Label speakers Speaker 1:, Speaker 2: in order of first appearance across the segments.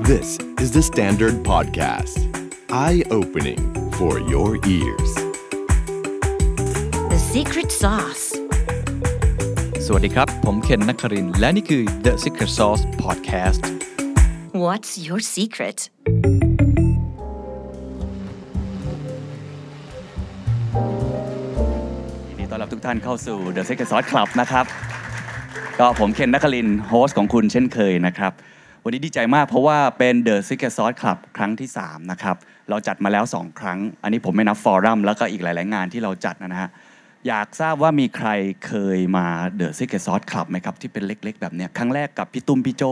Speaker 1: This is the Standard Podcast. Eye-opening for your ears.
Speaker 2: The Secret Sauce.
Speaker 3: สวัสดีครับ ผมเคนนักครินทร์และนี่คือ The Secret Sauce Podcast
Speaker 2: What's your secret?
Speaker 4: ยินดีต้อนรับทุกท่านเข้าสู่ The Secret Sauce Club นะครับ ก็ผมเคนนักคลินโฮสต์ของคุณเช่นเคยนะครับ วันนี้ดีใจมากเพราะว่าเป็น The Secret Sauce Club ครั้งที่ 3 นะครับ เราจัดมาแล้ว 2 ครั้ง อันนี้ผมไม่นับฟอรัมแล้วก็อีกหลาย ๆ งานที่เราจัดนะฮะ อยากทราบว่ามีใครเคยมา The Secret Sauce Club ไหมครับ ที่เป็นเล็ก ๆ แบบเนี้ยครั้งแรกกับพี่ตุ้มพี่โจ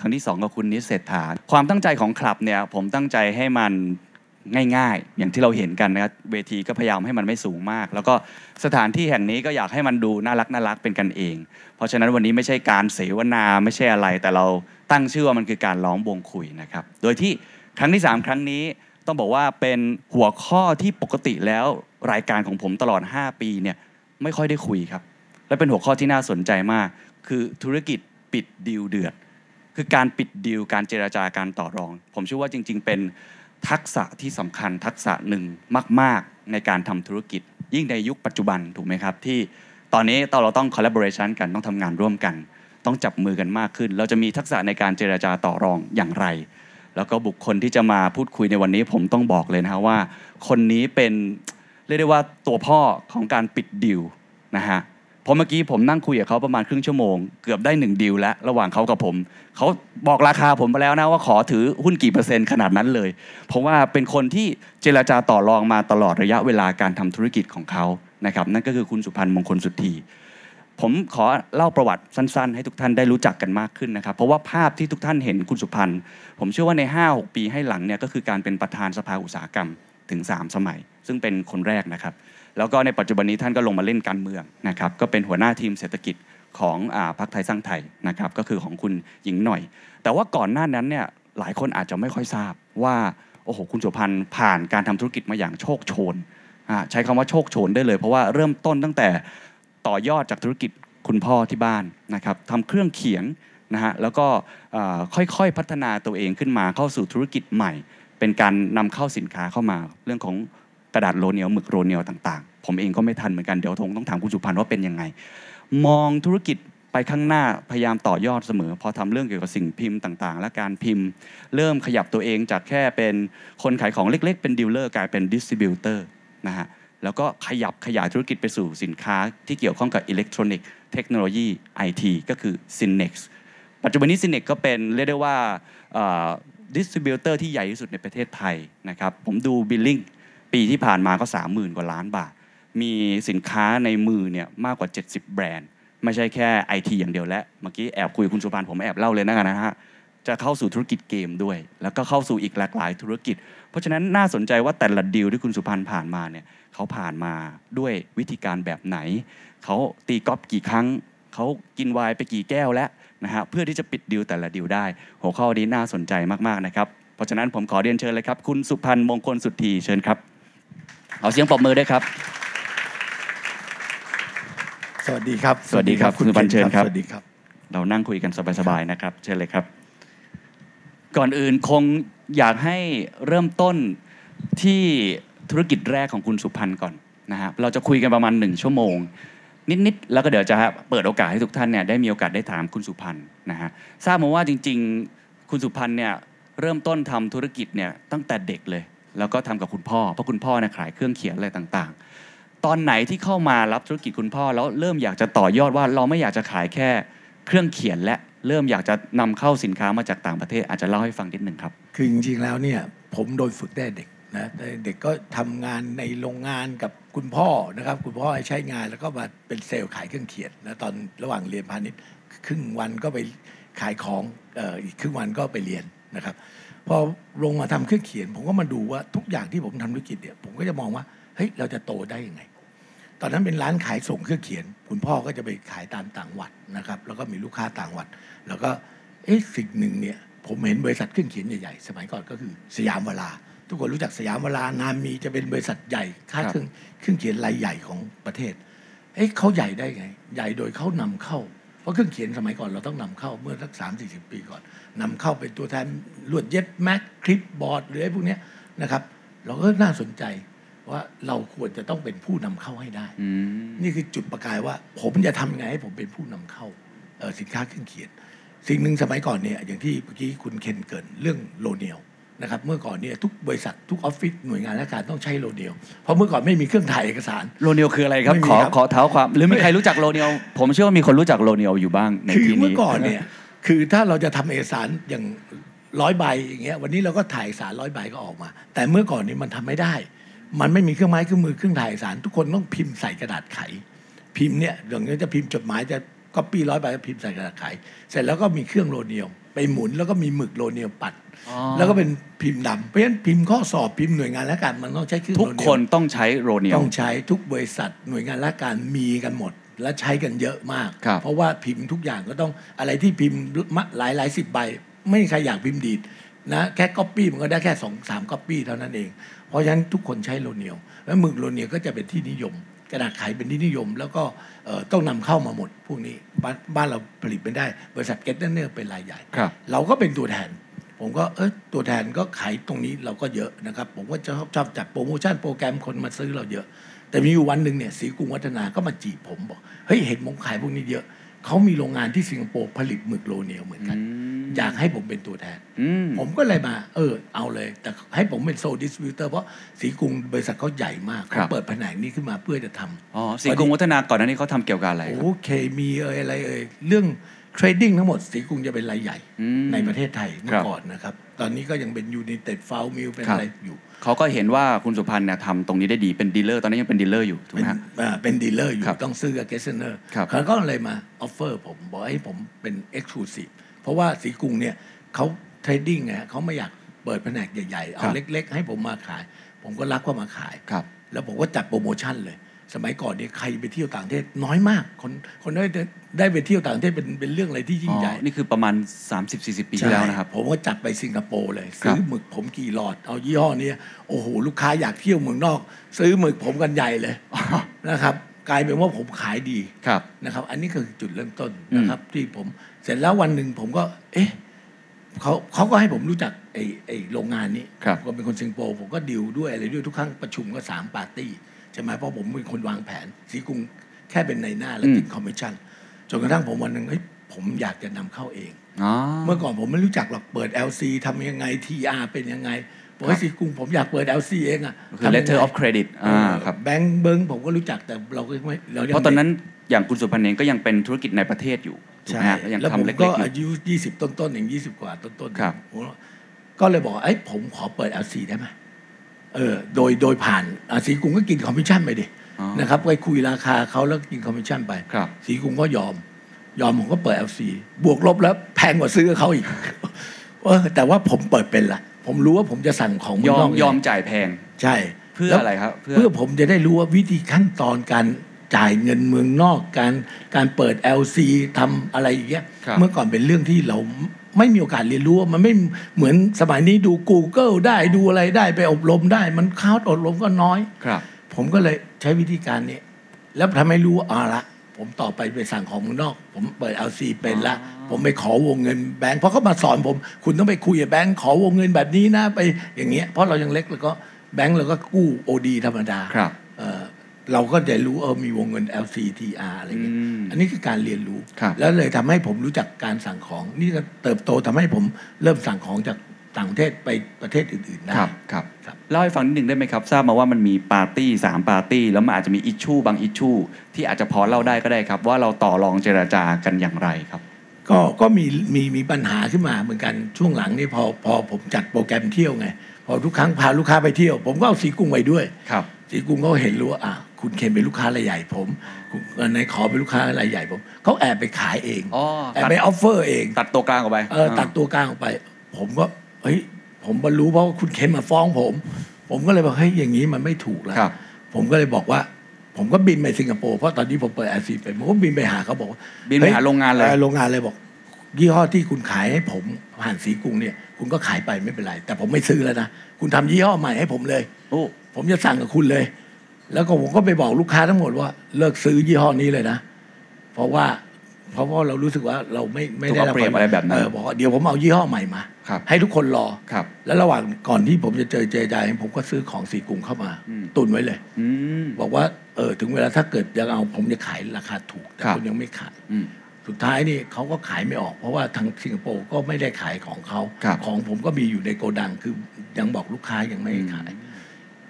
Speaker 4: ครั้งที่ 2 กับคุณนิสเศรษฐาความตั้งใจของคลับเนี่ยผมตั้งใจให้มัน ง่ายๆ อย่างที่เราเห็นกันนะครับเวทีก็พยายามให้มันไม่สูงมาก แล้วก็สถานที่แห่งนี้ก็อยากให้มันดูน่ารักน่ารักเป็นกันเอง เพราะฉะนั้นวันนี้ไม่ใช่การเสวนาไม่ใช่อะไร แต่เราตั้งชื่อว่ามันคือการล้อมวงคุยนะครับ โดยที่ครั้งที่ 3 ครั้งนี้ต้องบอกว่าเป็นหัวข้อที่ปกติแล้วรายการของผมตลอด 5 ปีเนี่ยไม่ค่อยได้คุยครับ และเป็นหัวข้อที่น่าสนใจมาก คือธุรกิจปิดดีลเดือด คือการปิดดีลการเจราจาการต่อรอง ผมเชื่อว่าจริง ๆ เป็นทักษะที่สำคัญทักษะหนึ่งมาก ๆ ในการทำธุรกิจ ยิ่งในยุคปัจจุบันถูกไหมครับ ที่ตอนนี้เราต้อง collaboration กันต้องทำงานร่วมกัน ต้องจับมือกันมากขึ้น เราจะมีทักษะในการเจราจาต่อรองอย่างไร แล้วก็บุคคลที่จะมาพูดคุยในวันนี้ผมต้องบอกเลยนะฮะว่า คนนี้เป็นเรียกได้ว่าตัวพ่อของการปิดดิวนะฮะเพราะเมื่อกี้ผมนั่งคุยกับเขาประมาณครึ่งชั่วโมง เกือบได้หนึ่งดิวแล้วระหว่างเขากับผมเขาบอกราคาผมไปแล้วนะว่าขอถือหุ้นกี่เปอร์เซ็นต์ขนาดนั้นเลย เพราะว่าเป็นคนที่เจรจาต่อรองมาตลอดระยะเวลาการทำธุรกิจของเขานะครับนั่นก็คือคุณสุพันธ์มงคลสุทธี ผมขอเล่าประวัติสั้นๆ ให้ทุกท่านได้รู้จักกันมากขึ้นนะครับ เพราะว่าภาพที่ทุกท่านเห็นคุณสุพันธ์ผมเชื่อว่าใน 5-6 ปีให้หลังเนี่ยก็คือการเป็นประธานสภาอุตสาหกรรมถึง 3 สมัย ซึ่งเป็นคนแรกนะครับ แล้วก็ในปัจจุบันนี้ท่านก็ลงมาเล่นการเมืองนะครับก็เป็นหัวหน้าทีมเศรษฐกิจของอาพรรคไทยสร้างไทยนะครับก็คือของคุณหญิงหน่อย แต่ว่าก่อนหน้านั้นเนี่ยหลายคนอาจจะไม่ค่อยทราบว่าโอ้โหคุณสุพันธ์ผ่านการทำธุรกิจมาอย่างโชคโชนอ่าใช้คำว่าโชคโชนได้เลย เพราะว่าเริ่มต้นตั้งแต่ ต่อยอดจากธุรกิจคุณพ่อที่บ้านนะครับทำเครื่องเขียนนะฮะแล้วก็เอ่อค่อยๆพัฒนาตัวเองขึ้นมาเข้าสู่ธุรกิจใหม่ เป็นการนำเข้าสินค้าเข้ามา เรื่องของกระดาษโรเนียวหมึกโรเนียวต่างๆ ผมเองก็ไม่ทันเหมือนกันเดี๋ยวทงต้องถามคุณสุพันธ์ว่าเป็นยังไง มองธุรกิจไปข้างหน้าพยายามต่อยอดเสมอ พอทำเรื่องเกี่ยวกับสิ่งพิมพ์ต่างๆ และการพิมพ์ เริ่มขยับตัวเองจากแค่เป็นคนขายของเล็กๆ เป็นดีลเลอร์กลายเป็นดิสติบิวเตอร์นะฮะแล้วก็ขยับขยายธุรกิจไปสู่สินค้าที่เกี่ยวข้องกับอิเล็กทรอนิกส์เทคโนโลยีไอทีก็คือ Synex ปัจจุบันนี้ Synex ก็เป็นเรียกได้ว่าดิสติบิวเตอร์ที่ใหญ่ที่สุดในประเทศไทยนะครับผมดูบิลลิ่งปีที่ผ่านมาก็ 30,000 กว่าล้านบาท มีสินค้าในมือเนี่ยมากกว่า 70 แบรนด์ ไม่ใช่แค่ไอทีอย่างเดียวและ เมื่อกี้แอบคุยกับคุณสุพานผมแอบเล่าเลยนะกันนะฮะ จะเข้าสู่ธุรกิจเกมด้วย แล้วก็เข้าสู่อีกหลากหลายธุรกิจ เพราะฉะนั้นน่าสนใจว่าแต่ละดีลที่คุณสุพันธ์ผ่านมาเนี่ยเขาผ่านมาด้วยวิธีการแบบไหน เขาตีกอล์ฟกี่ครั้ง เขากินไวน์ไปกี่แก้วแล้วนะฮะเพื่อที่จะปิดดีลแต่ละดีลได้ หัวข้อนี้น่าสนใจมากๆนะครับเพราะฉะนั้นผมขอเรียนเชิญเลยครับ คุณสุพันธ์มงคลสุทธีเชิญครับขอเสียงปรบมือด้วยครับ
Speaker 5: สวัสดีครับ
Speaker 4: สวัสดีครับคุณสุพันธ์เชิญครับ
Speaker 5: สวัสดีครับ
Speaker 4: เรานั่งคุยกันสบายๆนะครับ เชิญเลยครับ ก่อนอื่นคงอยากให้เริ่มต้นที่ธุรกิจแรกของคุณสุพันธ์ก่อนนะครับเราจะคุยกันประมาณหนึ่งชั่วโมง นิดๆแล้วก็เดี๋ยวจะเปิดโอกาสให้ทุกท่านเนี่ยได้มีโอกาสได้ถามคุณสุพันธ์นะฮะทราบมาว่าจริง ๆ คุณสุพันธ์เนี่ยเริ่มต้นทำธุรกิจเนี่ยตั้งแต่เด็กเลย แล้วก็ทำกับคุณพ่อเพราะคุณพ่อเนี่ยขายเครื่องเขียนอะไรต่าง ๆ ตอนไหนที่เข้ามารับธุรกิจคุณพ่อแล้วเริ่มอยากจะต่อยอดว่าเราไม่อยากจะขายแค่เครื่องเขียนและเริ่มอยากจะนำเข้าสินค้ามาจากต่างประเทศอาจจะเล่าให้ฟังนิดหนึ่งครับ
Speaker 5: คือจริงๆแล้วเนี่ยผมโดนฝึกได้เด็กนะแต่เด็กก็ทำงานในโรงงานกับคุณพ่อนะครับ คุณพ่อให้ใช้งานแล้วก็มาเป็นเซลล์ขายเครื่องเขียนนะตอนระหว่างเรียนพาณิชย์ครึ่งวันก็ไปขายของเอ่ออีกครึ่งวันก็ไปเรียนนะครับพอลงมาทำเครื่องเขียน ผมก็มาดูว่าทุกอย่างที่ผมทำธุรกิจเนี่ยผมก็จะมองว่าเฮ้ยเราจะโตได้ยังไง ตอนนั้นเป็นร้านขายส่งเครื่องเขียน คุณพ่อก็จะไปขายตามต่างวัดนะครับ แล้วก็มีลูกค้าต่างวัด แล้วก็เอ๊ะสิ่งหนึ่งเนี่ย ผมเห็นบริษัทเครื่องเขียนใหญ่ๆ สมัยก่อนก็คือสยามวลา ทุกคนรู้จักสยามวลานามีจะเป็นบริษัทใหญ่ค่าย
Speaker 4: ครับ
Speaker 5: เครื่องเครื่องเขียนรายใหญ่ของประเทศ เอ๊ะเขาใหญ่ได้ไง ใหญ่โดยเขานำเข้า เพราะเครื่องเขียนสมัยก่อนเราต้องนำเข้าเมื่อสักสามสี่สิบปีก่อนนำเข้าเป็นตัวแทนลวดเย็บแม็กคลิปบอร์ดหรือไอ้พวกเนี้ยนะครับ เราก็น่าสนใจว่าเราควรจะต้องเป็นผู้นำเข้าให้ได้
Speaker 4: อืม
Speaker 5: นี่คือจุดประกายว่าผมจะทำไงให้ผมเป็นผู้นำเข้าเอ่อสินค้าเครื่องเขียน สิ่งหนึ่งสมัยก่อนเนี่ยอย่างที่เมื่อกี้คุณเคนเกรินเรื่องโลเนียลนะครับเมื่อก่อนเนี่ยทุกบริษัททุกออฟฟิศหน่วยงานราชการต้องใช้โลเนียลเพราะเมื่อก่อนไม่มีเครื่องถ่ายเอกสาร
Speaker 4: โลเนียลคืออะไรครับ
Speaker 5: ไม่
Speaker 4: ข
Speaker 5: มี
Speaker 4: อ
Speaker 5: ครับ
Speaker 4: ขอเท้าความหรือมีใครรู้จักโลเนียลผมเชื่อว่ามีคนรู้จักโลเนียลอยู่บ้างใน
Speaker 5: คือ
Speaker 4: ที่นี้
Speaker 5: เมื่อก่อนเนี่ยคือถ้าเราจะทำเอกสารอย่างร้อยใบอย่างเงี้ยวันนี้เราก็ถ่ายเอกสารร้อยใบก็ออกมา แต่เมื่อก่อนนี้มันทำไม่ได้ มันไม่มีเครื่องไม้เครื่องมือเครื่องถ่ายเอกสาร ทุกคนต้องพิมพ์ใส่กระดาษไข พิมพ์เนี่ยอย่างนี้จะพิมพ์จดหมายจะก็ปีร้อยใบก็พิมพ์ใส่กระดาษไข เสร็จแล้วก็มีเครื่องโลเนียลไปหมุนแล้วก็มีหมึกโลเนียลปัด แล้วก็เป็นพิมพ์ดำเพราะฉะนั้นพิมพ์ข้อสอบพิมพ์หน่วยงานและการมันต้องใช้เครื่อง
Speaker 4: ทุก
Speaker 5: โลเยล
Speaker 4: คนต้องใช้โลเนียล
Speaker 5: ต้องใช้ทุกบริษัทหน่วยงานราชการมีกันหมด และใช้กันเยอะมาก
Speaker 4: ครับ
Speaker 5: เพราะว่าพิมพ์ทุกอย่างก็ต้องอะไรที่พิมพ์หลายหลายๆสิบใบ ไม่มีใครอยากพิมพ์ดีดนะแค่ก๊อปปี้มันก็ได้แค่สองสามก๊อปปี้เท่านั้นเอง เพราะฉะนั้นทุกคนใช้โลเนียลแล้วหมึกโลเนียลก็จะเป็นที่นิยม กระดาษขายเป็นที่นิยม แล้วก็เอ่อต้องนำเข้ามาหมดพวกนี้บ้านบ้านเราผลิตไม่ได้ บริษัทเกตเนอร์เป็นรายใหญ่
Speaker 4: ครับ
Speaker 5: เราก็เป็นตัวแทน ผมก็เออตัวแทนก็ขายตรงนี้เราก็เยอะนะครับ ผมก็ชอบชอบจัดโปรโมชั่นโปรแกรมคนมาซื้อเราเยอะ แต่มีอยู่วันหนึ่งเนี่ยสีกรุงวัฒนาก็มาจีบผมบอก เฮ้ยเห็นผมขายพวกนี้เยอะ เขามีโรงงานที่สิงคโปร์ผลิตหมึกโลเนียลเหมือนกัน อยากให้ผมเป็นตัวแทน
Speaker 4: อืม
Speaker 5: ผมก็เลยมา เออ เอาเลย แต่ให้ผมเป็นโซลดิสติบิวเตอร์เพราะสีกรุงบริษัทเขาใหญ่มาก
Speaker 4: ครั
Speaker 5: เขา
Speaker 4: บ
Speaker 5: เปิดแผนกนี้ขึ้นมาเพื่อจะทำ
Speaker 4: อ๋อสีกรุงวัฒนาก่อนหน้านี้เขาทำเกี่ยวกับอะไรครับ
Speaker 5: โอ้เคมีเอ่ยอะไรเอ่ยเรื่องเทรดดิ้งทั้งหมดสีกรุงจะเป็นรายใหญ่
Speaker 4: อืม
Speaker 5: ในประเทศไทยเมื่
Speaker 4: ครั
Speaker 5: อบ ก่อนนะครับ ตอนนี้ก็ยังเป็นยูนิเต็ดฟาวมิลเป็น
Speaker 4: ครับ
Speaker 5: อะไรอยู่
Speaker 4: เขาก็เห็นว่าคุณสุพันธ์เนี่ยทำตรงนี้ได้ดีเป็นดีลเลอร์ตอนนี้ยังเป็นดีลเลอร์อยู่ถูก
Speaker 5: เป็
Speaker 4: ไหม
Speaker 5: น
Speaker 4: ฮะ
Speaker 5: อ่าเป็นดีลเลอร์อยู่
Speaker 4: ครับ
Speaker 5: ต้องซื้อกับเกสเนอร์
Speaker 4: ครับ
Speaker 5: เขาก็เลยมาออฟเฟอร์ผมบอกให้ผมเป็นเอ็กซ์คลูซีฟเพราะว่าสีกรุงเนี่ยเขาเทรดดิ้งไงเขาไม่อยากเปิดแผนกใหญ่
Speaker 4: ครั
Speaker 5: ๆเอา
Speaker 4: บ
Speaker 5: เล็ก ๆ ให้ผมมาขาย ผมก็รักว่ามาขาย
Speaker 4: ครับ
Speaker 5: แล้วผมก็จัดโปรโมชั่นเลย สมัยก่อนเนี่ยใครไปเที่ยวต่างประเทศน้อยมาก คนคนได้ได้ไปเที่ยวต่างประเทศเป็นเป็นเรื่องอะไรที่ยิ่งใหญ่
Speaker 4: อ๋อ นี่คือประมาณ 30-40 ปีที่
Speaker 5: ใช่
Speaker 4: แล้วนะครับ
Speaker 5: ผมก็จัดไปสิงคโปร์เลย
Speaker 4: ครับ
Speaker 5: ซื้อหมึกผมกี่หลอด เอายี่ห้อเนี้ยโอ้โห ลูกค้าอยากเที่ยวเมืองนอก ซื้อหมึกผมกันใหญ่ เลยนะครับกลายเป็นว่าผมขายดี
Speaker 4: ครับ
Speaker 5: นะครับ อันนี้คือจุดเริ่มต้นนะครับ ที่ผมเสร็จแล้ววันหนึ่งผมก็ เอ๊ะเขาเขาก็ให้ผมรู้จักไอ้ไอ้โรงงานนี้
Speaker 4: ครับ
Speaker 5: ผมก็เป็นคนสิงคโปร์ผมก็ดิวด้วยอะไรด้วยทุกครั้งประชุมก็สามปาร์ตี้ใช่ไหมเพราะผมเป็นคนวางแผนสีกรุงแค่เป็นในหน้าและกินคอมมิชชั่นจนกระทั่งผมวันหนึ่งเฮ้ยผมอยากจะนำเข้าเอง
Speaker 4: อ๋อ
Speaker 5: เมื่อก่อนผมไม่รู้จักหรอกเปิด LC ทำยังไง TR เป็นยังไงบอก
Speaker 4: ครั
Speaker 5: ว่า
Speaker 4: บ
Speaker 5: สีกรุงผมอยากเปิด LC เองอะ
Speaker 4: คือ letter of credit อ่าครับ
Speaker 5: แบงค์เบิ้งผมก็รู้จักแต่เราก็ไม่เรายัง
Speaker 4: เพราะตอนนั้นอย่างคุณสุพันธ์เองก็ยังเป็นธุรกิจในประเทศอยู่ถูกไหม
Speaker 5: ใช่
Speaker 4: ฮะก็ยัง
Speaker 5: แล้วผม
Speaker 4: ทำเล็กๆอ
Speaker 5: ก็
Speaker 4: ยู่
Speaker 5: อายุ 20 ต้นๆอย่าง 20 กว่าต้นๆ
Speaker 4: ครับ
Speaker 5: ผมก็ก็เลยบอกไอ้ยผมขอเปิด LC ได้ไหมเออโดยโดยผ่านอ่ะสีกรุงก็กินคอมมิชชั่นไปดิ
Speaker 4: อ๋อ
Speaker 5: นะครับไปคุยราคาเขาแล้วกินคอมมิชชั่นไป
Speaker 4: ครับ
Speaker 5: สีกรุงก็ยอม ยอมผมก็เปิด LC บวกลบแล้วแพงกว่าซื้อกับเขาอีก เออแต่ว่าผมเปิดเป็นละผมรู้ว่าผมจะสั่งของเง
Speaker 4: ย
Speaker 5: น
Speaker 4: อม
Speaker 5: ก
Speaker 4: ยอมจ่ายแพง
Speaker 5: ใช่
Speaker 4: เพื่อ
Speaker 5: แล้ว
Speaker 4: อะไรครับเพื่อ
Speaker 5: เพื่อผมจะได้รู้ว่าวิธีขั้นตอนการจ่ายเงินเมืองนอกการการเปิด LC ทำอะไรอย่างเงี้ย
Speaker 4: ครับ
Speaker 5: เมื่อก่อนเป็นเรื่องที่เราไม่มีโอกาสเรียนรู้อะมันไม่เหมือนสมัยนี้ดู Google ได้ดูอะไรได้ไปอบรมได้ มันคาวอบรมก็น้อย
Speaker 4: ครับ
Speaker 5: ผมก็เลยใช้วิธีการนี้แล้วทำให้รู้ว่าเอาละผมต่อไปไปสั่งของเมืองนอก ผมเปิด LC เป็นละ ผมไปขอวงเงินแบงค์เพราะเขามาสอนผม คุณต้องไปคุยกับแบงค์ขอวงเงินแบบนี้นะไปอย่างเงี้ยเพราะเรายังเล็กแล้วก็แบงค์เราก็กู้โอดีธรรมดา
Speaker 4: ครับ
Speaker 5: เอ่อเราก็จะรู้เออมีวงเงิน LCTR อะไรเงี้ย
Speaker 4: อืม
Speaker 5: อันนี้คือการเรียนรู้
Speaker 4: ครับ
Speaker 5: แล้วเลยทำให้ผมรู้จักการสั่งของนี่ก็เติบโตทำให้ผมเริ่มสั่งของจากต่างประเทศไปประเทศอื่นๆได้
Speaker 4: ครับครับ
Speaker 5: ครับ
Speaker 4: เล่าให้ฟังนิดหนึ่งได้ไหมครับ ทราบมาว่ามันมีปาร์ตี้สามปาร์ตี้แล้วมันอาจจะมีอิชชูบางอิชชูที่อาจจะพอเล่าได้ก็ได้ครับ ว่าเราต่อรองเจรจากันอย่างไรครับ
Speaker 5: ก็ก็มีมีมีปัญหาขึ้นมาเหมือนกันช่วงหลังนี่พอพอผมจัดโปรแกรมเที่ยวไง พอทุกครั้งพาลูกค้าไปเที่ยว ผมก็เอาสีกรุ้งไปด้วย
Speaker 4: ครับ
Speaker 5: สีกรุ้งก็เห็นรู้ว่าอ่ะคุณเคนเป็นลูกค้ารายใหญ่ผมคุณนายขอเป็นลูกค้ารายใหญ่ผมเขาแอบไปขายเอง
Speaker 4: อ๋อ
Speaker 5: แอบ
Speaker 4: ตัด
Speaker 5: ไปออฟเฟอร์เอง
Speaker 4: ตัดตัวกลางออกไป
Speaker 5: เออตัดตัวกลางออกไป ผมก็เฮ้ยผมบรรลุเพราะว่าคุณเคนมาฟ้องผม ผมก็เลยบอกเฮ้ยอย่างนี้มันไม่ถูกแล้ว
Speaker 4: ครับ
Speaker 5: ผมก็เลยบอกว่า ผมก็บินไปสิงคโปร์เพราะตอนนี้ผมเปิดแอร์ซีเป็นผมก็บินไปหาเขาบอกว่า
Speaker 4: บินไปหา
Speaker 5: ฮ้
Speaker 4: โรงงานเลย
Speaker 5: ออโรงงานเลยบอก ยี่ห้อที่คุณขายให้ผมผ่านสีกรุงเนี่ย คุณก็ขายไปไม่เป็นไร แต่ผมไม่ซื้อแล้วนะ คุณทำยี่ห้อใหม่ให้ผมเลย
Speaker 4: โอ้
Speaker 5: ผมจะสั่งกับคุณเลย แล้วก็ผมก็ไปบอกลูกค้าทั้งหมดว่าเลิกซื้อยี่ห้อนี้เลยนะ เพราะว่า เพราะว่าเรารู้สึกว่าเราไม่ไม่
Speaker 4: ถูก
Speaker 5: ได้
Speaker 4: เอา
Speaker 5: รับ
Speaker 4: เปรียบ
Speaker 5: ควา
Speaker 4: อะไรแบบนั้น
Speaker 5: เออบอกว่าเดี๋ยวผมเอายี่ห้อใหม่มา
Speaker 4: ครับ
Speaker 5: ให้ทุกคนรอ
Speaker 4: ครับ
Speaker 5: แล้วระหว่างก่อนที่ผมจะเจอเจใจผมก็ซื้อของสีกรุงเข้ามา
Speaker 4: อืม
Speaker 5: ตุนไว้เลย
Speaker 4: อืม
Speaker 5: บอกว่าเออถึงเวลาถ้าเกิดยังเอาผมจะขายราคาถูกแต่
Speaker 4: ครับ
Speaker 5: คุณยังไม่ขาย
Speaker 4: อืม
Speaker 5: สุดท้ายนี่เขาก็ขายไม่ออกเพราะว่าทางสิงคโปร์ก็ไม่ได้ขายของเขา
Speaker 4: ครับ
Speaker 5: ของผมก็มีอยู่ในโกดังคือยังบอกลูกค้ายังไม่ให้ขาย
Speaker 4: อื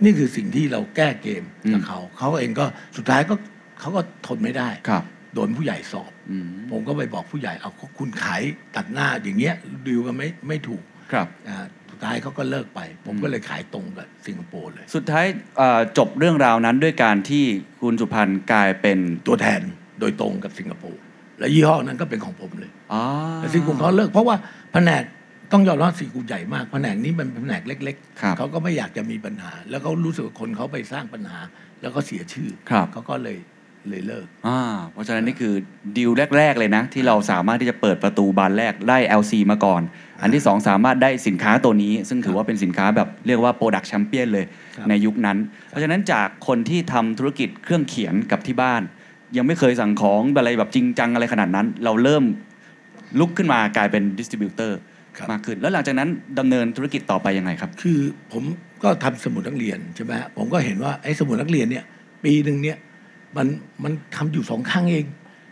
Speaker 5: นี่คือสิ่งที่เราแก้เกมกั
Speaker 4: อื
Speaker 5: บ
Speaker 4: ม
Speaker 5: เขา เขาเองก็สุดท้ายก็เขาก็ทนไม่ได้
Speaker 4: ครับ
Speaker 5: โดนผู้ใหญ่สอบ
Speaker 4: อืม
Speaker 5: ผมก็ไปบอกผู้ใหญ่เอาก็คุณขายตัดหน้าอย่างเงี้ยดีลกันไม่ไม่ถูก
Speaker 4: ครับ
Speaker 5: อ่าสุดท้ายเขาก็เลิกไป ผมก็เลยขายตรงกับสิงคโปร์เลย
Speaker 4: สุดท้ายเอ่อจบเรื่องราวนั้นด้วยการที่คุณสุพันธ์กลายเป็น
Speaker 5: ตัวแทนโดยตรงกับสิงคโปร์และยี่ห้อนั้นก็เป็นของผมเลย
Speaker 4: อ๋อ
Speaker 5: แต่สีกรุงเขาเลิกเพราะว่าแผนกต้องยอมรับสีกรุงใหญ่มากแผนกนี้มันเป็นแผนกเล็ก
Speaker 4: ครับ
Speaker 5: ๆเขาก็ไม่อยากจะมีปัญหา แล้วเขารู้สึกว่าคนเขาไปสร้างปัญหา แล้วก็เสียชื่อ
Speaker 4: ครับ
Speaker 5: เขาก็เลยเลยเลิก
Speaker 4: อ่าเพราะฉะนั้นนี่คือดีลแรก ๆ เลยนะ ที่เราสามารถที่จะเปิดประตูบานแรกได้ LC มาก่อน อันที่ 2 สามารถได้สินค้าตัวนี้ ซึ่งถือว่าเป็นสินค้าแบบเรียกว่าโปรดัก t c แชมเปี้ยนเลย
Speaker 5: ครับ
Speaker 4: ในยุคนั้น เพราะฉะนั้นจากคนที่ทำธุรกิจเครื่องเขียนกับที่บ้าน ยังไม่เคยสั่งของอะไรแบบจริงจังอะไรขนาดนั้น เราเริ่มลุกขึ้นมากลายเป็นดิสติบิวเตอร์
Speaker 5: ครับ
Speaker 4: มากขึ้น แล้วหลังจากนั้นดำเนินธุรกิจต่อไปยังไงครับ
Speaker 5: คือผมก็ทำสมุดนักเรียนใช่ไหมฮะผมก็เห็นว่าไอ้สมุดนักเรียนเนี่ย ปีหนึ่งเนี่ยมันมันทำอยู่สองครั้งเอง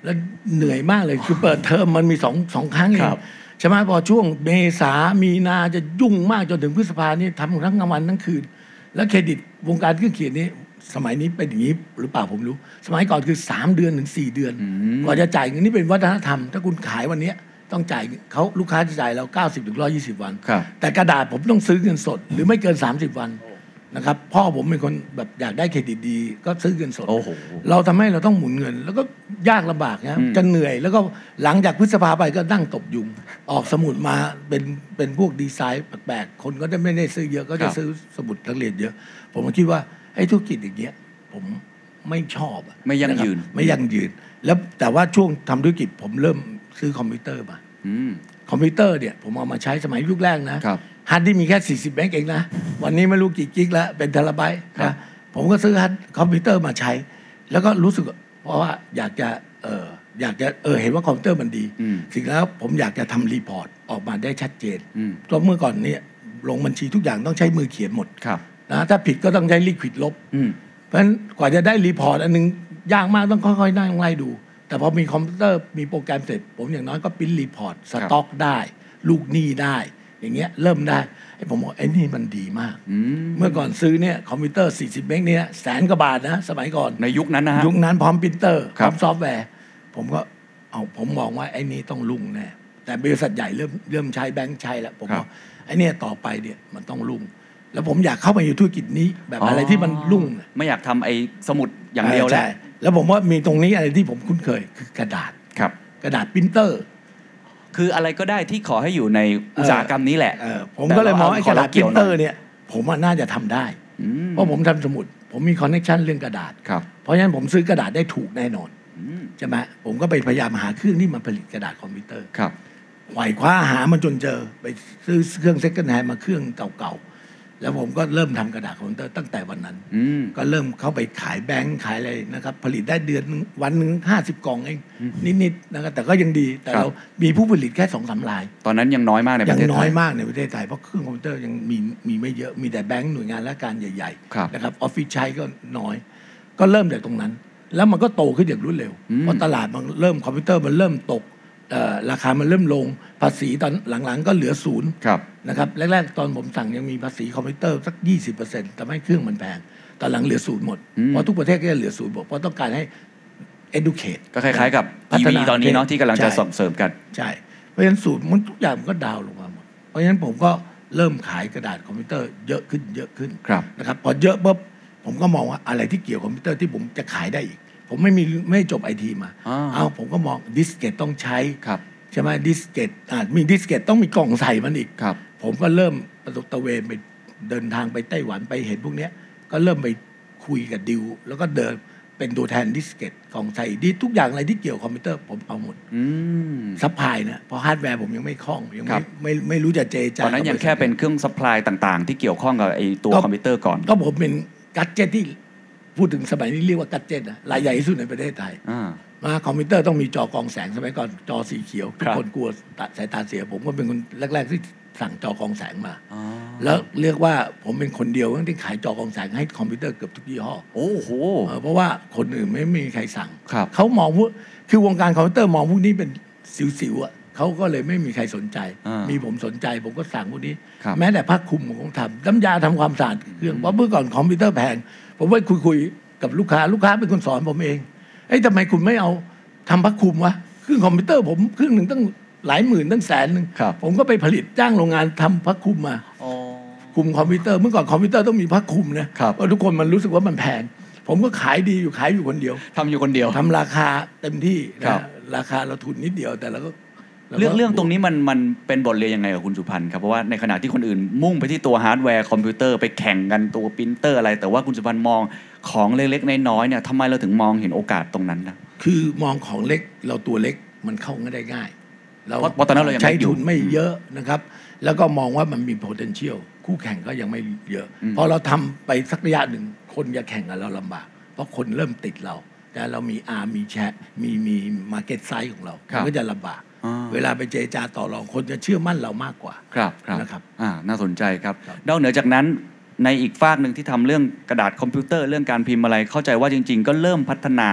Speaker 5: แล้วเหนื่อยมากเลยคือเปิดเทอมมันมีสองสองครั้งเอ
Speaker 4: ค
Speaker 5: ง
Speaker 4: รับ
Speaker 5: ใช่ไหมพอช่วงเมษามีนาจะยุ่งมากจนถึงพฤษภานี่ทำทั้งกลางวันทั้งคืน แล้วเครดิตวงการเครื่องเขียนนี้ สมัยนี้เป็นอย่างนี้หรือเปล่าผมรู้ สมัยก่อนคือ 3 เดือนถึง4เดือนกว่าจะจ่ายเงินนี่เป็นวัฒนธรรม ถ้าคุณขายวันเนี้ยต้องจ่ายเขาลูกค้าจะจ่ายเรา90ถึง120 วัน
Speaker 4: ครับ
Speaker 5: แต่กระดาษผมต้องซื้อเงินสด หรือไม่เกิน 30 วันนะครับพ่อผมเป็นคนแบบอยากได้เครดิตดี ก็ซื้อเงินสด
Speaker 4: โอ้โห
Speaker 5: เราทำให้เราต้องหมุนเงิน แล้วก็ยากลำบากนะ
Speaker 4: อืม
Speaker 5: จะเหนื่อยแล้วก็หลังจากพฤษภาไปก็นั่งตบยุง ออกสมุดมาเป็นเป็นพวกดีไซน์แปลกๆ คนก็จะไม่ได้ซื้อเยอะก็จะซื้อสมุดนักเรียนเยอะ ผมก็คิดว่าไอ้ธุรกิจอย่างเงี้ยผมไม่ชอบอะ
Speaker 4: ไม่ยั่งยืน
Speaker 5: ะครับไม่ยั่งยืน แล้วแต่ว่าช่วงทำธุรกิจผมเริ่มซื้อคอมพิวเตอร์มา
Speaker 4: อืม
Speaker 5: คอมพิวเตอร์เนี่ยผมเอามาใช้สมัยยุคแรกนะครับ ฮาร์ดดิสก์มีแค่ 40 เมกเองนะ วันนี้ไม่รู้กี่กิกแล้ว เป็นเทราไบต์
Speaker 4: ครับ
Speaker 5: นะผมก็ซื้อฮาร์ดคอมพิวเตอร์มาใช้ แล้วก็รู้สึกว่าเพราะว่าอยากจะเอออยากจะเออเห็นว่าคอมพิวเตอร์มันดี
Speaker 4: อืม
Speaker 5: สิ่งแล้วผมอยากจะทำรีพอร์ตออกมาได้ชัดเจน
Speaker 4: อืม
Speaker 5: เพราะเมื่อก่อนเนี่ยลงบัญชีทุกอย่างต้องใช้มือเขียนหมด
Speaker 4: ครับ
Speaker 5: นะถ้าผิดก็ต้องใช้ลิควิดลบ
Speaker 4: อืม
Speaker 5: เพราะฉะนั้นกว่าจะได้รีพอร์ตอันนึงยากมากต้องค่อยๆนั่งไล่ดู แต่พอมีคอมพิวเตอร์มีโปรแกรมเสร็จ ผมอย่างน้อยก็ปริ้นรีพอร์ตสต็อกได้ ลูกหนี้ได้ อย่างเงี้ยเริ่มได้ไอ้ผมบอกไอ้นี่มันดีมาก เมื่อก่อนซื้อเนี่ยคอมพิวเตอร์ 40 เมกเนี่ยแสนกว่าบาทนะ สมัยก่อน
Speaker 4: ในยุคนั้นนะฮะ
Speaker 5: ยุคนั้นพร้อมปรินเตอร์
Speaker 4: ค
Speaker 5: พ
Speaker 4: รับ
Speaker 5: ร้อมซอฟต์แวร์ ผมก็เอาผมมองว่าไอ้นี้ต้องรุ่งแน่แต่บริษัทใหญ่เริ่มเริ่มใช้แบงค์ใช้แล้วผมว่าไอ้เนี่ยต่อไปเนี่ยมันต้องรุ่ง แล้วผมอยากเข้าไปอยู่ธุรกิจนี้แบบอะไรที่มันรุ่งน่ะ
Speaker 4: ไม่อยากทำไอ้สมุดอย่างเดียวแล้ว
Speaker 5: ใช่แล้วผมว่ามีตรงนี้อะไรที่ผมคุ้นเคยคือกระดาษ
Speaker 4: ครับ
Speaker 5: กระดาษปรินเตอร์
Speaker 4: คืออะไรก็ได้ที่ขอให้อยู่ใน
Speaker 5: เอ่ออุ
Speaker 4: อุตสาหกรรมนี้แหละ
Speaker 5: เออผมก็เลยมองไอ้กระดาษปรินเตอร์เนี่ย ผมว่าน่าจะทำได้ เพราะผมทำสมุด ผมมีคอนเนคชันเรื่องกระดาษ
Speaker 4: ครับ
Speaker 5: เพราะฉะนั้นผมซื้อกระดาษได้ถูกแน่นอนใช่ไหมผมก็ไปพยายามหาเครื่องที่มันผลิตกระดาษคอมพิวเตอร์
Speaker 4: ครับ
Speaker 5: ไขว่คว้าหามันจนเจอไปซื้อเครื่องเซ็ก n d ์แฮนมาเครื่องเก่าๆ แล้วผมก็เริ่มทำกระดาษคอมพิวเตอร์ตั้งแต่วันนั้น
Speaker 4: อืม
Speaker 5: ก็เริ่มเข้าไปขายแบงค์ขายอะไรนะครับ ผลิตได้เดือนหนึ่งวันหนึ่งห้าสิบกล่องเอง นิดๆนะครับแต่ก็ยังดีแต่
Speaker 4: ครับ
Speaker 5: เรามีผู้ผลิตแค่สองสามราย
Speaker 4: ตอนนั้นยังน้อยมากในป
Speaker 5: ยั
Speaker 4: ระ
Speaker 5: ง
Speaker 4: เทศไทย
Speaker 5: น้อยมากในประเทศไทย เพราะเครื่องคอมพิวเตอร์ยังมีมีไม่เยอะมีแต่แบงค์หน่วยงานราชการใหญ่
Speaker 4: ครับ
Speaker 5: ๆนะครับออฟฟิศใช้ก็น้อย ก็เริ่มจากตรงนั้น แล้วมันก็โตขึ้นอย่างรวดเร็ว
Speaker 4: อืม
Speaker 5: เพราะตลาดมันเริ่มคอมพิวเตอร์มันเริ่มตกเอ่อราคามันเริ่มลง ภาษีตอนหลังๆ ก็เหลือศูนย์
Speaker 4: ครับ
Speaker 5: นะครับแรก ๆ ตอนผมสั่งยังมีภาษีคอมพิวเตอร์สัก 20%ทำให้เครื่องมันแพงตอนหลังเหลือศูนย์หมด
Speaker 4: อืม
Speaker 5: เพราะทุกประเทศก็จะเหลือศูนย์หมดเพราะต้องการให้ educate
Speaker 4: ก็คล้าย ๆ กับ
Speaker 5: พั
Speaker 4: EV
Speaker 5: ฒา
Speaker 4: ตอนนี้เนาะที่กำลังจะ
Speaker 5: ใช่
Speaker 4: ส่งเสริมกัน
Speaker 5: ใช่ เพราะฉะนั้นศูนย์มันทุกอย่างมันก็ดาวน์ลงมาหมด เพราะฉะนั้นผมก็เริ่มขายกระดาษคอมพิวเตอร์เยอะขึ้นเยอะขึ้น
Speaker 4: ครับ
Speaker 5: นะครับพอเยอะปุ๊บผมก็มองว่าอะไรที่เกี่ยวคอมพิวเตอร์ที่ผมจะขายได้อีก ผมไม่มีไม่จบไอทีมา
Speaker 4: อ่า
Speaker 5: เอาผมก็มองดิสเกตต้องใช้
Speaker 4: ครับ
Speaker 5: ใช่ไหมดิสเกตอ่ามีดิสเกตต้องมีกล่องใส่มันอีก
Speaker 4: ครับ
Speaker 5: ผมก็เริ่มประสบตระเวนไปเดินทางไปไต้หวันไปเห็นพวกเนี้ย ก็เริ่มไปคุยกับดิว แล้วก็เดินเป็นตัวแทนดิสเกตกล่องใส่ดิสทุกอย่างอะไรที่เกี่ยวกับคอมพิวเตอร์ผมเอาหมด
Speaker 4: อืม
Speaker 5: ซัพพลายนะเพราะฮาร์ดแวร์ผมยังไม่คล่องยัง
Speaker 4: ครั
Speaker 5: ไม่
Speaker 4: บ
Speaker 5: ไม่ไม่รู้จะเจรจา
Speaker 4: ตอนนั้นยังแค่เป็นเครื่องซัพพลายต่างๆ ที่เกี่ยวข้องกับไอ้ตัวคอมพิวเตอร์ก่อน
Speaker 5: ก็ผมเป็นกัจเจตที่พูดถึงสมัยนี้เรียกว่ากัจเจตนะรายใหญ่ที่สุดในประเทศไทย
Speaker 4: อ่า
Speaker 5: มาคอมพิวเตอร์ต้องมีจอกรองแสงสมัยก่อนจอสีเขียวทุ
Speaker 4: ค
Speaker 5: ก
Speaker 4: รับ
Speaker 5: คนกลัวตาสายตาเสีย ผมก็เป็นคนแรก ๆ ที่สั่งจอกรองแสงมา
Speaker 4: อ๋อ
Speaker 5: แล้วเรียกว่าผมเป็นคนเดียวที่ขายจอกรองแสงให้คอมพิวเตอร์เกือบทุกยี่ห้อ
Speaker 4: โอ้โห
Speaker 5: เออเพราะว่าคนอื่นไม่มีใครสั่ง
Speaker 4: ครับ
Speaker 5: เขามองพวกคือวงการคอมพิวเตอร์มองพวกนี้เป็นสิวๆอ่ะเขาก็เลยไม่มีใครสนใจ
Speaker 4: อ่ามี
Speaker 5: มีผมสนใจผมก็สั่งพวกนี้
Speaker 4: ครับ
Speaker 5: แม้แต่ผ้าคลุมผมก็ทำน้ำยาทำความสะอาดเครื่องเพราะเมื่อก่อนคอมพิวเตอร์แพง ผมไปคุยๆกับลูกค้าลูกค้าเป็นคนสอนผมเองเอ้ยทำไมคุณไม่เอาทำผ้าคลุมวะเครื่องคอมพิวเตอร์ผมเครื่องหนึ่งตั้งหลายหมื่นตั้งแสนหนึ่ง
Speaker 4: ครับ
Speaker 5: ผมก็ไปผลิตจ้างโรงงานทำผ้าคลุมมา
Speaker 4: อ๋อ
Speaker 5: คลุมคอมพิวเตอร์เมื่อก่อนคอมพิวเตอร์ต้องมีผ้าคลุมนะครับ เพาะทุกคนมันรู้สึกว่ามันแพงผมก็ขายดีอยู่ขายอยู่คนเดียว
Speaker 4: ทำอยู่คนเดียว
Speaker 5: ทำราคาเต็มที่นะครับ ราคาเราทุนนิดเดียวแต่เราก็าก็
Speaker 4: เรื่องเรื่องตรงนี้มันมันเป็นบทเรียนยังไงกับคุณสุพันธ์ครับเพราะว่าในขณะที่คนอื่นมุ่งไปที่ตัวฮาร์ดแวร์คอมพิวเตอร์ไปแข่งกันตัวปรินเตอร์อะไร แต่ว่าคุณสุพันธ์มองของเล็กๆน้อยๆเนี่ยทำไมเราถึงมองเห็นโอกาสตรงนั้นนะ
Speaker 5: คือมองของเล็กเราตัวเล็กมันเข้าง่ายง่าย
Speaker 4: เพราะเพราะตอนนั้นเรายัง
Speaker 5: ใช้
Speaker 4: เล็กอยู่
Speaker 5: ทุนไม่เยอะนะครับ แล้วก็มองว่ามันมี potential คู่แข่งก็ยังไม่เยอะ
Speaker 4: อืม
Speaker 5: พอเราทำไปสักระยะหนึ่งคนจะแข่งกับเราลำบาก เพราะคนเริ่มติดเรา แต่เรามีอามีแชร์มีมีมาเก็ตไซส์ของเรา
Speaker 4: ครับ
Speaker 5: มันก็จะลำบาก
Speaker 4: อ่า
Speaker 5: เวลาไปเจรจาต่อรองคนจะเชื่อมั่นเรามากกว่า
Speaker 4: ครับครับ
Speaker 5: นะครับ
Speaker 4: อ่าน่าสนใจครับ
Speaker 5: ครับ
Speaker 4: นอกเหนือจากนั้นในอีกฝากหนึ่งที่ทำเรื่องกระดาษคอมพิวเตอร์เรื่องการพิมพ์อะไรเข้าใจว่าจริง ๆ ก็เริ่มพัฒนา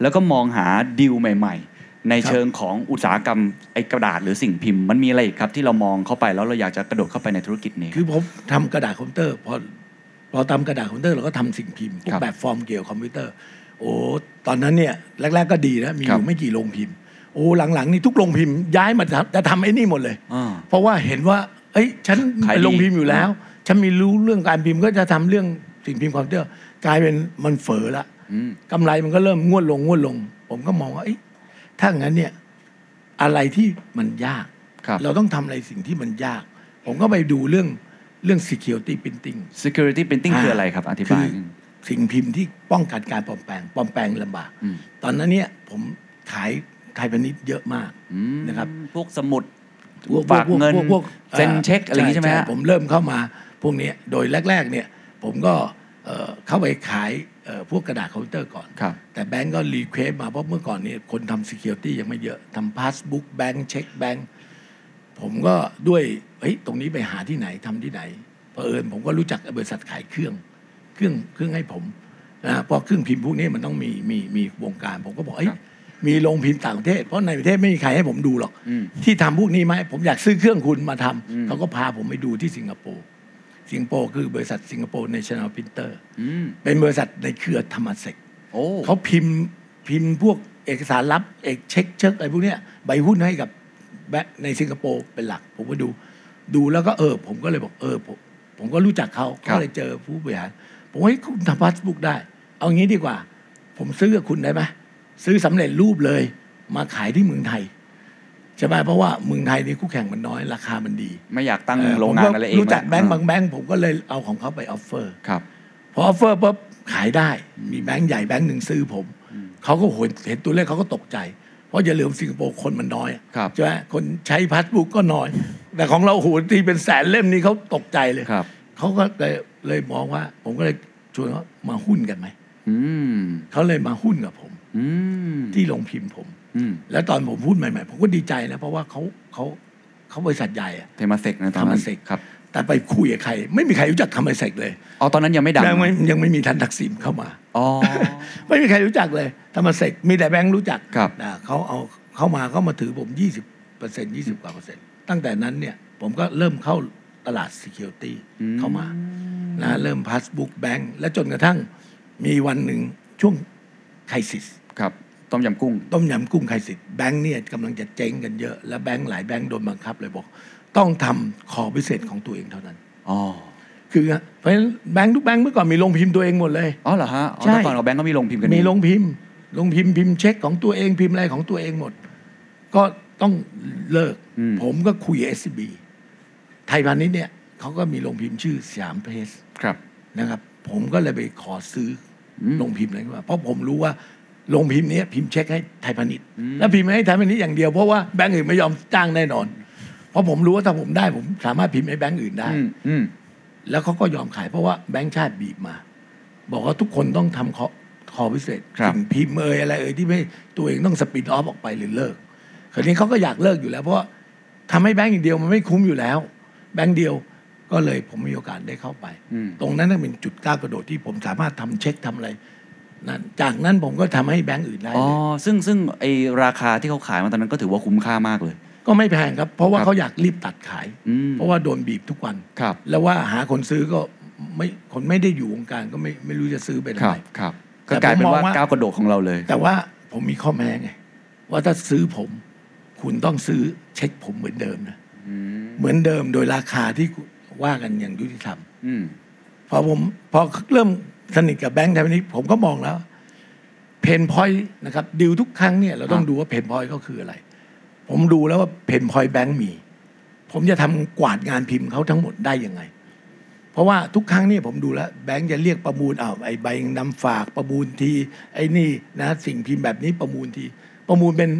Speaker 4: แล้วก็มองหาดีลใหม่ ๆ ในเชิงของอุตสาหกรรมไอ้กระดาษหรือสิ่งพิมพ์มันมีอะไรอีกครับที่เรามองเข้าไปแล้วเราอยากจะกระโดดเข้าไปในธุรกิจนี้
Speaker 5: คือผมทำกระดาษคอมพิวเตอร์พอพอทำกระดาษคอมพิวเตอร์เราก็ทำสิ่งพิมพ์พว
Speaker 4: ครั
Speaker 5: ก
Speaker 4: บ
Speaker 5: แบบฟอร์มเกี่ยวคอมพิวเตอร์ โอ้ตอนนั้นเนี่ยแรก ๆก็ดีนะมีอ
Speaker 4: ครั
Speaker 5: ยู่
Speaker 4: บ
Speaker 5: ไม่กี่โรงพิมพ์ โอ้หลังๆนี่ทุกโรงพิมพ์ย้ายมาจะจะทำไอ้นี่หมดเลย
Speaker 4: อ่า
Speaker 5: เพราะว่าเห็นว่า เอ้ย ฉัน
Speaker 4: ขายดี
Speaker 5: เป็นโรงพิมพ์อยู่แล้ว ฉันมีรู้เรื่องการพิมพ์ก็จะทำเรื่องสิ่งพิมพ์คอมพิวเตอร์กลายเป็นมันเฝอละ
Speaker 4: อืม
Speaker 5: กำไรมันก็เริ่มงวดลงงวดลง ผมก็มองว่าเอ้ยถ้างั้นเนี่ยอะไรที่มันยาก
Speaker 4: ครับ
Speaker 5: เราต้องทำอะไรสิ่งที่มันยาก ผมก็ไปดูเรื่องเรื่อง security printing
Speaker 4: security printing คืออะไรครับ อธิบาย
Speaker 5: คือสิ่งพิมพ์ที่ป้องกันการปลอมแปลงปลอมแปลงลำบาก
Speaker 4: อืม
Speaker 5: ตอนนั้นเนี่ยผมขายไทยพาณิชย์เยอะมาก
Speaker 4: ม
Speaker 5: นะครับ
Speaker 4: พวกสมุด
Speaker 5: พว
Speaker 4: ฝากเงิน
Speaker 5: พวพวกอ่อ
Speaker 4: เซ็นเช็คอะไรอย่างนี้ใช่ไหมฮะ
Speaker 5: ผมเริ่มเข้ามาพวกเนี้ยโดยแรก ๆ เนี่ย ผมก็เอ่อเข้าไปขายเอ่อพวกกระดาษคอมพิวเตอร์ก่อน
Speaker 4: ครับ
Speaker 5: แต่แบงก์ก็รีเควสมาเพราะเมื่อก่อนเนี่ยคนทำ Security ยังไม่เยอะทำพาสบุ๊กแบงก์เช็คแบงก์ผมก็ด้วยเฮ้ยตรงนี้ไปหาที่ไหนทำที่ไหนเผอิญผมก็รู้จักบริษัทขายเครื่อง เครื่องเครื่องให้ผมนะเพราะเครื่องพิมพ์พวกนี้มันต้องมีมีมีวงการ ผมก็บอกเอ้ยมีโรงพิมพ์ต่างประเทศ เพราะในประเทศไม่มีใครให้ผมดูหรอก
Speaker 4: อืม
Speaker 5: ที่ทำพวกนี้ไหมผมอยากซื้อเครื่องคุณมาทำ
Speaker 4: อืม
Speaker 5: เขาก็พาผมไปดูที่สิงคโปร์สิงคโปร์คือบริษัทสิงคโปร์ National Printer
Speaker 4: อืม
Speaker 5: เป็นบริษัทในเครือธรรมเซก
Speaker 4: โอ้
Speaker 5: เขาพิมพ์พิมพ์พวกเอกสารลับเอกเช็คเช็คอะไรพวกเนี้ยใบหุ้นให้กับแบงค์ในสิงคโปร์เป็นหลัก ผมก็ดู ดูแล้วก็เออ ผมก็เลยบอกเออผมผมก็รู้จักเขาก็เลยเจอผู้บริหารผมว่าเฮ้ยคุณทำพาสบุ๊กได้ เอางี้ดีกว่า ผมซื้อกับคุณได้ไหมซื้อสำเร็จรูปเลยมาขายที่เมืองไทย ใช่ไหมเพราะว่าเมืองไทยนี่คู่แข่งมันน้อยราคามันดี
Speaker 4: ไม่อยากตั้ง
Speaker 5: เอ่อ
Speaker 4: โรง
Speaker 5: ผม
Speaker 4: งา
Speaker 5: ก็
Speaker 4: นอะไรเอง
Speaker 5: รู้จักแบงก์
Speaker 4: นะ
Speaker 5: บางแบงก์ผมก็เลยเอาของเขาไปออฟเฟอร์
Speaker 4: ครับ
Speaker 5: พอออฟเฟอร์ปุ๊บขายได้ มีแบงก์ใหญ่แบงก์หนึ่งซื้อผม เขาก็เห็นเห็นตัวเลขเขาก็ตกใจ เพราะอย่าลืมสิงคโปร์คนมันน้อย
Speaker 4: ครับ
Speaker 5: ใช่ไหมคนใช้พัสบุ๊กก็น้อย แต่ของเราโอ้โหูที่เป็นแสนเล่มนี้เขาตกใจเลย
Speaker 4: ครับ
Speaker 5: เขาก็เลยเลยมองว่า ผมก็เลยชวนเขามาหุ้นกันไหม
Speaker 4: อืม
Speaker 5: เขาเลยมาหุ้นกับผม
Speaker 4: อืม
Speaker 5: ที่โรงพิมพ์ผม
Speaker 4: อืม
Speaker 5: แล้วตอนผมพูดใหม่ๆผมก็ดีใจนะเพราะว่าเขาเขาเขาบริษัทใหญ่อะ
Speaker 4: เทมาเซกนะตอนนั้น
Speaker 5: Temasek
Speaker 4: ครับ
Speaker 5: แต่ไปคุยกับใคร ไม่มีใครรู้จักคำไอเซกเลย
Speaker 4: อ๋อตอนนั้นยังไม่ดัง
Speaker 5: ยังไม่ยังไม่มีทันทักษิณเข้ามา
Speaker 4: อ๋อ
Speaker 5: ไม่มีใครรู้จักเลยธรรมเซกมีแต่แบงค์รู้จัก
Speaker 4: ครับ
Speaker 5: นะเขาเอาเข้ามาเข้ามาถือผม 20เปอร์เซ็นต์20กว่าเปอร์เซ็นต์ตั้งแต่นั้นเนี่ยผมก็เริ่มเข้าตลาด Security เข้ามานะเริ่มพาสบุ๊กแบงค์และจนกระทั่งมีวันหนึ่งช่วงไครซิส
Speaker 4: ครับต้มยำกุ้ง
Speaker 5: ต้มยำกุ้งไข่สิทธิ์แบงค์เนี่ยกำลังจะเจ๊งกันเยอะ และแบงค์หลายแบงค์โดนบังคับเลยบอก ต้องทำขอพิเศษของตัวเองเท่านั้น
Speaker 4: อ๋อ
Speaker 5: คือเพราะฉะนั้นแบงค์ทุกแบงค์เมื่อก่อนมีโรงพิมพ์ตัวเองหมดเลย
Speaker 4: อ๋อเหรอฮะอ๋อ
Speaker 5: ใช่
Speaker 4: แต่ก่อนเราแบงก์ก็มีลงพิมพ์กัน
Speaker 5: มี
Speaker 4: นี่
Speaker 5: โรงพิมพ์โรงพิมพ์พิมพ์เช็คของตัวเองพิมพ์อะไรของตัวเองหมด ก็ต้องเลิก
Speaker 4: อืม
Speaker 5: ผมก็คุยเอสบีไทยพาณิชย์เนี่ยเขาก็มีโรงพิมพ์ชื่อสยามเพรส
Speaker 4: ครับ
Speaker 5: นะครับผมก็เลยไปขอซื้ออ
Speaker 4: ม
Speaker 5: โรงพิมพ์นั้นมาเพราะผมรู้ว่าโรงพิมพ์เนี้ยพิมพ์เช็คให้ไทยพาณิชย์
Speaker 4: อืม
Speaker 5: แล้วพิมพ์ให้ไทยพาณิชย์อย่างเดียวเพราะว่าแบงก์อื่นไม่ยอมจ้างแน่นอน เพราะผมรู้ว่าถ้าผมได้ผมสามารถพิมพ์ให้แบงก์อื่นได้
Speaker 4: อืมอืม
Speaker 5: แล้วเขาก็ยอมขายเพราะว่าแบงก์ชาติบีบมา บอกว่าทุกคนต้องทำเคาะ คอพิเศษ
Speaker 4: ครับ
Speaker 5: สิ่งพิมพ์เอ่ยอะไรเอ่ยที่ไม่ตัวเองต้องสปินออฟออกไปหรือเลิก คราวนี้เขาก็อยากเลิกอยู่แล้ว เพราะว่าทำให้แบงก์อย่างเดียวมันไม่คุ้มอยู่แล้ว แบงก์เดียวก็เลยผมมีโอกาสได้เข้าไป ตรงนั้นน่ะเป็นจุดก้าวกระโดดที่ผมสามารถทำเช็คทำอะไรนั้นจากนั้นผมก็ทำให้แบงก์อื่นได้
Speaker 4: อ๋อ
Speaker 5: เลย
Speaker 4: ซึ่งซึ่งไอราคาที่เขาขายมาตอนนั้นก็ถือว่าคุ้มค่ามากเลย
Speaker 5: ก็ไม่แพงครับ เพราะว่าเขาอยากรีบตัดขาย
Speaker 4: อืม
Speaker 5: เพราะว่าโดนบีบทุกวัน
Speaker 4: ครับ
Speaker 5: แล้วว่าหาคนซื้อก็ไม่คนไม่ได้อยู่วงการก็ไม่ไม่รู้จะซื้อไปทำไม
Speaker 4: ครับก็กลายเป็นว่า
Speaker 5: แต่ผมมองว่า
Speaker 4: ก้าวกระโดดของเราเลย
Speaker 5: แต่ว่าผมมีข้อแม้ไง ว่าถ้าซื้อผม คุณต้องซื้อเช็คผมเหมือนเดิมนะเหมือนเดิมโดยราคาที่ว่ากันอย่างยุติธรรม
Speaker 4: อืม
Speaker 5: พอผมพอเริ่มสนิทกับแบงค์ไทยพาณิชย์ผมก็มองแล้ว เพนพอยนะครับดิวทุกครั้งเนี่ยเราต้อง
Speaker 4: ครับ
Speaker 5: ดูว่าเพนพอยเขาคืออะไร ผมดูแล้วว่าเพนพอยแบงค์มี ผมจะทำกวาดงานพิมพ์เขาทั้งหมดได้ยังไง เพราะว่าทุกครั้งเนี่ยผมดูแล้วแบงค์จะเรียกประมูลอ้าวไอ้ใบนำฝากประมูลทีไอ้นี่นะสิ่งพิมพ์แบบนี้ประมูลที ประมูลเป็น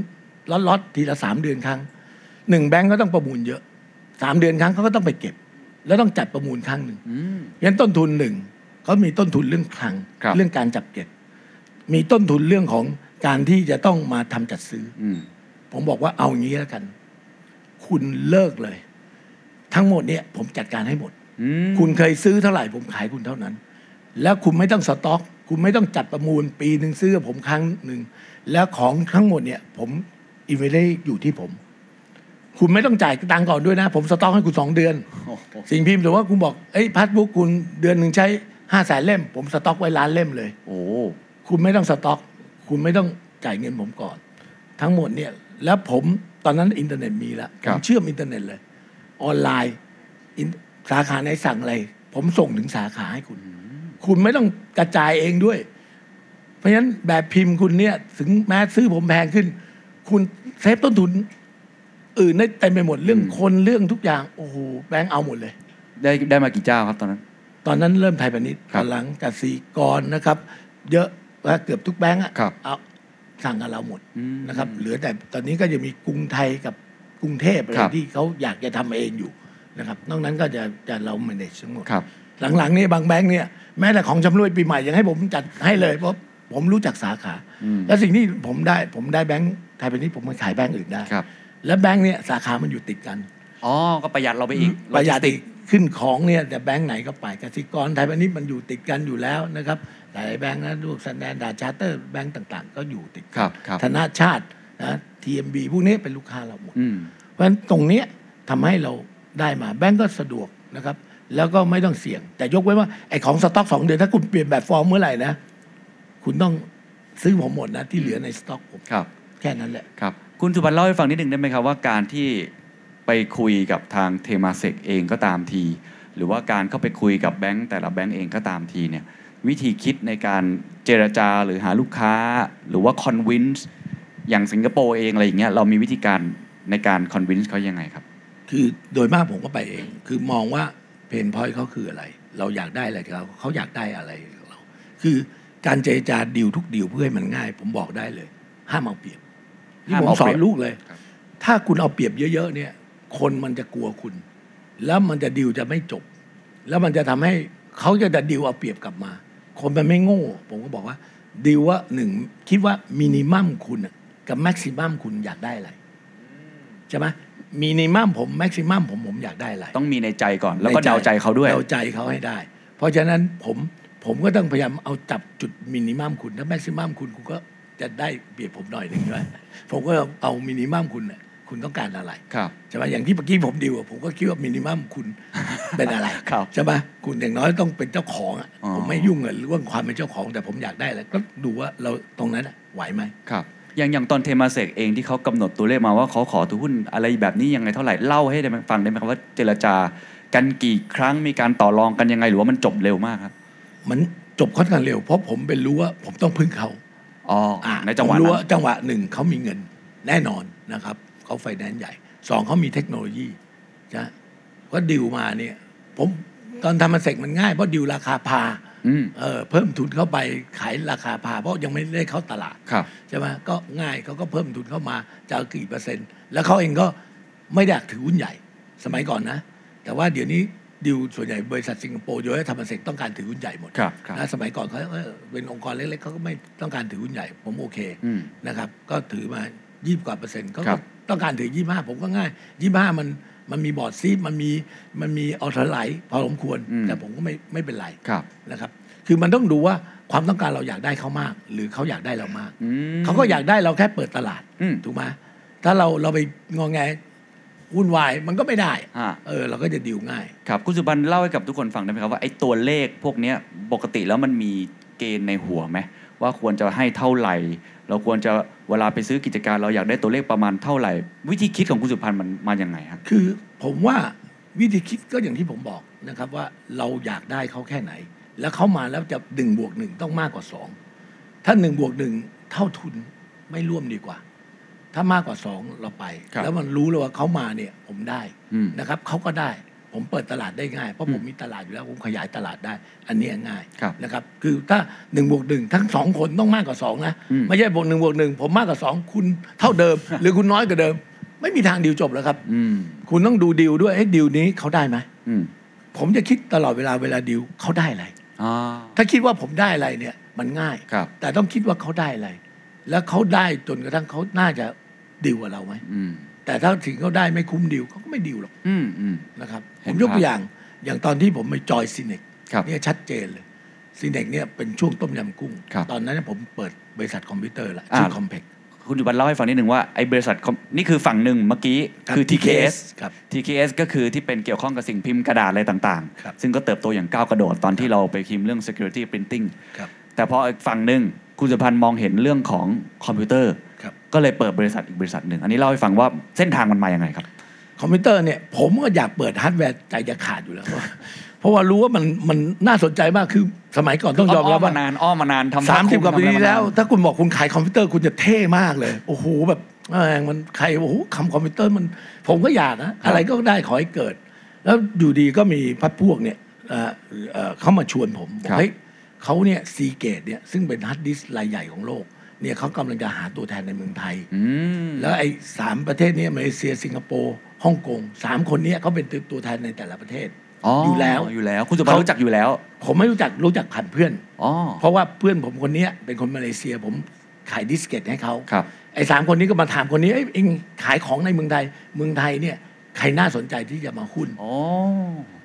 Speaker 5: ล็อตๆทีละสามเดือนครั้งหนึ่งแบงค์ก็ต้องประมูลเยอะสามเดือนครั้งเขาก็ต้องไปเก็บ แล้วต้องจัดประมูลครั้งหนึ่ง
Speaker 4: อืม
Speaker 5: งั้นต้นทุนหนึ่งเขามีต้นทุนเรื่องคลัง
Speaker 4: ครับ
Speaker 5: เรื่องการจับเก็บ มีต้นทุนเรื่องของการที่จะต้องมาทำจัดซื้อ
Speaker 4: อืม
Speaker 5: ผมบอกว่าเอางี้แล้วกัน คุณเลิกเลย ทั้งหมดเนี่ย ผมจัดการให้หมด
Speaker 4: อืม
Speaker 5: คุณเคยซื้อเท่าไหร่ผมขายคุณเท่านั้น แล้วคุณไม่ต้องสต็อก คุณไม่ต้องจัดประมูล ปีหนึ่งซื้อกับผมครั้งหนึ่งแล้วของทั้งหมดเนี่ย ผมอินเวได้อยู่ที่ผม คุณไม่ต้องจ่ายตังค์ก่อนด้วยนะ ผมสต็อกให้คุณสองเดือน
Speaker 4: โอ้โห
Speaker 5: สิ่งพิมพ์แต่ว่าคุณบอกเอ้ยพัสบุ๊กคุณเดือนหนึ่งใช้ห้าแสนเล่ม ผมสต็อกไว้ล้านเล่มเลย
Speaker 4: โอ้
Speaker 5: คุณไม่ต้องสต็อก คุณไม่ต้องจ่ายเงินผมก่อน ทั้งหมดเนี่ย แล้วผมตอนนั้นอินเทอร์เน็ตมีแล้ว
Speaker 4: ค
Speaker 5: ผ
Speaker 4: รับ
Speaker 5: มเชื่อมอินเทอร์เน็ตเลย ออนไลน์อินสาขาไหนสั่งอะไร ผมส่งถึงสาขาให้คุณ คุณไม่ต้องกระจายเองด้วย เพราะฉะนั้นแบบพิมพ์คุณเนี่ย ถึงแม้ซื้อผมแพงขึ้น คุณเซฟต้นทุน อื่นได้เต็มไปหมดเรื่องคนเรื่องทุกอย่างโอ้โหแบงค์เอาหมดเลย
Speaker 4: ได้ได้มากี่เจ้าครับตอนนั้น
Speaker 5: ตอนนั้นเริ่มไทยพาณิชย์
Speaker 4: ครับ
Speaker 5: หลังกสีกรนะครับ เยอะว่าเกือบทุกแบงก์อะ
Speaker 4: ครับ
Speaker 5: เอาสั่งกับเราหมด
Speaker 4: อืม
Speaker 5: นะครับ เหลือแต่ตอนนี้ก็จะมีกรุงไทยกับกรุงเทพอะไร
Speaker 4: ครับ
Speaker 5: ที่เขาอยากจะทำเองอยู่นะครับ นอกนั้นก็จะจะเรา manage ทั้งหมด
Speaker 4: ครับ
Speaker 5: หลังๆนี่บางแบงค์เนี่ยแม้แต่ของชำรวยปีใหม่ยังให้ผมจัดให้เลยเพราะผมรู้จักสาขา และสิ่งที่ผมได้ผมได้แบงค์ไทยพาณิชย์ผมไปขายแบงค์อื่นได้
Speaker 4: ครับ
Speaker 5: และแบงค์เนี่ยสาขามันอยู่ติดกัน
Speaker 4: อ๋อ ก็ประหยัดเราไปอีก
Speaker 5: ประหยัด
Speaker 4: โลจิสติ
Speaker 5: อี
Speaker 4: ก
Speaker 5: กขึ้นของเนี่ยแต่แบงค์ไหนก็ไปกสิกรไทยพาณิชย์มันอยู่ติดกันอยู่แล้วนะครับหลายแบงค์นะพวกสแตนดาร์ดชาร์เตอร์แบงค์ต่างๆ ก็อยู่ติดกัน
Speaker 4: ครับครับ
Speaker 5: ธนาชาตินะทีเอ็มบีพวกนี้เป็นลูกค้าเราหมด
Speaker 4: อืม
Speaker 5: เพราะฉะนั้นตรงเนี้ยทำให้เราได้มาแบงก์ก็สะดวกนะครับ แล้วก็ไม่ต้องเสี่ยง แต่ยกเว้นว่าไอ้ของสต็อกสองเดือนถ้าคุณเปลี่ยนแบบฟอร์มเมื่อไหร่นะ คุณต้องซื้อผมหมดนะที่เหลือในสต็อกผม
Speaker 4: ครับ
Speaker 5: แค่นั้นแหละ
Speaker 4: ครับ คุณสุบันเล่าให้ฟังนิดหนึ่งได้ไหมครับว่าการที่ไปคุยกับทางเทมาเซกเองก็ตามที หรือว่าการเข้าไปคุยกับแบงก์แต่ละแบงก์เองก็ตามทีเนี่ยวิธีคิดในการเจรจาหรือหาลูกค้า หรือว่าคอนวินส์อย่างสิงคโปร์เองอะไรอย่างเงี้ยเรามีวิธีการในการคอนวินส์เขายังไงครับ
Speaker 5: คือโดยมากผมก็ไปเอง คือมองว่าเพนพอยต์เขาคืออะไร เราอยากได้อะไรจากเขาเขาอยากได้อะไรจากเรา คือการเจรจาดีลทุกดีลเพื่อให้มันง่าย ผมบอกได้เลย ห้ามเอาเปรียบที่
Speaker 4: ห้าม
Speaker 5: ผม
Speaker 4: เอา
Speaker 5: ส
Speaker 4: เป
Speaker 5: อ
Speaker 4: รียบ
Speaker 5: นลูกเลย
Speaker 4: ครับ
Speaker 5: ถ้าคุณเอาเปรียบเยอะ ๆ เนี่ย คนมันจะกลัวคุณ แล้วมันจะดีลจะไม่จบ แล้วมันจะทำให้เขาจะจะดีลเอาเปรียบกลับมา คนมันไม่โง่ ผมก็บอกว่าดีลว่าหนึ่งคิดว่ามินิมัมคุณน่ะกับแม็กซิมัมคุณอยากได้อะไร ใช่ไหมมีนิมัมผมแม็กซิมัมผมผมอยากได้อะไร
Speaker 4: ต้องมีในใจก่อนแล้วก็เดาใจเขาด้วย
Speaker 5: เดาใจเขาให้ได้ เพราะฉะนั้นผมผมก็ต้องพยายามเอาจับจุดมินิมัมคุณถ้าแม็กซิมัมคุณคุณก็จะได้เปรียบผมห น่อยหนึ่งด้วยผมก็เอามินิมัมคุณน่ะคุณต้องการอะไร
Speaker 4: ครับ
Speaker 5: ใช่ไหมอย่างที่เมื่อกี้ผมดีลอะผมก็คิดว่ามินิมัมคุณ เป็นอะไร
Speaker 4: ครับ
Speaker 5: ใช่ไหมคุณอย่างน้อยต้องเป็นเจ้าของอะ
Speaker 4: อ๋อ
Speaker 5: ผมไม่ยุ่งกับเรื่องความเป็นเจ้าของ แต่ผมอยากได้อะไรก็ดูว่าเราตรงนั้นอะไหวไหม
Speaker 4: ครับ อย่างอย่างตอนเทมาเซกเองที่เขากำหนดตัวเลขมาว่าเขาขอทุนหุ้นอะไรแบบนี้ยังไงเท่าไหร่เล่าให้ได้ไหมฟังได้ไหมครับว่าเจรจากันกี่ครั้งมีการต่อรองกันยังไงหรือว่ามันจบเร็วมากครับ
Speaker 5: มันจบค่อนข้างเร็ว เพราะผมเป็นรู้ว่าผมต้องพึ่งเขา
Speaker 4: อ๋อ
Speaker 5: อ่ะ
Speaker 4: ในจังหวะ
Speaker 5: ผมรู้
Speaker 4: นั้
Speaker 5: ว่าน จังหวะหนึ่งเขามีเงินแน่นอนนะครับเขาไฟแนนซ์ใหญ่สองเขามีเทคโนโลยีจะก็ดิวมาเนี่ย ผมตอนทำมันเสร็จมันง่ายเพราะดิวราคาพา
Speaker 4: อืม
Speaker 5: เออเพิ่มทุนเข้าไปขายราคาพา เพราะยังไม่ได้เข้าตลาด
Speaker 4: ครับ
Speaker 5: ใช่ไหมก็ง่ายเขาก็เพิ่มทุนเข้ามาจะเอากี่เปอร์เซ็นต์ แล้วเขาเองก็ไม่ได้อยากถือหุ้นใหญ่สมัยก่อนนะ แต่ว่าเดี๋ยวนี้ ดิวส่วนใหญ่บริษัทสิงคโปร์โยให้ทำเสร็จต้องการถือหุ้นใหญ่หมด
Speaker 4: ครับครับ
Speaker 5: นะสมัยก่อนเขาเออเป็นองค์กรเล็กๆเขาก็ไม่ต้องการถือหุ้นใหญ่ ผมโอเค
Speaker 4: อืม
Speaker 5: นะครับก็ถือมา20กว่าเปอร์เซ็นต์เขา
Speaker 4: ครับ
Speaker 5: ก็ต้องการถือ 25 ผมก็ง่าย 25 มันมันมีบอร์ดซีทมันมีมันมีออเทอร์ไลท์พอสมควร
Speaker 4: อืม
Speaker 5: แต่ผมก็ไม่ไม่เป็นไร
Speaker 4: ครับ
Speaker 5: นะครับ คือมันต้องดูว่าความต้องการเราอยากได้เขามาก หรือเขาอยากได้เรามาก
Speaker 4: อืม
Speaker 5: เขาก็อยากได้เราแค่เปิดตลาด
Speaker 4: อืม
Speaker 5: ถูกไหมถ้าเราเราไปงอแงวุ่นวายมันก็ไม่ได้
Speaker 4: อ่า
Speaker 5: เออ เราก็จะดีลง่าย
Speaker 4: ครับคุณสุบันเล่าให้กับทุกคนฟังได้ไหมครับว่าไอ้ตัวเลขพวกเนี้ยปกติแล้วมันมีเกณฑ์ในหัวไหมว่าควรจะให้เท่าไหร่ เราควรจะเวลาไปซื้อกิจการเราอยากได้ตัวเลขประมาณเท่าไหร่ วิธีคิดของคุณสุพันธ์มันมาอย่างไงฮะ
Speaker 5: คือผมว่าวิธีคิดก็อย่างที่ผมบอกนะครับว่าเราอยากได้เขาแค่ไหน แล้วเขามาแล้วจะหนึ่งบวกหนึ่งต้องมากกว่าสองถ้าหนึ่งบวกหนึ่งเท่าทุนไม่ร่วมดีกว่า ถ้ามากกว่าสองเราไป
Speaker 4: ครับ
Speaker 5: แล้วมันรู้เลยว่าเขามาเนี่ยผมได้
Speaker 4: อืม
Speaker 5: นะครับเขาก็ได้ ผมเปิดตลาดได้ง่ายเพราะผมมีตลาดอยู่แล้วผมขยายตลาดได้ อันเนี้ยง่าย
Speaker 4: ครับ
Speaker 5: นะครับคือถ้า1นบวกหทั้งสองคนต้องมากกว่า 2 นะ
Speaker 4: อืม
Speaker 5: ไม่ใช่บวกหนึ่งบวกหนึ่งผมมากกว่า 2 คุณเท่าเดิม หรือคุณน้อยกว่าเดิม ไม่มีทางดีลจบแล้วครับ
Speaker 4: อืม
Speaker 5: คุณต้องดูดีลด้วยเอ้ดีลนี้เขาได้ไหม
Speaker 4: อืม
Speaker 5: ผมจะคิดตลอดเวลาเวลาดีลเขาได้อะไร
Speaker 4: อ่า
Speaker 5: ถ้าคิดว่าผมได้อะไรเนี่ยมันง่าย
Speaker 4: ครับ
Speaker 5: แต่ต้องคิดว่าเขาได้อะไร แล้วเขาได้จนกระทั่งเขาน่าจะดีลกับเราไหม
Speaker 4: อืม
Speaker 5: แต่ถ้าถึงเขาได้ไม่คุ้มดีลเขาก็ไม่ดีลหรอก
Speaker 4: อืมอืม
Speaker 5: นะครับ
Speaker 4: เห็
Speaker 5: ผ
Speaker 4: น
Speaker 5: มยก
Speaker 4: ภาพ
Speaker 5: ตัวอย่างอย่างตอนที่ผมไปจอยซิเนก
Speaker 4: ครับ
Speaker 5: เนี่ยชัดเจนเลยซีเนกเนี่ยเป็นช่วงต้มยำกุ้ง
Speaker 4: ครับ
Speaker 5: ตอนนั้นเนยผมเปิดบริษัทคอมพิวเตอร์ละ
Speaker 4: อ่า
Speaker 5: ชื่อคอมเพก
Speaker 4: คุณสุบันเล่าให้ฟังนิดนึงว่าไอ้บริษัทคอมนี่คือฝั่งหนึ่งเมื่อกี้คือ TKS
Speaker 5: ครับ
Speaker 4: TKS ก็คือที่เป็นเกี่ยวข้องกับสิ่งพิมพ์กระดาษอะไรต่าง
Speaker 5: ครับ
Speaker 4: ๆ ซึ่งก็เติบโตอย่างก้าวกระโดดตอนที่เราไปพิมพ์เรื่อง security printing
Speaker 5: ครับ
Speaker 4: แต่พออีกฝั่งหนึ่งคุณสุพันธ์มองเห็นเรื่องของคอมพิวเตอร์
Speaker 5: ครับ
Speaker 4: ก็เลยเปิดบริษัทอีกบริษัทหนึ่ง อันนี้เล่าให้ฟังว่าเส้นทางมันมาอย่างไงครับ
Speaker 5: คอมพิวเตอร์เนี่ยผมก็อยากเปิดฮาร์ดแวร์ใจจะขาดอยู่แล้ว เพราะเพราะว่ารู้ว่ามันมันน่าสนใจมากคือสมัยก่อนต้องยอมรับ
Speaker 4: มา
Speaker 5: ว่าน
Speaker 4: านอ้อมมานานทำ
Speaker 5: สามสิบกว่าปีที่แล้ว
Speaker 4: ทำอะไรมานาน
Speaker 5: ถ้าคุณบอกคุณขายคอมพิวเตอร์คุณจะเท่มากเลย โอ้โหแบบแม่งมันใครโอ้โหคำคอมพิวเตอร์มัน ผมก็อยากนะอะไรก็ได้ขอให้เกิด แล้วอยู่ดีก็มีพัดพวกเนี่ยเอ่อเอ่อเข้ามาชวนผมบอกเฮ้ย เขาเนี่ยซีเกตเนี่ยซึ่งเป็นฮาร์ดดิสก์รายใหญ่ของโลกเนี่ยเขากำลังจะหาตัวแทนในเมืองไทย
Speaker 4: อืม
Speaker 5: แล้วไอ้สามประเทศเนี้มาเลเซียสิงคโปร์ฮ่องกงสามคนเนี้เขาเป็นตัวแทนในแต่ละประเทศ
Speaker 4: อ๋อ
Speaker 5: อยู่แล้ว
Speaker 4: อยู่แล้ว คุณสุพันธ์รู้จักอยู่แล้ว
Speaker 5: ผมไม่รู้จักรู้จักผ่านเพื่อน
Speaker 4: อ๋อ
Speaker 5: เพราะว่าเพื่อนผมคนเนี้ยเป็นคนมาเลเซียผมขายดิสเกตให้เขา
Speaker 4: ครับ
Speaker 5: ไอ้สามคนนี้ก็มาถามคนนี้เอ้ยเองขายของในเมืองไทยเมืองไทยเนี่ยใครน่าสนใจที่จะมาหุ้น
Speaker 4: อ๋อ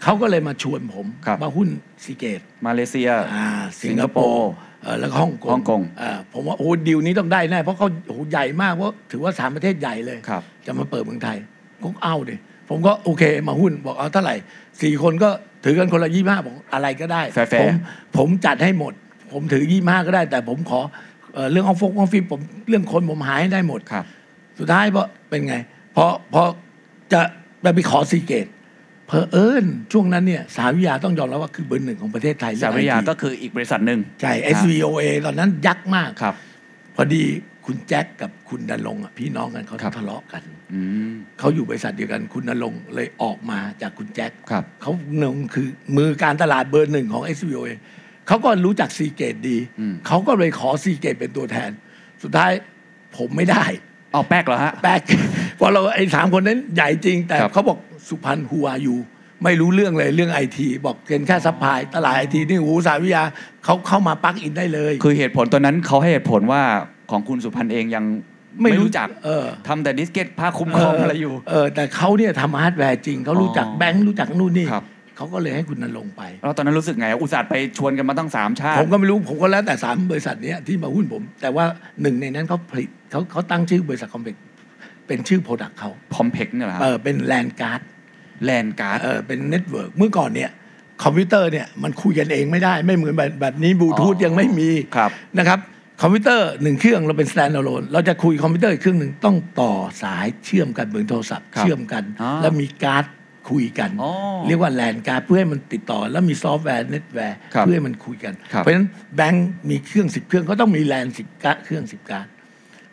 Speaker 5: เขาก็เลยมาชวนผม
Speaker 4: ครับ
Speaker 5: มาหุ้นซีเกต
Speaker 4: มาเลเซีย
Speaker 5: อ่าสิงคโปร์เอ่อแล้วก็ฮ่องกง
Speaker 4: ฮ่องกง
Speaker 5: อ่าผมว่าโอ้โหดีลนี้ต้องได้แน่เพราะเขาโอ้โหใหญ่มากเพราะถือว่าสามประเทศใหญ่เลย
Speaker 4: ครับ
Speaker 5: จะมาเปิดเมืองไทยก็เอาดิผมก็โอเคมาหุ้นบอกเอาเท่าไหร่สี่คนก็ถือกันคนละยี่ห้าบอกอะไรก็ได้
Speaker 4: แฟร์ๆ
Speaker 5: ผมผมจัดให้หมด ผมถือยี่ห้าก็ได้ แต่ผมขอเอ่อเรื่องออฟฟิศออฟฟิศผมเรื่องคนผมหายให้ได้หมด
Speaker 4: ครับ
Speaker 5: สุดท้ายพอเป็นไงพอพอจะไปขอซีเกตเพอเอิญช่วงนั้นเนี่ยสาวิยาต้องยอมรับว่าคือเบอร์หนึ่งของประเทศไทยเรื่
Speaker 4: สา
Speaker 5: อง
Speaker 4: มริยา
Speaker 5: IT
Speaker 4: ก็คืออีกบริษัทหนึ่ง
Speaker 5: ใช่ SVOA ตอนนั้นยักษ์มาก
Speaker 4: ครับ
Speaker 5: พอดีคุณแจ็คกับคุณดันลงค์อ่ะพี่น้องกันเขา
Speaker 4: ครับ
Speaker 5: ทะเลาะกัน
Speaker 4: อืม
Speaker 5: เขาอยู่บริษัทเดียวกันคุณดันลงค์เลยออกมาจากคุณแจ็ค
Speaker 4: ครับ
Speaker 5: เขาหนึ่งคือมือการตลาดเบอร์หนึ่งของ SVOA เขาก็รู้จักซีเกตดี เขาก็เลยขอซีเกตเป็นตัวแทน สุดท้ายผมไม่ได้
Speaker 4: อ๋อแป๊กเหรอฮะ
Speaker 5: แป๊ก เพราะเราไอ้สามคนนั้นใหญ่จริง แต่
Speaker 4: ครับ
Speaker 5: เขาบอกสุพรรณหัวอยู่ ไม่รู้เรื่องเลยเรื่องไอทีบอกเป็นแค่ซัพพลายตลาดไอทีนี่หูสาวิยาเขาเข้ามาปลักอินได้เลย
Speaker 4: คือเหตุผลตอนนั้นเขาให้เหตุผลว่าของคุณสุพันธ์เองยัง
Speaker 5: ไม่รู้
Speaker 4: รู้จัก
Speaker 5: เออ
Speaker 4: ทำแต่ดิสเกตผ้าคลุมคอมอะไรอยู่
Speaker 5: เออแต่เขาเนี่ยทำฮาร์ดแวร์จริง เขารู้จัก
Speaker 4: อ๋อ
Speaker 5: แบงค์รู้จักนู่นนี่
Speaker 4: ครับ
Speaker 5: เขาก็เลยให้คุณนรงค์ไป
Speaker 4: แล้วตอนนั้นรู้สึกไง อุตส่าห์ไปชวนกันมาตั้งสามชาติ
Speaker 5: ผมก็ไม่รู้ผมก็แล้วแต่สามบริษัทเนี้ยที่มาหุ้นผม แต่ว่าหนึ่งในนั้นเขาผลิตเขาเขาตั้งชื่อบริษัทคอมเพล็กซ์เป็นชื่อโปรดักต์เขา
Speaker 4: คอมเพกเนี่ยเหรอฮะ
Speaker 5: เออเป็นแลนด์การ์ด
Speaker 4: แลนด์การ์ด
Speaker 5: เออเป็นเน็ตเวิร์กเมื่อก่อนเนี่ยคอมพิวเตอร์เนี่ยมันคุยกันเองไม่ได้ไม่เหมือนแบบแบบนี้บลูทูธ
Speaker 4: อ๋อ
Speaker 5: ยังไม่มี
Speaker 4: ครับ
Speaker 5: นะครับคอมพิวเตอร์หนึ่งเครื่องเราเป็น stand alone เราจะคุยคอมพิวเตอร์อีกเครื่องหนึ่งต้องต่อสายเชื่อมกันเหมือนโทรศัพท์
Speaker 4: ครับ
Speaker 5: เชื่อมกัน
Speaker 4: อ๋อ
Speaker 5: แล้วมีการ์ดคุยกัน
Speaker 4: อ๋อ
Speaker 5: เรียกว่าแลนการ์ดเพื่อให้มันติดต่อแล้วมีซอฟต์แวร์เน็ตแวร์
Speaker 4: ครับ
Speaker 5: เพื่อให้มันคุยกัน
Speaker 4: ครับ
Speaker 5: เพราะฉะนั้นแบงค์มีเครื่องสิบเครื่องก็ต้องมีแลนสิบเครื่องสิบการ์ด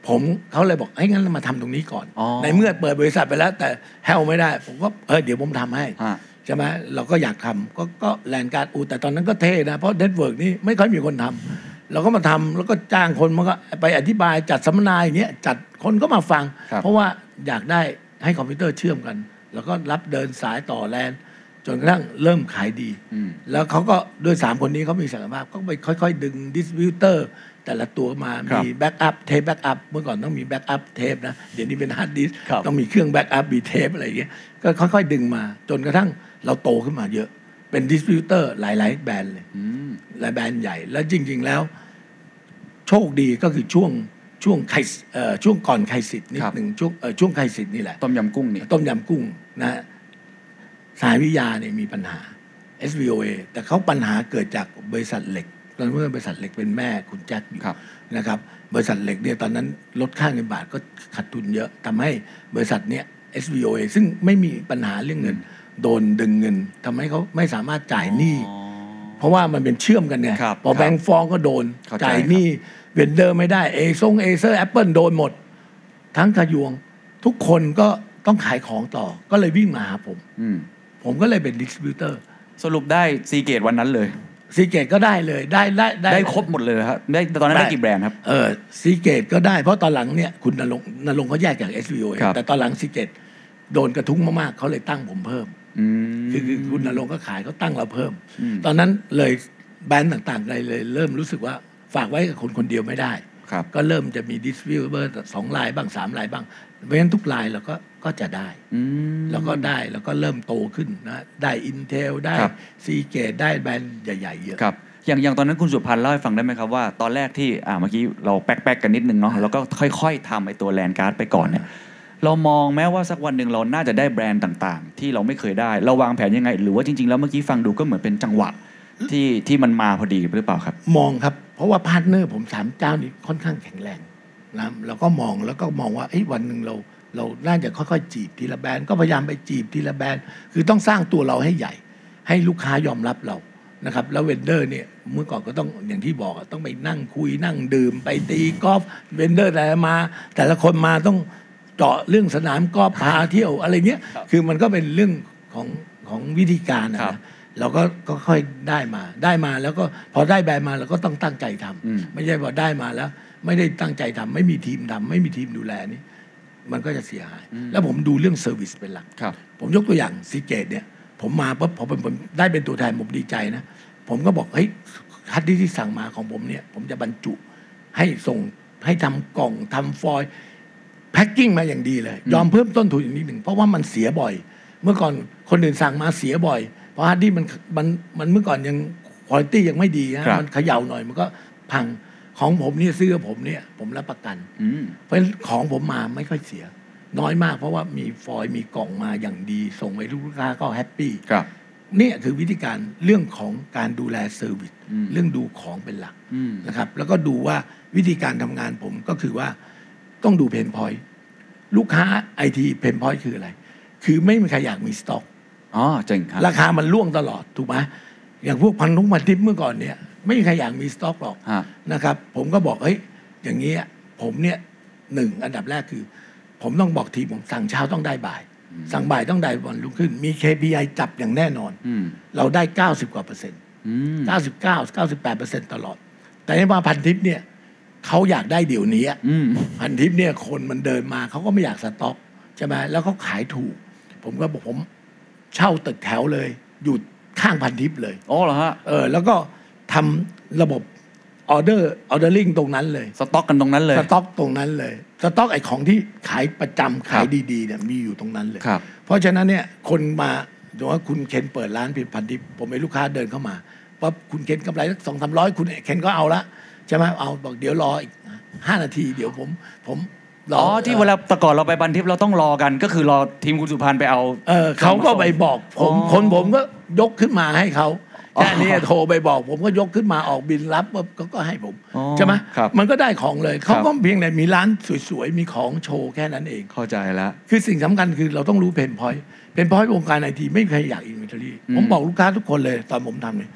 Speaker 5: ผมเขาเลยบอกเอ้ยงั้นเรามาทำตรงนี้ก่อน
Speaker 4: อ๋อ
Speaker 5: ในเมื่อเปิดบริษัทไปแล้ว แต่แฮลไม่ได้ ผมก็เออเดี๋ยวผมทำให้
Speaker 4: ฮะ
Speaker 5: ใช่ไหมเราก็อยากทำก็ก็แลนการ์ดอูแต่ตอนนั้นก็เท่นะ เพราะเน็ตเวิร์กนี่ไม่ค่อยมีคนทำเราก็มาทำแล้วก็จ้างคนมันก็ไปอธิบายจัดสัมมนาอย่างเงี้ยจัดคนก็มาฟัง
Speaker 4: ครับ
Speaker 5: เพราะว่าอยากได้ให้คอมพิวเตอร์เชื่อมกัน แล้วก็รับเดินสายต่อแลน จนกระทั่งเริ่มขายดี
Speaker 3: อืม
Speaker 5: แล้วเขาก็ด้วยสามคนนี้เขามีศักยภาพก็ไปค่อย ๆ ดึงดิสติบิวเตอร์แต่ละตัวมา
Speaker 4: ครับ
Speaker 5: มีแบ็กอัพเทปแบ็กอัพเมื่อก่อนต้องมีแบ็กอัพเทปนะเดี๋ยวนี้เป็นฮาร์ดดิส
Speaker 4: ครับ
Speaker 5: ต้องมีเครื่องแบ็กอัพมีเทปอะไรอย่างเงี้ยก็ค่อย ๆ ดึงมาจนกระทั่งเราโตขึ้นมาเยอะเป็นดิสติบิวเตอร์หลายๆแบรนด์เลย
Speaker 3: อืม
Speaker 5: และแบรนด์ใหญ่แล้วจริง ๆ แล้ว โชคดีก็คือช่วงช่วงไครเอ่อช่วงก่อนไครสิทธิ์นิด
Speaker 3: ครับ
Speaker 5: หนึ่งช่วงเอ่อช่วงไครสิทธิ์นี่แหละ
Speaker 3: ต้มยำกุ้งนี่
Speaker 5: ต้มยำกุ้งนะฮะสายวิทยาเนี่ยมีปัญหา SVOA แต่เขาปัญหาเกิดจากบริษัทเหล็ก ตอนเมื่อบริษัทเหล็กเป็นแม่คุณแจ็คอยู่
Speaker 3: ครับ
Speaker 5: นะครับ บริษัทเหล็กเนี่ยตอนนั้นลดค่าเงินบาทก็ขาดทุนเยอะทำให้บริษัทเนี่ย SVOA ซึ่งไม่มีปัญหาเรื่องเงิน โดนดึงเงินทำให้เขาไม่สามารถจ่ายหนี้
Speaker 4: อ๋อ
Speaker 5: เพราะว่ามันเป็นเชื่อมกันเนี่ย
Speaker 4: ครับ
Speaker 5: พอ
Speaker 4: ครับ
Speaker 5: แบงค์ฟ้องก็โดน
Speaker 3: เข้าใจ
Speaker 5: จ่า
Speaker 3: ค
Speaker 5: ย
Speaker 3: รับ
Speaker 5: หนี้เวนเดอร์ไม่ได้เอซงเอเซอร์แอปเปิลโดนหมด ทั้งขยวง ทุกคนก็ต้องขายของต่อก็เลยวิ่งมาหาผม
Speaker 3: อืม
Speaker 5: ผมก็เลยเป็นดิสติบิวเตอร์
Speaker 4: สรุปได้ซีเกตวันนั้นเลย
Speaker 5: ซีเกตก็ได้เลยได้ได้
Speaker 4: ได้ครบหมดเลยครับได้ตอนนั้นได้
Speaker 5: ได้
Speaker 4: กี่แบรนด์ครับ
Speaker 5: เออซีเกตก็ได้เพราะตอนหลังเนี่ยคุณนรงค์นรงค์เขาแยกจาก s อ o
Speaker 4: ครับ
Speaker 5: แต่ตอนหลังซีเกตโดนกระทุ้งมากๆเขาเลยตั้งผมเพิ่ม
Speaker 3: อืม
Speaker 5: คือคือคุณนรงค์ก็ขายเขาตั้งเราเพิ่ม
Speaker 3: อืม
Speaker 5: ตอนนั้นเลยแบรนด์ต่างๆเลยเลย เริ่มรู้สึกว่าฝากไว้กับคนคนเดียวไม่ได้
Speaker 3: ครับ
Speaker 5: ก็เริ่มจะมีดิสวิวเบอร์สองลายบ้างสามลายบ้าง เพราะฉะนั้นทุกลายเราก็ก็จะได้
Speaker 3: อืม
Speaker 5: แล้วก็ได้แล้วก็เริ่มโตขึ้นนะได้ Intel ได้
Speaker 3: ครับ
Speaker 5: ซีเกตได้แบรนด์ใหญ่ๆเยอะ
Speaker 4: ครับอย่างอย่างตอนนั้นคุณสุพันธ์เล่าให้ฟังได้ไหมครับว่าตอนแรกที่อ่าเมื่อกี้เราแป๊กๆกันนิดนึงเนาะแล้วก็ค่อย ๆทำไอตัวแลนการ์ดไปก่อนเนี่ยเรามองแม้ว่าสักวันหนึ่งเราน่าจะได้แบรนด์ต่างๆ ที่เราไม่เคยได้เราวางแผนยังไง หรือว่าจริงๆ แล้วเมื่อกี้ฟังดูก็เหมือนเป็นจังหวะที่ที่มันมาพอดีหรือเปล่าครับ
Speaker 5: มองครับ เพราะว่าพาร์ทเนอร์ผมสามเจ้านี่ค่อนข้างแข็งแรงนะแล้วก็มองแล้วก็มองว่าเอ้ยวันหนึ่งเรา เราน่าจะค่อยๆ จีบทีละแบรนด์ก็พยายามไปจีบทีละแบรนด์คือต้องสร้างตัวเราให้ใหญ่ ให้ลูกค้ายอมรับเรานะครับ แล้วเวนเดอร์เนี่ยเมื่อก่อนก็ต้องอย่างที่บอกอะต้องไปนั่งคุยนั่งดื่มไปตีกอล์ฟเวนเดอร์แต่ละมา แต่ละคนมาต้องเจาะเรื่องสนามกอล์ฟพาเที่ยวอะไรเงี้ยคือมันก็เป็นเรื่องของของวิธีการอะ
Speaker 4: ครับ
Speaker 5: นะเราก็ก็ค่อยได้มาได้มาแล้วก็พอได้แบรนด์มาเราก็ต้องตั้งใจทำ
Speaker 3: อืม
Speaker 5: ไม่ใช่พอได้มาแล้ว ไม่ได้ตั้งใจทำไม่มีทีมทำไม่มีทีมดูแลนี่มันก็จะเสียหาย แล้วผมดูเรื่องเซอร์วิสเป็นหลัก
Speaker 3: ครับ
Speaker 5: ผมยกตัวอย่างซีเกตเนี่ย ผมมาปุ๊บพอผมผมได้เป็นตัวแทนผมดีใจนะ ผมก็บอกเฮ้ยฮัตดี้ที่สั่งมาของผมเนี่ย ผมจะบรรจุให้ส่งให้ทำกล่องทำฟอยล์แพ็คกิ้งมาอย่างดีเลย ยอมเพิ่มต้นทุนอีกนิดหนึ่งเพราะว่ามันเสียบ่อย เมื่อก่อนคนอื่นสั่งมาเสียบ่อย เพราะฮัตดี้มันมันมันเมื่อก่อนยังคุณภาพยังไม่ดีนะครับ มันเขย่าหน่อยมันก็พังของผมเนี่ยซื้อกับผมเนี่ย ผมรับประกัน
Speaker 3: อืม
Speaker 5: เพราะฉะนั้นของผมมาไม่ค่อยเสีย น้อยมากเพราะว่ามีฟอยล์มีกล่องมาอย่างดี ส่งไปลูกค้าก็แฮปปี้
Speaker 3: ครับ
Speaker 5: เนี่ยคือวิธีการเรื่องของการดูแลเซอร์วิส
Speaker 3: อืม
Speaker 5: เรื่องดูของเป็นหลัก
Speaker 3: อืม
Speaker 5: นะครับ แล้วก็ดูว่าวิธีการทำงานผมก็คือว่าต้องดูเพนพอยต์ลูกค้าไอทีเพนพอยต์คืออะไร คือไม่มีใครอยากมีสต็อก
Speaker 3: อ๋อเจ๋งครับ
Speaker 5: ราคามันล่วงตลอดถูกไหมอย่างพวกพันธุกพันทิปเมื่อก่อนเนี่ย ไม่มีใครอยากมีสต็อกหรอก
Speaker 3: ฮะ
Speaker 5: นะครับ ผมก็บอกเฮ้ยอย่างนี้ยผมเนี่ยหนึ่งอันดับแรกคือ ผมต้องบอกทีมผมสั่งเช้าต้องได้บ่าย สั่งบ่ายต้องได้วันรุ่งขึ้น มี KPI จับอย่างแน่นอน
Speaker 3: อืม
Speaker 5: เราได้ 90 กว่าเปอร์เซ็นต์
Speaker 3: อืม
Speaker 5: 99 98เปอร์เซ็นต์ตลอด แต่ในว่าพันทิปเนี่ยเขาอยากได้เดี๋ยวนี้อะ
Speaker 3: อืม
Speaker 5: พันทิปเนี่ยคนมันเดินมาเขาก็ไม่อยากสต็อกใช่ไหมแล้วเขาขายถูก ผมก็บอกผมเช่าตึกแถวเลย อยู่ข้างพันทิปเลย
Speaker 3: อ๋อเหรอฮะ
Speaker 5: เออ แล้วก็ทำระบบออเดอร์ออเดอร์ลิงตรงนั้นเลย
Speaker 3: สต็อกกันตรงนั้นเลย
Speaker 5: สต็อกตรงนั้นเลยสต็อกไอ้ของที่ขายประจำขายดีๆเนี่ยมีอยู่ตรงนั้นเลย
Speaker 3: ครับ
Speaker 5: เพราะฉะนั้นเนี่ยคนมาหรือว่าคุณเคนเปิดร้านผิดพันทิปผมเป็นลูกค้าเดินเข้ามาปั๊บคุณเคนกำไรสักสองสามร้อยคุณเคนก็เอาละใช่ไหมเอาบอกเดี๋ยวรออีกห้านาทีเดี๋ยวผมผมร
Speaker 4: อ๋อที่เวลาแต่ก่อนเราไปบันทิปเราต้องรอกันก็คือรอทีมคุณสุพันธ์ไปเอา
Speaker 5: เออเขาก็ไปบอกผ
Speaker 4: อ๋
Speaker 5: ม
Speaker 4: อ
Speaker 5: คนผมก็ยกขึ้นมาให้เขา
Speaker 4: อ๋อ
Speaker 5: แค่นี้โทรไปบอก ผมก็ยกขึ้นมาออกบินรับปุ๊บเขาก็ให้ผม
Speaker 4: อ๋อ
Speaker 5: ใช่ไหม
Speaker 4: ครับ
Speaker 5: มันก็ได้ของเลยเขา
Speaker 4: ครับ
Speaker 5: ก็เพียงแต่มีร้านสวยๆ มีของโชว์แค่นั้นเอง
Speaker 4: เข้าใจแล้ว
Speaker 5: คือสิ่งสำคัญคือเราต้องรู้เพนพอยต์เพนพอยต์วงการไอทีไม่มีใครอยากอินเวนทอรี่ผมบอกลูกค้าทุกคนเลย ตอนผมทำเนี่ย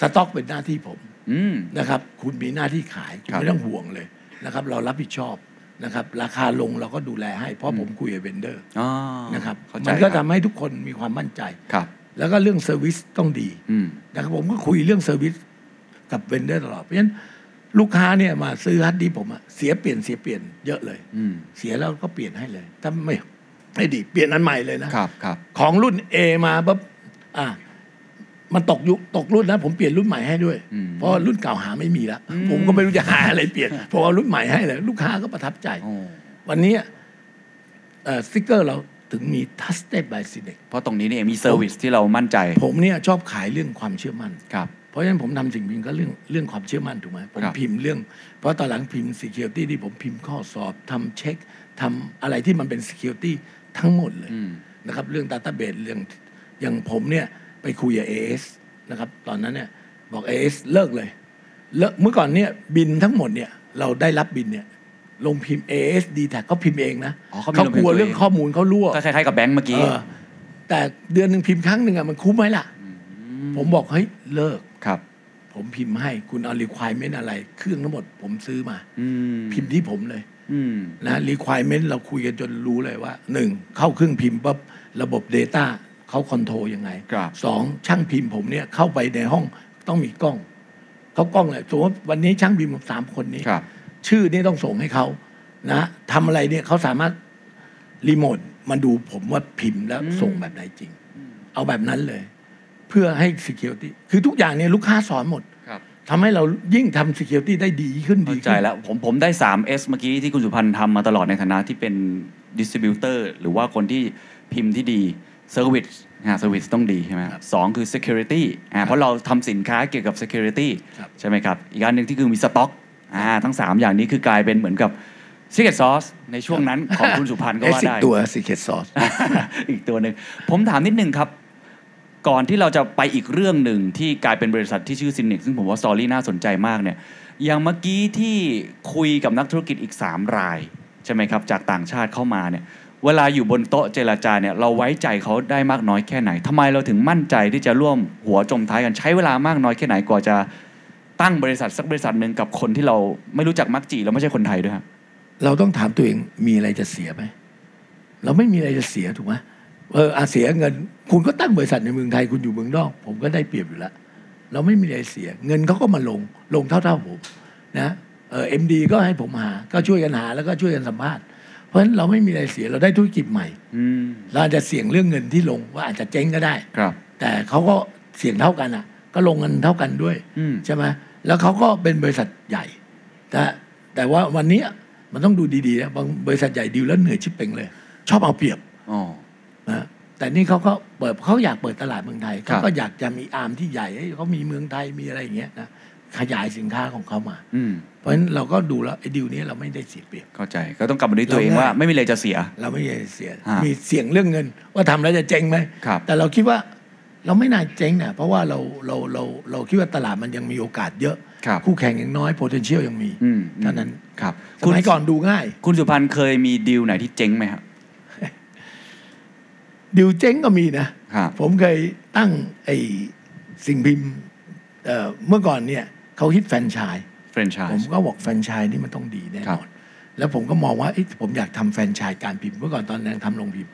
Speaker 5: สต็อกเป็นหน้าที่ผม
Speaker 3: อืม
Speaker 5: นะครับ คุณมีหน้าที่ขาย คุณ
Speaker 3: ครับ
Speaker 5: ไม่ต้องห่วงเลยนะครับ เรารับผิดชอบนะครับ ราคาลงเราก็ดูแลให้ เพราะผมคุยกับเวนเดอร์
Speaker 3: อ๋อ
Speaker 5: นะครับ
Speaker 3: เข้าใจ
Speaker 5: มันก็
Speaker 3: ค
Speaker 5: ทำ
Speaker 3: รับ
Speaker 5: ให้ทุกคนมีความมั่นใจ
Speaker 3: ครับ
Speaker 5: แล้วก็เรื่องเซอร์วิสต้องดี
Speaker 3: อืม
Speaker 5: นะครับผมก็คุยเรื่องเซอร์วิสกับเวนเดอร์ตลอด เพราะฉะนั้นลูกค้าเนี่ยมาซื้อฮัตดีผมอะเสียเปลี่ยนเสียเปลี่ยนเยอะเลย
Speaker 3: อืม
Speaker 5: เสียแล้วก็เปลี่ยนให้เลย ถ้าไม่ไม่ดีเปลี่ยนอันใหม่เลยนะครับ
Speaker 3: ครับ
Speaker 5: ของรุ่น A มาปั๊บ อ่ะมันตกยุคตกรุ่นนะผมเปลี่ยนรุ่นใหม่ให้ด้วย
Speaker 4: อืม
Speaker 5: เพราะรุ่นเก่าหาไม่มีแล้วผมก็ไม่รู้จะหาอะไรเปลี่ยนผมเอารุ่นใหม่ให้เลยลูกค้าก็ประทับใจ
Speaker 4: โอ้
Speaker 5: วันนี้เอ่อสติกเกอร์เราถึงมี Trusted by s i n e c
Speaker 4: เพราะตรงนี้เนี่ยมีเซอร์วิสที่เรามั่นใจ
Speaker 5: ผมเนี่ยชอบขายเรื่องความเชื่อมั่น
Speaker 4: ครับ
Speaker 5: เพราะฉะนั้นผมทำสิ่งพิมพ์ก็เรื่องเรื่องความเชื่อมั่นถูกไหมผม
Speaker 4: ครับ
Speaker 5: พิมพ์เรื่อง เพราะตอนหลังพิมพ์ security ที่ผมพิมพ์ข้อสอบทำเช็คทำอะไรที่มันเป็น security ทั้งหมดเลยนะครับเรื่อง database เรื่องอย่างผมเนี่ยไปคุยกับ AS นะครับตอนนั้นเนี่ยบอก AS เลิกเลยเลิกเมื่อก่อนเนี่ยบินทั้งหมดเนี่ยเราได้รับบินเนี่ยลงพิมพ์ AS d t a c เขาพิมพ์เองนะ
Speaker 4: อ๋อเขามี
Speaker 5: เขา
Speaker 4: ลงพิมพ์
Speaker 5: กลัว
Speaker 4: ตัวเอง
Speaker 5: เรื่องข้อมูลเขารั่ว
Speaker 4: ก็คล้ายๆกับแบงค์เมื่อกี้
Speaker 5: เออแต่เดือนหนึ่งพิมพ์ครั้งหนึ่งอะมันคุ้มไหมล่ะ ผมบอกเฮ้ยเลิก
Speaker 4: ครับ
Speaker 5: ผมพิมพ์ให้คุณเอา requirement อะไร เครื่องทั้งหมดผมซื้อมา
Speaker 4: อืม
Speaker 5: พิมพ์ที่ผมเลย
Speaker 4: อืม
Speaker 5: นะ requirement เราคุยกันจนรู้เลยว่าหนึ่งเข้าเครื่องพิมพ์ปั๊บระบบ Data เขาคอนโทรลยังไง
Speaker 4: ครับ
Speaker 5: สองช่างพิมพ์ผมเนี่ยเข้าไปในห้องต้องมีกล้องเขากล้องเลยสมมติวันนี้ช่างพิมพ์ผมสามคนนี้
Speaker 4: ครับ
Speaker 5: ชื่อนี่ต้องส่งให้เขานะทำอะไรเนี่ยเขาสามารถรีโมทมาดูผมว่าพิมพ์แล้วส่งแบบไหนจริง เอาแบบนั้นเลย เพื่อให้ Security คือทุกอย่างเนี่ยลูกค้าสอนหมด
Speaker 4: ครับ
Speaker 5: ทำให้เรายิ่งทำ Security ได้ดีขึ้นดี
Speaker 4: เข้าใจ
Speaker 5: ขึ้น
Speaker 4: แล้วผมผมได้ 3S เมื่อกี้ที่คุณสุพันธ์ทำมาตลอดในฐานะที่เป็นดิสติบิวเตอร์หรือว่าคนที่พิมพ์ที่ดีเซอร์วิสนะเซอร์วิสต้องดีใช่ไหมสองคือ Security อ่าเพราะเราทำสินค้าเกี่ยวกับ Security
Speaker 5: ครับ
Speaker 4: ใช่ไหมครับ อีกอันหนึ่งที่คือมีสต็อกอ่าทั้ง 3 อย่างนี้คือกลายเป็นเหมือนกับ Secret Sauce ในช่วงนั้นของคุณสุพันธ์ก็
Speaker 5: ไอ้
Speaker 4: ว่า
Speaker 5: สิบ
Speaker 4: ได้
Speaker 5: ตัว Secret Sauce
Speaker 4: อีกตัวหนึ่งผมถามนิดนึงครับ ก่อนที่เราจะไปอีกเรื่องหนึ่งที่กลายเป็นบริษัทที่ชื่อซินิกซึ่งผมว่าสตอรี่น่าสนใจมากเนี่ยอย่างเมื่อกี้ที่คุยกับนักธุรกิจอีก 3 ราย ใช่ไหมครับ จากต่างชาติเข้ามาเนี่ยเวลาอยู่บนโต๊ะเจราจาเนี่ยเราไว้ใจเขาได้มากน้อยแค่ไหนทำไมเราถึงมั่นใจที่จะร่วมหัวจมท้ายกันใช้เวลามากน้อยแค่ไหนกว่าจะตั้งบริษัทสักบริษัทหนึ่งกับคนที่เราไม่รู้จักมักจีแล้วไม่ใช่คนไทยด้วยครับ
Speaker 5: เราต้องถามตัวเองมีอะไรจะเสียไหม เราไม่มีอะไรจะเสียถูกไหมเอออาเสียเงิน คุณก็ตั้งบริษัทในเมืองไทยคุณอยู่เมืองนอก ผมก็ได้เปรียบอยู่แล้ว เราไม่มีอะไรเสีย เงินเขาก็มาลงลงเท่าๆผมนะเออเอ็มดีก็ให้ผมหา ก็ช่วยกันหาแล้วก็ช่วยกันสัมภาษณ์เพราะฉะนั้นเราไม่มีอะไรเสียเราได้ธุรกิจใหม่
Speaker 4: อืม
Speaker 5: เราอาจจะเสี่ยงเรื่องเงินที่ลงว่าอาจจะเจ๊งก็ได้
Speaker 4: ครับ
Speaker 5: แต่เขาก็เสี่ยงเท่ากันอ่ะ ก็ลงเงินเท่ากันด้วย
Speaker 4: อืม
Speaker 5: ใช่ไหมแล้วเขาก็เป็นบริษัทใหญ่แต่แต่ว่าวันนี้มันต้องดูดีๆนะบางบริษัทใหญ่ดีลแล้วเหนื่อยชิบเป่งเลย ชอบเอาเปรียบ
Speaker 4: อ๋อ
Speaker 5: นะแต่นี่เขาก็เปิดเขาอยากเปิดตลาดเมืองไทย
Speaker 4: ครับ
Speaker 5: เขาก็อยากจะมีอาร์มที่ใหญ่เอ้ยเขามีเมืองไทยมีอะไรอย่างเงี้ยนะขยายสินค้าของเขามา
Speaker 4: อืม
Speaker 5: เพราะฉะนั้นเราก็ดูแล้วไอ้ดีลนี้เราไม่ได้เสียเปรียบ
Speaker 4: เข้าใจก็ต้องกลับมาดูตัวเอง
Speaker 5: เราง่าย
Speaker 4: ว่าไม่มีอะไรจะเสีย
Speaker 5: เราไม่ได้เสีย
Speaker 4: ฮะ
Speaker 5: มีเสี่ยงเรื่องเงิน ว่าทำแล้วจะเจ๊งไหม
Speaker 4: ครับ
Speaker 5: แต่เราคิดว่าเราไม่น่าเจ๊งนะเพราะว่าเราเราเราเราคิดว่าตลาดมันยังมีโอกาสเยอะ
Speaker 4: ครับ
Speaker 5: คู่แข่งยังน้อย potential ยังมี
Speaker 4: อืม
Speaker 5: เท่านั้น
Speaker 4: ครับ
Speaker 5: สมัยก่อนดูง่าย
Speaker 4: คุณสุพันธ์เคยมีดีลไหนที่เจ๊งไหมครับ
Speaker 5: ดิวเจ๊งก็มีนะ
Speaker 4: ครับ
Speaker 5: ผมเคยตั้งไอ้สิ่งพิมพ์เอ่อเมื่อก่อนเนี่ยเขาฮิตแฟรนไชาย
Speaker 4: แฟรนไช
Speaker 5: ผม
Speaker 4: ส์
Speaker 5: ก็บอกแฟรนไชส์นี่มันต้องดีแน่
Speaker 4: ครั
Speaker 5: น
Speaker 4: บ
Speaker 5: อน แล้วผมก็มองว่าเอ๊ะผมอยากทำแฟรนไชส์การพิมพ์เมื่อก่อนตอนนั้นทำโรงพิมพ์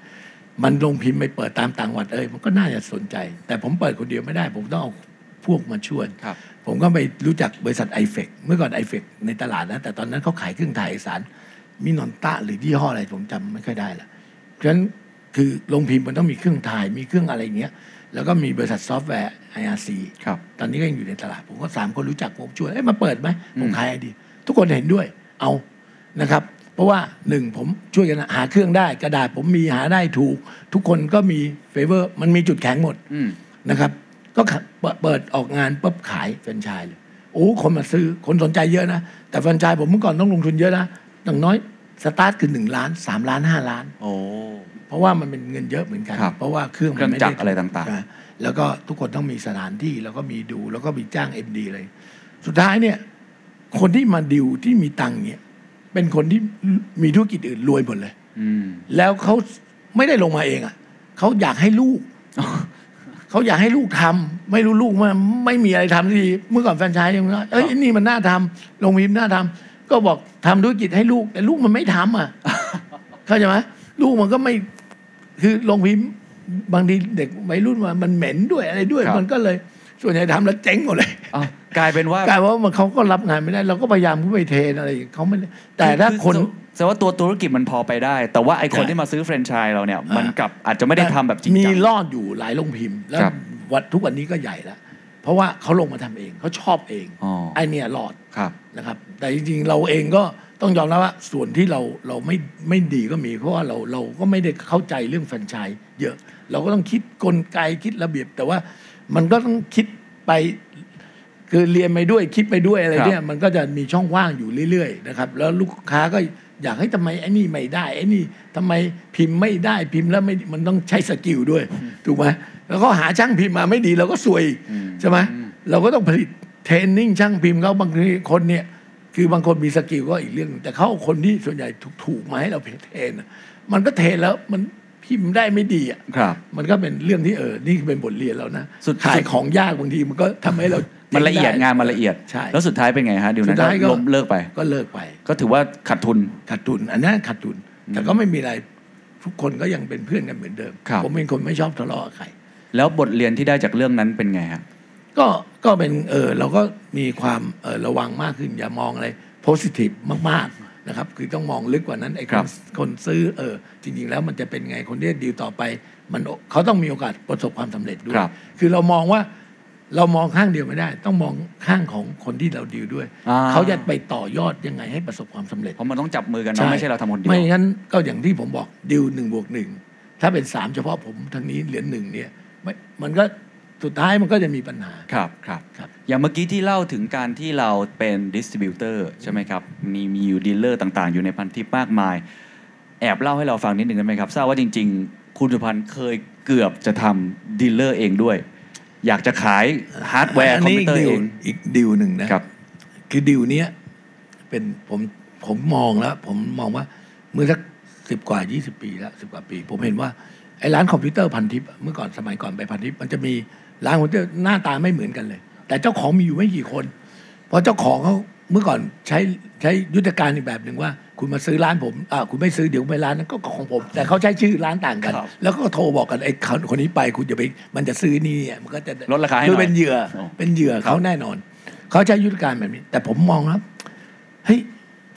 Speaker 5: มันโรงพิมพ์ไปเปิดตามต่างจังหวัดเอ้ยมันก็น่าจะสนใจ แต่ผมเปิดคนเดียวไม่ได้ ผมต้องเอาพวกมาช่วย
Speaker 4: ครับ
Speaker 5: ผมก็ไปรู้จักบริษัทไอเฟกเมื่อก่อนไอเฟกในตลาดนะ แต่ตอนนั้นเขาขายเครื่องถ่ายเอกสารมินอนตะหรือยี่ห้ออะไรผมจำไม่ค่อยได้ละเพราะฉะนั้นคือโรงพิมพ์มันต้องมีเครื่องถ่ายมีเครื่องอะไรอย่างเงี้ยแล้วก็มีบริษัทซอฟต์แวร์ IRC
Speaker 4: ครับ
Speaker 5: ตอนนี้ก็ยังอยู่ในตลาด ผมก็สามคนรู้จักผมชวนเอ้ยมาเปิดไหมผมขายไอเดียทุกคนเห็นด้วยเอานะครับ เพราะว่าหนึ่งผมช่วยกันหาเครื่องได้ กระดาษผมมีหาได้ถูก ทุกคนก็มีเฟเวอร์มันมีจุดแข็งหมด
Speaker 4: อืม
Speaker 5: นะครับก็ขะเปิดเปิดออกงานปุ๊บขายแฟรนไชส์เลยโอ้คนมาซื้อคนสนใจเยอะนะ แต่แฟรนไชส์ผมเมื่อก่อนต้องลงทุนเยอะนะอย่างน้อยสตาร์ทคือ1ล้าน3ล้าน 5 ล้าน
Speaker 4: โอ้
Speaker 5: เพราะว่ามันเป็นเงินเยอะเหมือนกัน
Speaker 4: ครับ
Speaker 5: เพราะว่าเครื่องมันม่
Speaker 4: เครื่องจั
Speaker 5: ด้
Speaker 4: กรอะไรต่างๆ
Speaker 5: นะแล้วก็ทุกคนต้องมีสถานที่แล้วก็มีดูแล้วก็มีจ้างเอ็มดีเลย สุดท้ายเนี่ยคนที่มาดิวที่มีตังค์เนี่ยเป็นคนที่มีธุรกิจอื่นรวยหมดเลย
Speaker 4: อืม
Speaker 5: แล้วเขาไม่ได้ลงมาเองอ่ะเขาอยากให้ลู ก เขาอยากให้ลูกทำไม่รู้ลูกมันไม่มีอะไรทำสักทีเมื่อก่อนแฟรนไชายยังว่าเอ้ยนี่มันน่าทำลงพิมพ์น่าทำก็บอกทำธุรกิจให้ลูก แต่ลูกมันไม่ทำ อ่ะ เข้าใจไหมลูกมันก็ไม่คือลงพิมพ์บางทีเด็กวัยรุ่นมามันเหม็นด้วยอะไรด้วย
Speaker 4: ครับ
Speaker 5: มันก็เลย ส่วนใหญ่ทำแล้วเจ๊งหมดเลย
Speaker 4: อ้าว กลายเป็นว่าก
Speaker 5: ลายว่ามันเขาก็รับงานไม่ได้ เราก็พยายามเข้าไปเทรนอะไรเขาไม่ได้แต่ถ้าคน
Speaker 4: แสดงว่าตัวธุรกิจมันพอไปได้ แต่ว่าไอคนที่มาซื้อแฟรนไชส์เราเนี่ย มันกลับอาจจะไม่ได้ทำแบบจริง
Speaker 5: มี
Speaker 4: จัง
Speaker 5: รอดอยู่หลายโรงพิมพ์ แล้ว
Speaker 4: ครับ
Speaker 5: วันทุกวันนี้ก็ใหญ่แล้วเพราะว่าเขาลงมาทำเองเขาชอบเอง
Speaker 4: อ๋อ
Speaker 5: ไอเนี่ยรอด
Speaker 4: ครับ
Speaker 5: นะครับ แต่จริงๆเราเองก็ต้องยอมรับว่าส่วนที่เราเราไม่ไม่ดีก็มี เพราะว่าเราเราก็ไม่ได้เข้าใจเรื่องแฟรนไชส์เยอะ เราก็ต้องคิดกลไกคิดระเบียบ แต่ว่ามันก็ต้องคิดไป คือเรียนไปด้วยคิดไปด้วยอะไรเนี่ย มันก็จะมีช่องว่างอยู่เรื่อยๆนะครับ แล้วลูกค้าก็อยากให้ทำไมไอ้นี่ไม่ได้ไอ้นี่ทำไมพิมพ์ไม่ได้พิมพ์แล้วไม่มันต้องใช้สกิลด้วย ถูกไหมแล้วก็หาช่างพิมพ์มาไม่ดีเราก็ซวยอีกใช่ไหมเราก็ต้องผลิตเทรนนิ่งช่างพิมพ์เขาบางทีคนเนี่ย คือบางคนมีสกิลก็อีกเรื่องหนึ่งแต่เขาเอาคนที่ส่วนใหญ่ถูกๆมาให้เราเทรนอะมันก็เทรนแล้วมันพิมพ์ได้ไม่ดีอ่ะ
Speaker 4: ครับ
Speaker 5: มันก็เป็นเรื่องที่เออ นี่เป็นบทเรียนแล้วนะ
Speaker 4: สุด
Speaker 5: ขายของยากบางทีมันก็ทำ ให้เรา
Speaker 4: มั
Speaker 5: มัน
Speaker 4: ละเอียดงานมันละเอียด
Speaker 5: ใช่
Speaker 4: แล้วสุดท้ายเป็นไงฮะเดี๋ยว
Speaker 5: สุ
Speaker 4: นั้
Speaker 5: ด
Speaker 4: น
Speaker 5: ท้าย
Speaker 4: ก็ล้มเลิกไป
Speaker 5: ก็เลิกไป
Speaker 4: ก็ถือว่าขาดทุน
Speaker 5: ขาดทุน อันนั้นขาดทุน แต่ก็ไม่มีอะไร ทุกคนก็ยังเป็นเพื่อนกันเหมือนเดิม
Speaker 4: ครับ
Speaker 5: ผมเป็นคนไม่ชอบทะเลาะกับใคร
Speaker 4: แล้วบทเรียนที่ได้จากเรื่องนั้นเป็นไงฮะ
Speaker 5: ก็ก็เป็นเออเราก็มีความเออระวังมากขึ้น อย่ามองอะไรโพสิทีฟมาก ๆ นะครับ คือต้องมองลึกกว่านั้นไอ้ค
Speaker 4: ครั
Speaker 5: น
Speaker 4: บ
Speaker 5: คนซื้อเออจริง ๆ แล้วมันจะเป็นไงคนที่ดีลต่อไป มันเขาต้องมีโอกาสประสบความสำเร็จด้วย
Speaker 4: ครับ
Speaker 5: คือเรามองว่าเรามองข้างเดียวไม่ได้ ต้องมองข้างของคนที่เราดีลด้วย
Speaker 4: อ่า
Speaker 5: เขาจะไปต่อยอดยังไงให้ประสบความสำเร็จ
Speaker 4: เพราะมันต้องจับมือกันเนาะไม่ใช่เราทำคนเดียว
Speaker 5: ไม่งั้นก็อย่างที่ผมบอกดิวหนึ่งบวกหนึ่งถ้าเป็นสามเฉพาะผมทางนี้เหรียญหนึ่งเนี่ยไม่มันก็สุดท้ายมันก็จะมีปัญหา
Speaker 4: ครับครับ
Speaker 5: ครับ
Speaker 4: อย่างเมื่อกี้ที่เล่าถึงการที่เราเป็นดิสติบิวเตอร์ใช่ไหมครับ มีมีอยู่ดีลเลอร์ต่างๆ อยู่ในพันทิปมากมาย แอบเล่าให้เราฟังนิดนึงได้ไหมครับ ทราบว่าจริง ๆ คุณสุพันธ์เคยเกือบจะทำดีลเลอร์เองด้วย อยากจะขายฮาร์ดแว ร์คอมพิวเตอร์เอง
Speaker 5: อีกดิวหนึ่งนะครับ คือดิวเนี้ยเป็นผมผมมองแล้ว ผมมองว่าเมื่อสักสิบกว่ายี่สิบปีแล้วสิบกว่าปี ผมเห็นว่าไอ้ร้านคอมพิวเตอร์พันทิปอะเมื่อก่อนสมัยก่อนไปพันทิปมันจะมีร้านคอมพิวเตอร์หน้าตาไม่เหมือนกันเลย แต่เจ้าของมีอยู่ไม่กี่คน เพราะเจ้าของเขาเมื่อก่อนใช้ใช้ยุทธการอีกแบบหนึ่งว่า คุณมาซื้อร้านผมอ่าคุณไม่ซื้อเดี๋ยวไปร้านนั้นก็ของผม แต่เขาใช้ชื่อร้านต่างกัน
Speaker 4: ครับ
Speaker 5: แล้วก็โทรบอกกันไอ้คนคนนี้ไปคุณอย่าไปมันจะซื้อนี่อ่ะมันก็จะ
Speaker 4: ลดราคาให้หน่อย
Speaker 5: คือเป็นเหยื่อ
Speaker 4: อ๋อ
Speaker 5: เป็นเหยื่อเขาแน่นอน เขาใช้ยุทธการแบบนี้ แต่ผมมองแล้วเฮ้ย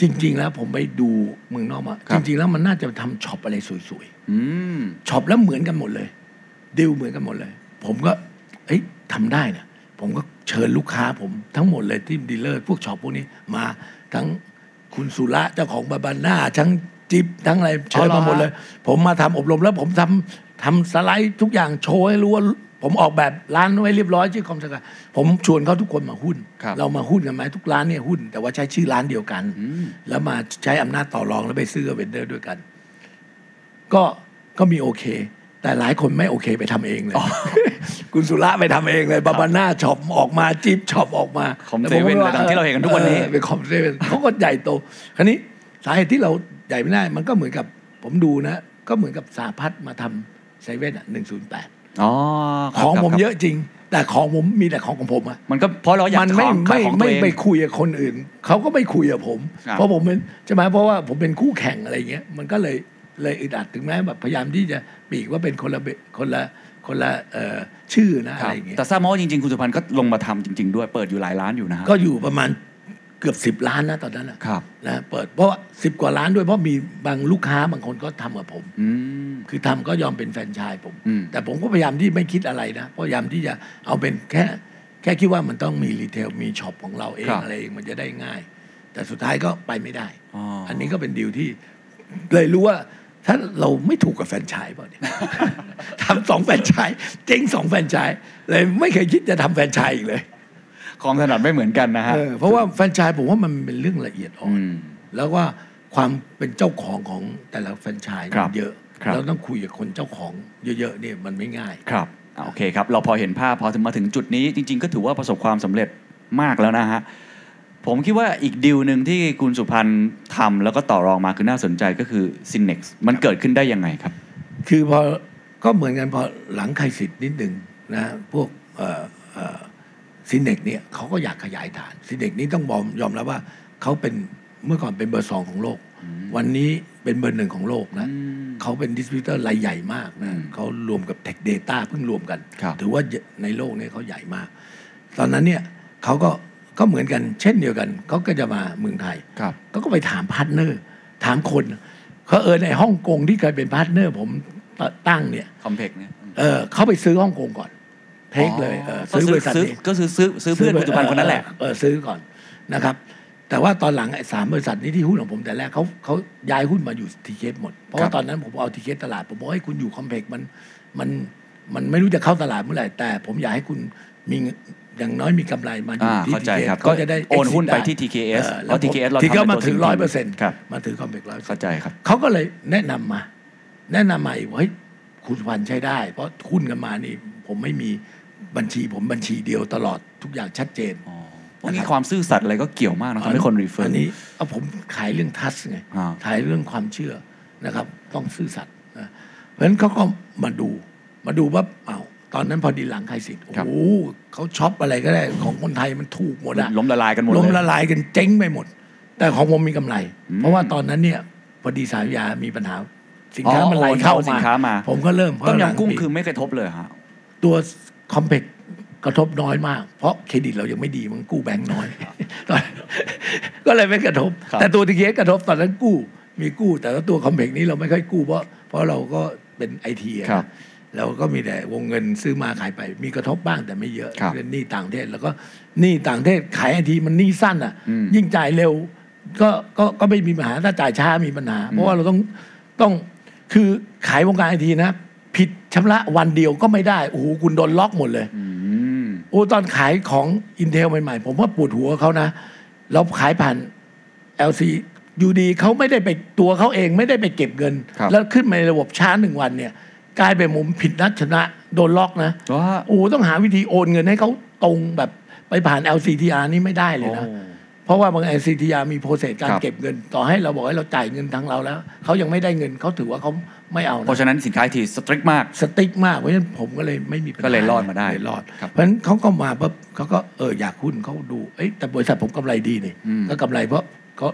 Speaker 5: จริง ๆ แล้วผมไปดูเมืองนอกมา
Speaker 4: ครั
Speaker 5: จ
Speaker 4: บ
Speaker 5: ริง ๆ แล้วมันน่าจะทำช็อปอะไรสวย
Speaker 4: อืม
Speaker 5: ๆช็อปแล้วเหมือนกันหมดเลยดิวเหมือนกันหมดเลย ผมก็เอ้ยทำได้นะผมก็เชิญลูกค้าผมทั้งหมดเลยที่ดีลเลอร์พวกช็อปพวกนี้มาทั้งคุณสุระเจ้าของบาบาน่าทั้งจิ๊บทั้งอะไรเชิ
Speaker 4: อ๋
Speaker 5: ญ
Speaker 4: อ
Speaker 5: มา
Speaker 4: เหรอฮะ
Speaker 5: หมดเลย ผมมาทำอบรมแล้วผมทำทำสไลด์ทุกอย่างโชว์ให้รู้ว่าผมออกแบบร้านไว้เรียบร้อยชื่อคอมสกาผมชวนเขาทุกคนมาหุ้น
Speaker 4: ครับ
Speaker 5: เรามาหุ้นกันไหมทุกร้านเนี่ยหุ้น แต่ว่าใช้ชื่อร้านเดียวกัน แล้วมาใช้อำนาจต่อรองแล้วไปซื้อกับเวนเดอร์ด้วยกัน ก็ก็มีโอเค แต่หลายคนไม่โอเคไปทำเองเลย คุณสุระไปทำเองเลยบาบาน่าช็อปออกมาจิ๊บช็อปออกมา
Speaker 4: คอม
Speaker 5: แต่ผ
Speaker 4: เซเว่น
Speaker 5: ก็
Speaker 4: เลยดังที่เราเห็นกันทุกวันนี้
Speaker 5: เออเป็นคอมเซเว่นเขาก็ใหญ่โตคราวนี้สาเหตุที่เราใหญ่ไม่ได้ มันก็เหมือนกับผมดูนะ ก็เหมือนกับสาพัฒน์มาทำเซเว่นอ่ะหนึ่งศูนย์แปด
Speaker 4: อ๋อครับ
Speaker 5: ของผม
Speaker 4: ครับ
Speaker 5: เยอะจริง แต่ของผมมีแต่ของของผมอะ
Speaker 4: มันก็เพราะเราอยาก
Speaker 5: มัน
Speaker 4: จะข
Speaker 5: ไม่
Speaker 4: องขาย
Speaker 5: ไม่
Speaker 4: ของตัว
Speaker 5: ไม่
Speaker 4: เอง
Speaker 5: ไปคุยกับคนอื่น เขาก็ไม่คุยกับผม
Speaker 4: ครับ
Speaker 5: เพราะผมเป็นใช่ไหมเพราะว่าผมเป็นคู่แข่งอะไรเงี้ยมันก็เลยเลยอึดอัดถึงแม้แบบพยายามที่จะปีกว่าเป็นคนละเบคนละคนละเอ่อชื่อนะ
Speaker 4: ค
Speaker 5: อะ
Speaker 4: รับ
Speaker 5: ไรเงี้ย
Speaker 4: แต่ทราบมาว่าจริง ๆ คุณสุพันธ์ก็ลงมาทำจริง ๆ ด้วยเปิดอยู่หลายร้านอยู่นะฮะ
Speaker 5: ก็อยู่ประมาณเกือบสิบล้านนะตอนนั้นนะครับ นะเปิดเพราะว่าสิบกว่าล้านด้วยเพราะมีบางลูกค้าบางคนก็ทำกับผม
Speaker 4: อืม
Speaker 5: คือทำก็ยอมเป็นแฟรนไชายผม
Speaker 4: อืม
Speaker 5: แต่ผมก็พยายามที่ไม่คิดอะไรนะ พยายามที่จะเอาเป็นแค่ แค่คิดว่ามันต้องมีรีเทลมีช็อปของเราเอง
Speaker 4: ครับ
Speaker 5: อะไรเองมันจะได้ง่าย แต่สุดท้ายก็ไปไม่ได้
Speaker 4: อ๋ออั
Speaker 5: อันนี้ก็เป็นดีลที่ เลยรู้ว่า ถ้าเราไม่ถูกกับแฟรนไชายเปล่าเนี่ย ทำสองแฟรนไชายเจ๊งสองแฟรนไชายเลยไม่เคยคิดจะทำแฟรนไชายอีกเลย
Speaker 4: ของถนัดไม่เหมือนกันนะฮะ
Speaker 5: เออเพราะว่าแฟรนไชายผมว่ามันเป็นเรื่องละเอียดอ่อน
Speaker 4: อืม
Speaker 5: แล้วว่าความเป็นเจ้าของของแต่ละแฟรนไชส์
Speaker 4: ครับ
Speaker 5: เยอะ
Speaker 4: ครับ
Speaker 5: เราต้องคุยกับคนเจ้าของเยอะๆเนี่ยมันไม่ง่าย
Speaker 4: ครับอ่ะโอเคครับ เราพอเห็นภาพพอถึงมาถึงจุดนี้จริง ๆ ก็ถือว่าประสบความสำเร็จมากแล้วนะฮะ ผมคิดว่าอีกดีลหนึ่งที่คุณสุพันธ์ทำแล้วก็ต่อรองมาคือน่าสนใจก็คือ s ินเน็กซ์มันเกิดขึ้นได้ยังไงครับ
Speaker 5: คือพอก็เหมือนกันพอหลังใครสิทธิ์นิดหนึ่งนะพวกซินเด็กเนี่ยเขาก็อยากขยายฐานซินเด็กนี้ต้องยอมยอมรับว่าเขาเป็นเมื่อก่อนเป็นเบอร์สองของโลก วันนี้เป็นเบอร์หนึ่งของโลกนะเขาเป็นดิสติบิวเตอร์รายใหญ่มากนะเขารวมกับ Tech Data เพิ่งรวมกัน
Speaker 4: ครับ
Speaker 5: ถือว่าในโลกนี้เขาใหญ่มาก ตอนนั้นเนี่ยเขาก็ ก็เหมือนกัน เช่นเดียวกันเขาก็จะมาเมืองไทย
Speaker 6: ครับ
Speaker 5: เขาก็ไปถามพาร์ทเนอร์ ถามคนเขาเออในฮ่องกงที่เคยเป็นพาร์ทเนอร์ผมตั้งเนี่ย
Speaker 4: คอมเพกเนี่ย
Speaker 5: เออเขาไปซื้อฮ่องกงก่อนเทคเลยเออซื้อบริษัท
Speaker 4: ซื้อ
Speaker 5: นี้
Speaker 4: ก็ซื้อซื้อซื้อเพื่อนปัจจุบันคนนั้นแหละ
Speaker 5: เออซื้อก่อนนะครับ แต่ว่าตอนหลังไอ้สามบริษัทนี้ที่หุ้นของผมแต่แรกเขาเขาย้ายหุ้นมาอยู่ทีเคสหมด เพราะ
Speaker 6: ครั
Speaker 5: ว่า
Speaker 6: บ
Speaker 5: ตอนนั้นผมเอาทีเคสตลาด ผมบอกให้คุณอยู่คอมเพล็กซ์มันมันมันไม่รู้จะเข้าตลาดเมื่อไหร่แต่ผมอยากให้คุณมีเงินอย่างน้อยมีกำไรมาอยู่
Speaker 4: อ่า
Speaker 5: ที่
Speaker 4: เข้า
Speaker 5: ที
Speaker 4: ใจ
Speaker 5: เคส
Speaker 4: ครับ
Speaker 5: ก็จะได้
Speaker 4: โอน
Speaker 5: exit
Speaker 4: หุ้นไป
Speaker 5: ด้
Speaker 4: ที่ TKS
Speaker 5: ออ
Speaker 4: เพราะ TKS เรา
Speaker 5: ที่เขา
Speaker 4: ทำเป็น
Speaker 5: มา
Speaker 4: ตัว
Speaker 5: ถือ
Speaker 4: สิ
Speaker 5: ร้อย
Speaker 4: น
Speaker 5: เปอร์
Speaker 4: ทุ
Speaker 5: เซ็น
Speaker 4: น
Speaker 5: ต์
Speaker 4: ครับ
Speaker 5: มาถือคอมเพล็กซ์ร้อย
Speaker 4: เข้าใจครับ
Speaker 5: เขาก็เลยแนะนำมา แนะนำมาอีกว่าเฮ้ยคุณฟันใช้ได้ เพราะหุ้นกันมานี่ ผมไม่มีบัญชีผมบัญชีเดียวตลอดทุกอย่างชัดเจน
Speaker 4: พวกนี้ความซื่อสัตย์อะไรก็เกี่ยวมากนะทำให้คนรีเฟอร์
Speaker 5: นนี้เอาผมขายเรื่องทัสไง
Speaker 4: อ่า
Speaker 5: ขายเรื่องความเชื่อนะครับ ต้องซื่อสัตย์นะเพราะฉะนั้นเขาก็มาดู มาดูว่าเอ้าวตอนนั้นพอดีหลังใครสิทธิ์โอ้
Speaker 4: ครับ
Speaker 5: โหเขาช็อปอะไรก็ได้ ของคนไทยมันถูกหมดอะ
Speaker 4: ล้มละลายกันหมด
Speaker 5: ล้ม
Speaker 4: เลย
Speaker 5: ละลายกันเจ๊งไปหมด แต่ของผมมีกำไร เพราะว่าตอนนั้นเนี่ย พอดีสายยามีปัญหาสินค้า
Speaker 4: อ๋อ
Speaker 5: มันไหลเข้า
Speaker 4: โอนเข้าสินค้ามา
Speaker 5: ผมก็เริ่ม
Speaker 4: ต้มยำกุ้ง
Speaker 5: เพราะหลัปี
Speaker 4: คือไม่กระทบเลยฮะ
Speaker 5: ตัวคอมเพกกระทบน้อยมาก เพราะเครดิตเรายังไม่ดีมันกู้แบงค์น้อย ตอนก็เลยไม่กระทบ
Speaker 4: ครับ
Speaker 5: แต่ตัวทีเคสกระทบตอนนั้นกู้ มีกู้ แต่ว่าตัวคอมเพกนี้เราไม่ค่อยกู้เพราะเพราะเราก็เป็นไอที
Speaker 4: ครับ
Speaker 5: เราก็มีแต่วงเงินซื้อมาขายไป มีกระทบบ้างแต่ไม่เยอะ
Speaker 4: ครับ
Speaker 5: เรื่องหนี้ต่างประเทศแล้วก็หนี้ต่างประเทศขายไอทีมันหนี้สั้นอ่ะ
Speaker 4: อืม
Speaker 5: ยิ่งจ่ายเร็ว ก็ก็ก็ไม่มีปัญหาถ้าจ่ายช้ามีปัญหา เพราะว่าเราต้องต้องคือขายวงการไอทีนะ ผิดชำระวันเดียวก็ไม่ได้ โอ้โห คุณโดนล็อกหมดเลย
Speaker 4: อืม
Speaker 5: โอ้ตอนขายของ Intel ใหม่ ๆ ผมว่าปวดหัวเขานะ เราขายผ่าน LC อยู่ดีเขาไม่ได้ไปตัวเขาเองไม่ได้ไปเก็บเงิน
Speaker 4: ครับ
Speaker 5: แล้วขึ้นมาในระบบช้าหนึ่งวันเนี่ย กลายเป็นมุมผิดนัดชนะโดนล็อกนะ
Speaker 4: ก็
Speaker 5: โอ้โหต้องหาวิธีโอนเงินให้เขาตรงแบบไปผ่าน LCTR นี่ไม่ได้เลยนะ
Speaker 4: โอ้
Speaker 5: เพราะว่าบาง LCTR มีโปรเซสการ
Speaker 4: ครับ
Speaker 5: เก็บเงิน ต่อให้เราบอกให้เราจ่ายเงินทั้งเราแล้ว เขายังไม่ได้เงินเขาถือว่าเขาไม่เอา
Speaker 4: เพราะ
Speaker 5: นะ
Speaker 4: ฉะนั้นสินค้าทีสตริกมาก
Speaker 5: สติ๊กมากเพราะฉะนั้นผมก็เลยไม่มีปัญหา
Speaker 4: ก็เลยรอดมาได้
Speaker 5: เลยรอด
Speaker 4: ครับ
Speaker 5: เพราะฉะนั้นเขาก็มาปุ๊บเขาก็เอออยากหุ้นเขาดูเอ้ยแต่บริษัทผมกำไรดีนี่
Speaker 4: อืม
Speaker 5: ก็กำไรเพราะเขา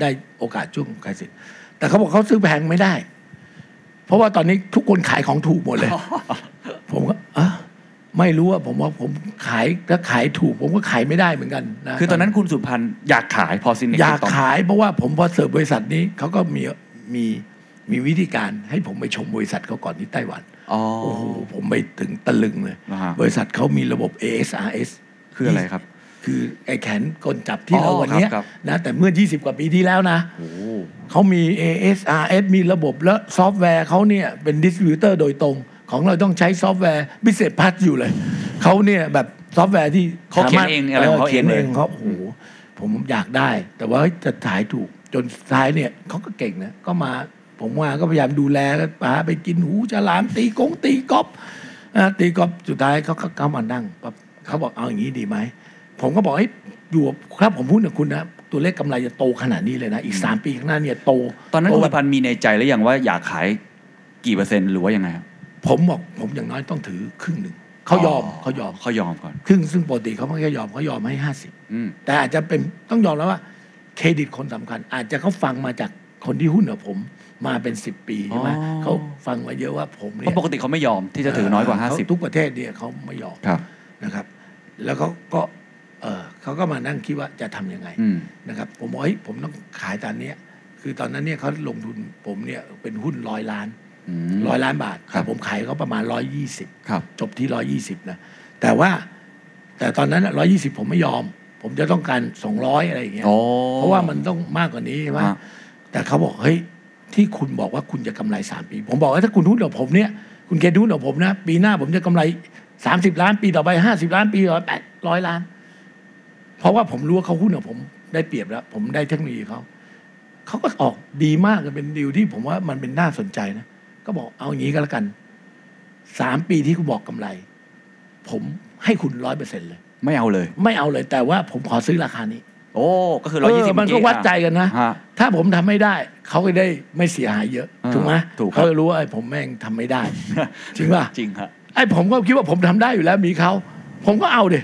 Speaker 5: ได้โอกาสช่วงขายสินแต่เขาบอกเขาซื้อแพงไม่ได้ เพราะว่าตอนนี้ทุกคนขายของถูกหมด เลย ผมก็อ่ะไม่รู้อะผมว่าผมขายถ้าขายถูก ผมก็ขายไม่ได้เหมือนกันนะ
Speaker 4: คือตอนนั้นคุณสุพันธ์อยากขายพอซินเน
Speaker 5: อยากขายเพราะว่าผมพอเสิร์ฟบริษัทนี้เขาก็มีมีมีวิธีการให้ผมไปชมบริษัทเขาก่อนที่ไต้หวัน
Speaker 4: อ๋อ
Speaker 5: โอ้โหผมไปถึงตะลึงเลย
Speaker 4: อ่าฮะ
Speaker 5: บริษัทเขามีระบบ ASRS
Speaker 4: คืออะไรครับ
Speaker 5: คือไอ้แขนกลจับที่
Speaker 4: อ๋อ
Speaker 5: เราวันเนี้ย
Speaker 4: ครับ
Speaker 5: นะแต่เมื่อ 20 กว่าปีที่แล้วนะ
Speaker 4: โอ้โห
Speaker 5: เขามี ASRS มีระบบและซอฟต์แวร์เขาเนี่ย เป็นดิสติบิวเตอร์โดยตรง ของเราต้องใช้ซอฟต์แวร์พิเศษพัดอยู่เลย เขาเนี่ยแบบซอฟต์แวร์ที่
Speaker 4: เขาเขียนเองอะไรของเขาเอง
Speaker 5: เขียน
Speaker 4: เลย
Speaker 5: เองเขาโอ้โหผมอยากได้ แต่ว่าเฮ้ยจะถ่ายถูกจนสุดท้ายเนี่ยเขาก็เก่งนะ ก็มาผมว่าก็พยายามดูแลก็พาไปกินหูฉลามตีกงตีกอล์ฟอ่าตีกอล์ฟสุดท้ายเขาก็เข้ามานั่งปั๊บเขาบอกเอาอย่างนี้ดีไหม ผมก็บอกให้ยอยู่กับครับผมพูดกับคุณนะตัวเลขกำไรจะโตขนาดนี้เลยนะ อีกสามปีข้างหน้าเนี่ยโต
Speaker 4: ตอนนั้น
Speaker 5: โ
Speaker 4: คุณสุพันธ์มีในใจหรือยังว่าอยากขายกี่เปอร์เซ็นต์หรือว่ายังไงครับ
Speaker 5: ผมบอกผมอย่างน้อยต้องถือครึ่งหนึ่งเขายอมเขายอม
Speaker 4: เขายอมก่อน
Speaker 5: ครึ่งซึ่งปกติเขาไม่ค่อยยอมเขายอมให้ห้าสิบ
Speaker 4: อืม
Speaker 5: แต่อาจจะเป็นต้องยอมแล้วว่า เครดิตคนสำคัญ อาจจะเขาฟังมาจากคนที่หุ้นกับผมมาเป็นสิบปีใช่ไหม
Speaker 4: อ๋อ
Speaker 5: เขาฟังมาเยอะว่าผม
Speaker 4: เพ
Speaker 5: เนี่ย
Speaker 4: ราะปกติเขาไม่ยอมที่จะถือน้อยกว่า
Speaker 5: เข
Speaker 4: 50
Speaker 5: ทุกประเทศเนี่ยเขาไม่ยอม
Speaker 4: ครับ
Speaker 5: นะครับ แล้วเขาก็เออเขาก็มานั่งคิดว่าจะทำยังไง
Speaker 4: อืม
Speaker 5: นะครับผมบอกเฮ้ยผมต้องขายตอนเนี้ยคือตอนนั้นเนี่ยเขาลงทุนผมเนี่ยเป็นหุ้นร้อยล้าน
Speaker 4: อืม
Speaker 5: ร้อยล้านบาท
Speaker 4: ครับ
Speaker 5: แต่ผมขายเขาประมาณร้อยยี่สิบ
Speaker 4: ครับ
Speaker 5: จบที่ร้อยี่สิบนะแต่ว่าแต่ตอนนั้นร้อยยี่สิบผมไม่ยอม ผมจะต้องการสองร้อยอะไรอย่างเงี้ย
Speaker 4: โอ้
Speaker 5: เพราะว่ามันต้องมากกว่านี้ใช่ไหม
Speaker 4: ฮะ
Speaker 5: แต่เขาบอกเฮ้ยที่คุณบอกว่าคุณจะกำไรสามปี ผมบอกว่าถ้าคุณหุ้นกับผมเนี่ย คุณเกณฑ์หุ้นกับผมนะ ปีหน้าผมจะกำไรสามสิบล้านปีต่อไปห้าสิบล้านปีต่อไปร้อยล้าน เพราะว่าผมรู้ว่าเขาหุ้นกับผมได้เปรียบแล้ว ผมได้เทคโนโลยีเขา เขาก็ออกดีมากเลยเป็นดีลที่ผมว่ามันเป็นน่าสนใจนะ ก็บอกเอาอย่างนี้ก็แล้วกันสามปีที่คุณบอกกำไร ผมให้คุณร้อยเปอร์เซ็นเลย
Speaker 4: ไม่เอาเลย
Speaker 5: ไม่เอาเลยแต่ว่าผมขอซื้อราคานี้
Speaker 4: โอ้ ก็คือ 120
Speaker 5: เออมันก็
Speaker 4: เอ
Speaker 5: วัดใจกันนะ
Speaker 4: ฮะ
Speaker 5: ถ้าผมทำไม่ได้ เขาก็ได้ไม่เสียหายเยอะ
Speaker 4: อ่า
Speaker 5: ถูกไหม
Speaker 4: ถูกครับ
Speaker 5: เขาจะรู้ว่าไอ้ผมแม่งทำไม่ ได้ จริงป่ะ
Speaker 4: จริงฮะ
Speaker 5: ไอ้ผมก็คิดว่าผมทำได้อยู่แล้วมีเขาผมก็เอาเดย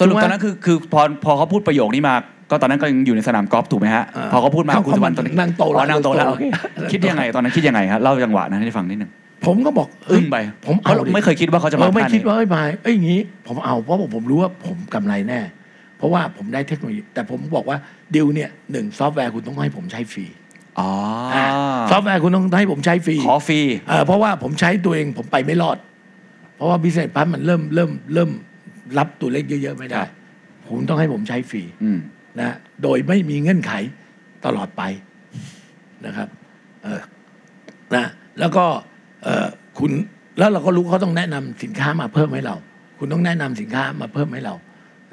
Speaker 4: สรุปตอนนั้นคือคือพอพอเขาพูดประโยคนี้มา ก็ตอนนั้นก็ยังอยู่ในสนามกอล์ฟถูกไหมฮะ
Speaker 5: เออ
Speaker 4: พอเขาพูดมา
Speaker 5: เขา
Speaker 4: คุณสุวรรณตอนนี้
Speaker 5: นั่งโตแล้ว
Speaker 4: อ๋อนั่งโตแล้ว
Speaker 5: นั่งโต
Speaker 4: โอเค
Speaker 5: แล้ว
Speaker 4: คิดยังไงตอนนั้นคิดยังไงฮะเล่าจังหวะนั้นให้ฟังนิดหนึ่ง
Speaker 5: ผมก็บอกเอ้
Speaker 4: อึ้
Speaker 5: ย
Speaker 4: งไป
Speaker 5: ผม
Speaker 4: เพราะ
Speaker 5: เอาดิ
Speaker 4: ไม่เคยคิดว่าเขาจะมา
Speaker 5: เออไม่
Speaker 4: ท่นี้
Speaker 5: คิดว่าเอ้ยมายเอ้ยอย่างงี้ ผมเอาเพราะผมรู้ว่าผมกำไรแน่ เพราะว่าผมได้เทคโนโลยี แต่ผมบอกว่าดิวเนี่ยหนึ่งซอฟต์แวร์คุณต้องให้ผมใช้ฟรี
Speaker 4: อ๋ออา
Speaker 5: ซอฟต์แวร์คุณต้องให้ผมใช้ฟรี
Speaker 4: ขอฟรี
Speaker 5: เอ่อเพราะว่าผมใช้ตัวเองผมไปไม่รอด เพราะว่าบิสเนสพันมันเริ่มเริ่มเริ่มรับตัวเลขเยอะ ๆ ไม่ได้
Speaker 4: ครับ
Speaker 5: ผมต้องให้ผมใช้ฟรี
Speaker 4: อืม
Speaker 5: นะโดยไม่มีเงื่อนไขตลอดไปนะครับเออนะแล้วก็เออคุณแล้วเราก็รู้เขาต้องแนะนำสินค้ามาเพิ่มให้เรา คุณต้องแนะนำสินค้ามาเพิ่มให้เรา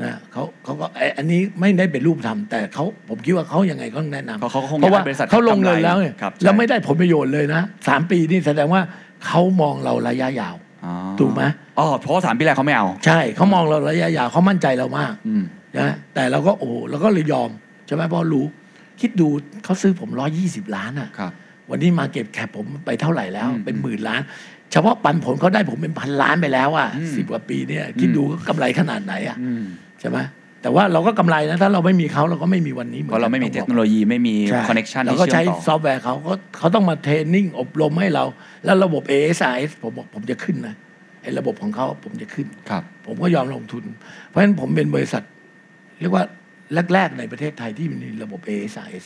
Speaker 5: นะเขาเขาก็ไอ้อันนี้ไม่ได้เป็นรูปธรรมแต่เขาผมคิดว่าเขายังไงก็ต้องแนะนำ
Speaker 4: เขาเขาคงอยาก
Speaker 5: เพราะว่า
Speaker 4: ให้บริษัท
Speaker 5: เขาลงเงินแล้วเนี่ย
Speaker 4: ครับใช่
Speaker 5: แล้วไม่ ได้ผลประโยชน์เลยนะสามปีนี่แสดงว่าเขามองเราระยะยาว
Speaker 4: อ๋อ
Speaker 5: ถูกไหม
Speaker 4: อ๋อเพราะว่าสามปีแรกเขาไม่เอา
Speaker 5: ใช่เขามองเราระยะยาวเขามั่นใจเรามาก
Speaker 4: อืม
Speaker 5: นะแต่เราก็โอ้โหเราก็เลยยอมใช่ไหมเพราะรู้ คิดดูเขาซื้อผมร้อยี่สิบล้านอะ
Speaker 4: ครับ
Speaker 5: วันนี้มาเก็บแคปผมไปเท่าไหร่แล้ว
Speaker 4: อืม
Speaker 5: เป็นหมื่นล้าน เฉพาะปันผลเขาได้ผมเป็นพันล้านไปแล้วอะ
Speaker 4: อืม
Speaker 5: สิบกว่าปีเนี่ย คิดดูกำไรขนาดไหนอะ
Speaker 4: อืม
Speaker 5: ใช่ไหมแต่ว่าเราก็กำไรนะถ้าเราไม่มีเขาเราก็ไม่มีวันนี้ห
Speaker 4: เพ
Speaker 5: อนกั
Speaker 4: ราะ
Speaker 5: น
Speaker 4: เราไม่มี
Speaker 5: ต้
Speaker 4: เท
Speaker 5: อง
Speaker 4: ค
Speaker 5: บอก
Speaker 4: โนโลยีไม่มี
Speaker 5: ใช่
Speaker 4: คอนเน็ชัน
Speaker 5: เรา
Speaker 4: ที่
Speaker 5: ก็
Speaker 4: เชื่อ
Speaker 5: ใช้
Speaker 4: มต่อ
Speaker 5: ซอฟต์แวร์เขาก็เขาต้องมาเทรนนิ่งอบรมให้เรา แล้วระบบ ASIS ผมบอกผมจะขึ้นนะไอ้ระบบของเขาผมจะขึ้น
Speaker 4: ครับ
Speaker 5: ผมก็ยอมลงทุน เพราะฉะนั้นผมเป็นบริษัท เรียกว่าแรก ๆ ในประเทศไทยที่มีระบบ ASIS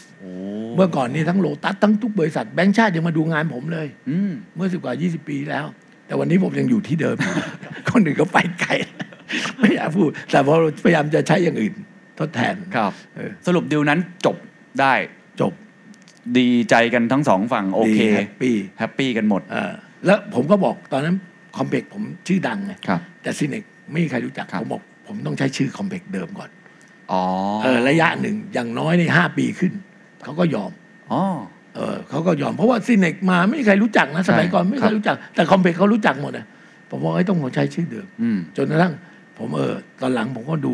Speaker 5: เมื่อก่อนนี้ทั้งโลตัสทั้งทุกบริษัทแบงก์ชาติยังมาดูงานผมเลย
Speaker 4: อืม
Speaker 5: เมื่อสิบกว่า 20 ปีแล้ว แต่วันนี้ผมยังอยู่ที่เดิม คนอื่นก็ไปไกล ไม่อยากพูดแต่พอเราพยายามจะใช้อย่างอื่น ทดแทน
Speaker 4: ครับ
Speaker 5: เออ
Speaker 4: สรุปดีลนั้นจบได้
Speaker 5: จบ
Speaker 4: ดีใจกันทั้งสองฝั่งโอเค
Speaker 5: ดีแฮปปี้
Speaker 4: แฮปปี้กันหมด
Speaker 5: เออแล้วผมก็บอกตอนนั้นคอมเพกผมชื่อดังไง
Speaker 4: ครับ
Speaker 5: แต่ซินเอกไม่มีใครรู้จัก
Speaker 4: ครับ
Speaker 5: ผมบอกผมต้องใช้ชื่อคอมเพกเดิมก่อน
Speaker 4: อ๋อ
Speaker 5: เออระยะหนึ่งอย่างน้อยในห้าปีขึ้น เขาก็ยอม
Speaker 4: อ๋อ
Speaker 5: เออเขาก็ยอมเพราะว่าซินเอกมาไม่มีใครรู้จักนะสมัยก่อน
Speaker 4: ใช่
Speaker 5: ไม่มี
Speaker 4: ครั
Speaker 5: ใคร
Speaker 4: บ
Speaker 5: รู้จัก แต่คอมเพกเขารู้จักหมดนะผมบอกไอ้ยต้องผมใช้ชื่อเดิม
Speaker 4: อืม
Speaker 5: จนกระทั่งผมเออตอนหลังผมก็ดู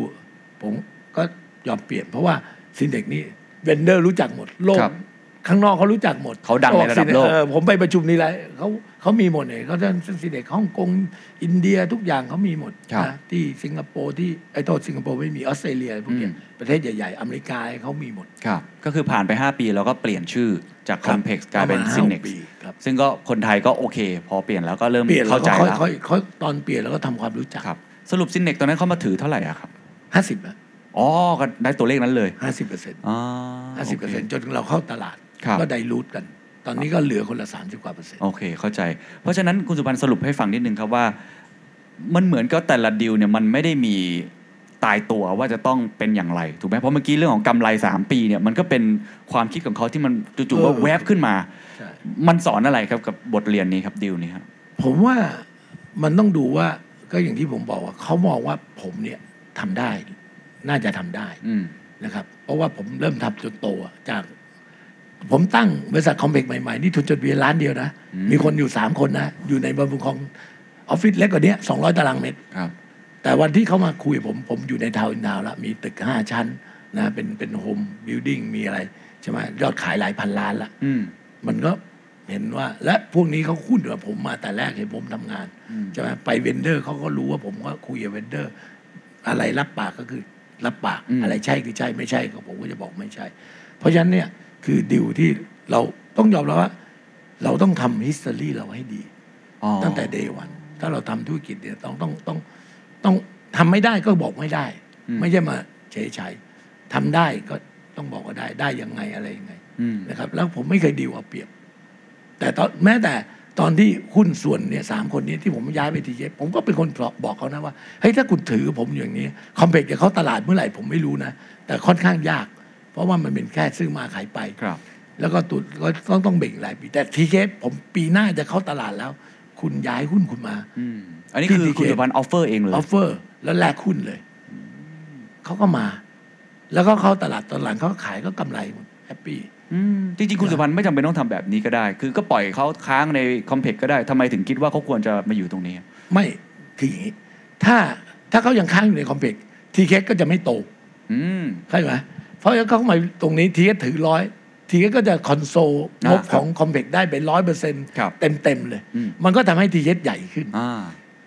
Speaker 5: ผมก็ยอมเปลี่ยน เพราะว่าซินเด็กนี่เวนเดอร์รู้จักหมดโลก
Speaker 4: ครับ
Speaker 5: ข้างนอกเขารู้จักหมด
Speaker 4: เขาดังในระดับโลก
Speaker 5: เออผมไปประชุมนี่แหละเขาเขามีหมดเลยเขาท่านซินเด็กฮ่องกงอินเดียทุกอย่างเขามีหมดนะที่สิงคโปร์ที่ไอ้โทษสิงคโปร์ไม่มีออสเตรเลียพวกเนี้ยประเทศใหญ่ๆ อเมริกาเขามีหมด
Speaker 4: ครับ ก็คือผ่านไป 5 ปีเราก็เปลี่ยนชื่อจากคอมเพล็กซ์กลายเป็น
Speaker 5: ระมณ
Speaker 4: ซินเน็ก
Speaker 5: ห้าปีครับ
Speaker 4: ซึ่งก็คนไทยก็โอเค พอเปลี่ยนแล้วก็เริ่ม
Speaker 5: เปลี่ยนแล้
Speaker 4: เข้าว ใจ
Speaker 5: ก็
Speaker 4: แล้ว
Speaker 5: ค่อยๆค่อยๆตอนเปลี่ยนแล้วก็ทำความรู้จัก
Speaker 4: ครับ สรุปซินเน็กตอนนั้นเขามาถือเท่าไหร่อะครับ
Speaker 5: ห้าสิบอะ
Speaker 4: อ๋อก็ได้ตัวเลขนั้นเลย
Speaker 5: ห้าสิบเปอร์เซ็นต์
Speaker 4: อ๋อ
Speaker 5: ห้าสิบเปอร์เซ็น
Speaker 4: โค
Speaker 5: ต์จนเราเข้าตลาด
Speaker 4: ครับ
Speaker 5: ก็ไดรูทกัน ตอนนี้ก็เหลือคนละสามสิบกว่าเปอร์เซ็นต์
Speaker 4: โอเค เข้าใจ เพราะฉะนั้นคุณสุพันธ์สรุปให้ฟังนิดนึงครับว่า มันเหมือนกับแต่ละดีลเนี่ยมันไม่ได้มีตายตัวว่าจะต้องเป็นอย่างไร ถูกไหมเพราะเมื่อกี้เรื่องของกำไร 3 ปีเนี่ยมันก็เป็นความคิดของเขาที่มันจู่ๆว่าแวบขึ้นมา
Speaker 5: ใช่
Speaker 4: มันสอนอะไรครับกับบทเรียนนี้ครับดีลนี้ครับ
Speaker 5: ผมว่ามันต้องดูว่าก็อย่างที่ผมบอกว่าเขามองว่าผมเนี่ยทำได้ น่าจะทำได้
Speaker 4: อืม
Speaker 5: นะครับ เพราะว่าผมเริ่มทำจนโตอะจาก ผมตั้งบริษัทคอมเพล็กซ์ใหม่ ๆ นี่ทุนจดทะเบียนล้านเดียวนะ
Speaker 4: อืม
Speaker 5: มีคนอยู่สามคนนะ อยู่ในบำรุงของออฟฟิศเล็กกว่าเนี้สองร้อย200 ตารางเมตร
Speaker 4: ครับ
Speaker 5: แต่วันที่เขามาคุยผมผมอยู่ในทาวน์อินทาวน์แล้วมีตึกห้าชั้นนะเป็นเป็นโฮมบิลดิ้งมีอะไรใช่ไหมยอดขายหลายพันล้านละ
Speaker 4: อืม
Speaker 5: มันก็เห็นว่า และพวกนี้เขาคุ้นกับผมมาแต่แรกเห็นผมทำงาน
Speaker 4: อืม
Speaker 5: ใช่ไหมไปเวนเดอร์เขาก็รู้ว่าผมก็คุยกับเวนเดอร์ อะไรรับปากก็คือรับปาก
Speaker 4: อืม
Speaker 5: อะไรใช่คือใช่ไม่ใช่ก็ผมก็จะบอกไม่ใช่ เพราะฉะนั้นเนี่ยคือดิวที่เราต้องยอมรับว่า เราต้องทำฮิสตอรีเราให้ดี
Speaker 4: อ๋อ
Speaker 5: ตั้งแต่เดวันถ้าเราทำธุรกิจเนี่ยต้องต้องต้องต้องทำไม่ได้ก็บอกไม่ได้ ไม่ใช่มาเฉยเฉยๆทำได้ก็ต้องบอกว่าได้ได้ยังไงอะไรยังไง
Speaker 4: อืม
Speaker 5: นะครับแล้วผมไม่เคยดีลเอาเปรียบ แต่ตอนแม้แต่ตอนที่หุ้นส่วนเนี่ยสามคนเนี้ที่ผมย้ายไปทีเจผมก็เป็นคนบอกเขานะว่าเฮ้ยถ้าคุณถือผมอย่างนี้ คอมเพล็กซ์จะเข้าตลาดเมื่อไหร่ผมไม่รู้นะ แต่ค่อนข้างยาก เพราะว่ามันเป็นแค่ซื้อมาขายไป
Speaker 4: ครับ
Speaker 5: แล้วก็ตุดก็ต้องต้องเบ่งหลายปี แต่ทีเจผมปีหน้าจะเข้าตลาดแล้ว คุณย้ายหุ้นคุณมา
Speaker 4: อืม อันนี้
Speaker 5: ที่
Speaker 4: คือ
Speaker 5: TK
Speaker 4: คุณสุพันธ์ออฟเฟอร์เองเลย
Speaker 5: ออฟเฟอร์ แล้วแลกหุ้นเลย เขาก็มา แล้วก็เข้าตลาดตอนหลังเขาก็ขายก็กำไรหมดแฮปปี้
Speaker 4: อืม จริง ๆ คุณสุพันธ์ไม่จำเป็นต้องทำแบบนี้ก็ได้ คือก็ปล่อยเขาค้างในคอมเพล็กซ์ก็ได้ทำไมถึงคิดว่าเขาควรจะมาอยู่ตรงนี้
Speaker 5: ไม่คืออย่างนี้ ถ้าถ้าเขายังค้างอยู่ในคอมเพล็กซ์ทีเคสก็จะไม่โต
Speaker 4: อืม
Speaker 5: เข้าใจไหมเพราะเขาเข้ามาตรงนี้ทีเคสถือร้อยทีเคสก็จะคอนโซลงบ
Speaker 4: อ่าครับ
Speaker 5: ของคอมเพล็กซ์ได้เป็นร้อยเปอร์เซ็นต์
Speaker 4: ครับ
Speaker 5: เต็มเต็มๆเลย
Speaker 4: อืม
Speaker 5: มันก็ทำให้ทีเคสใหญ่ขึ้น
Speaker 4: อ่า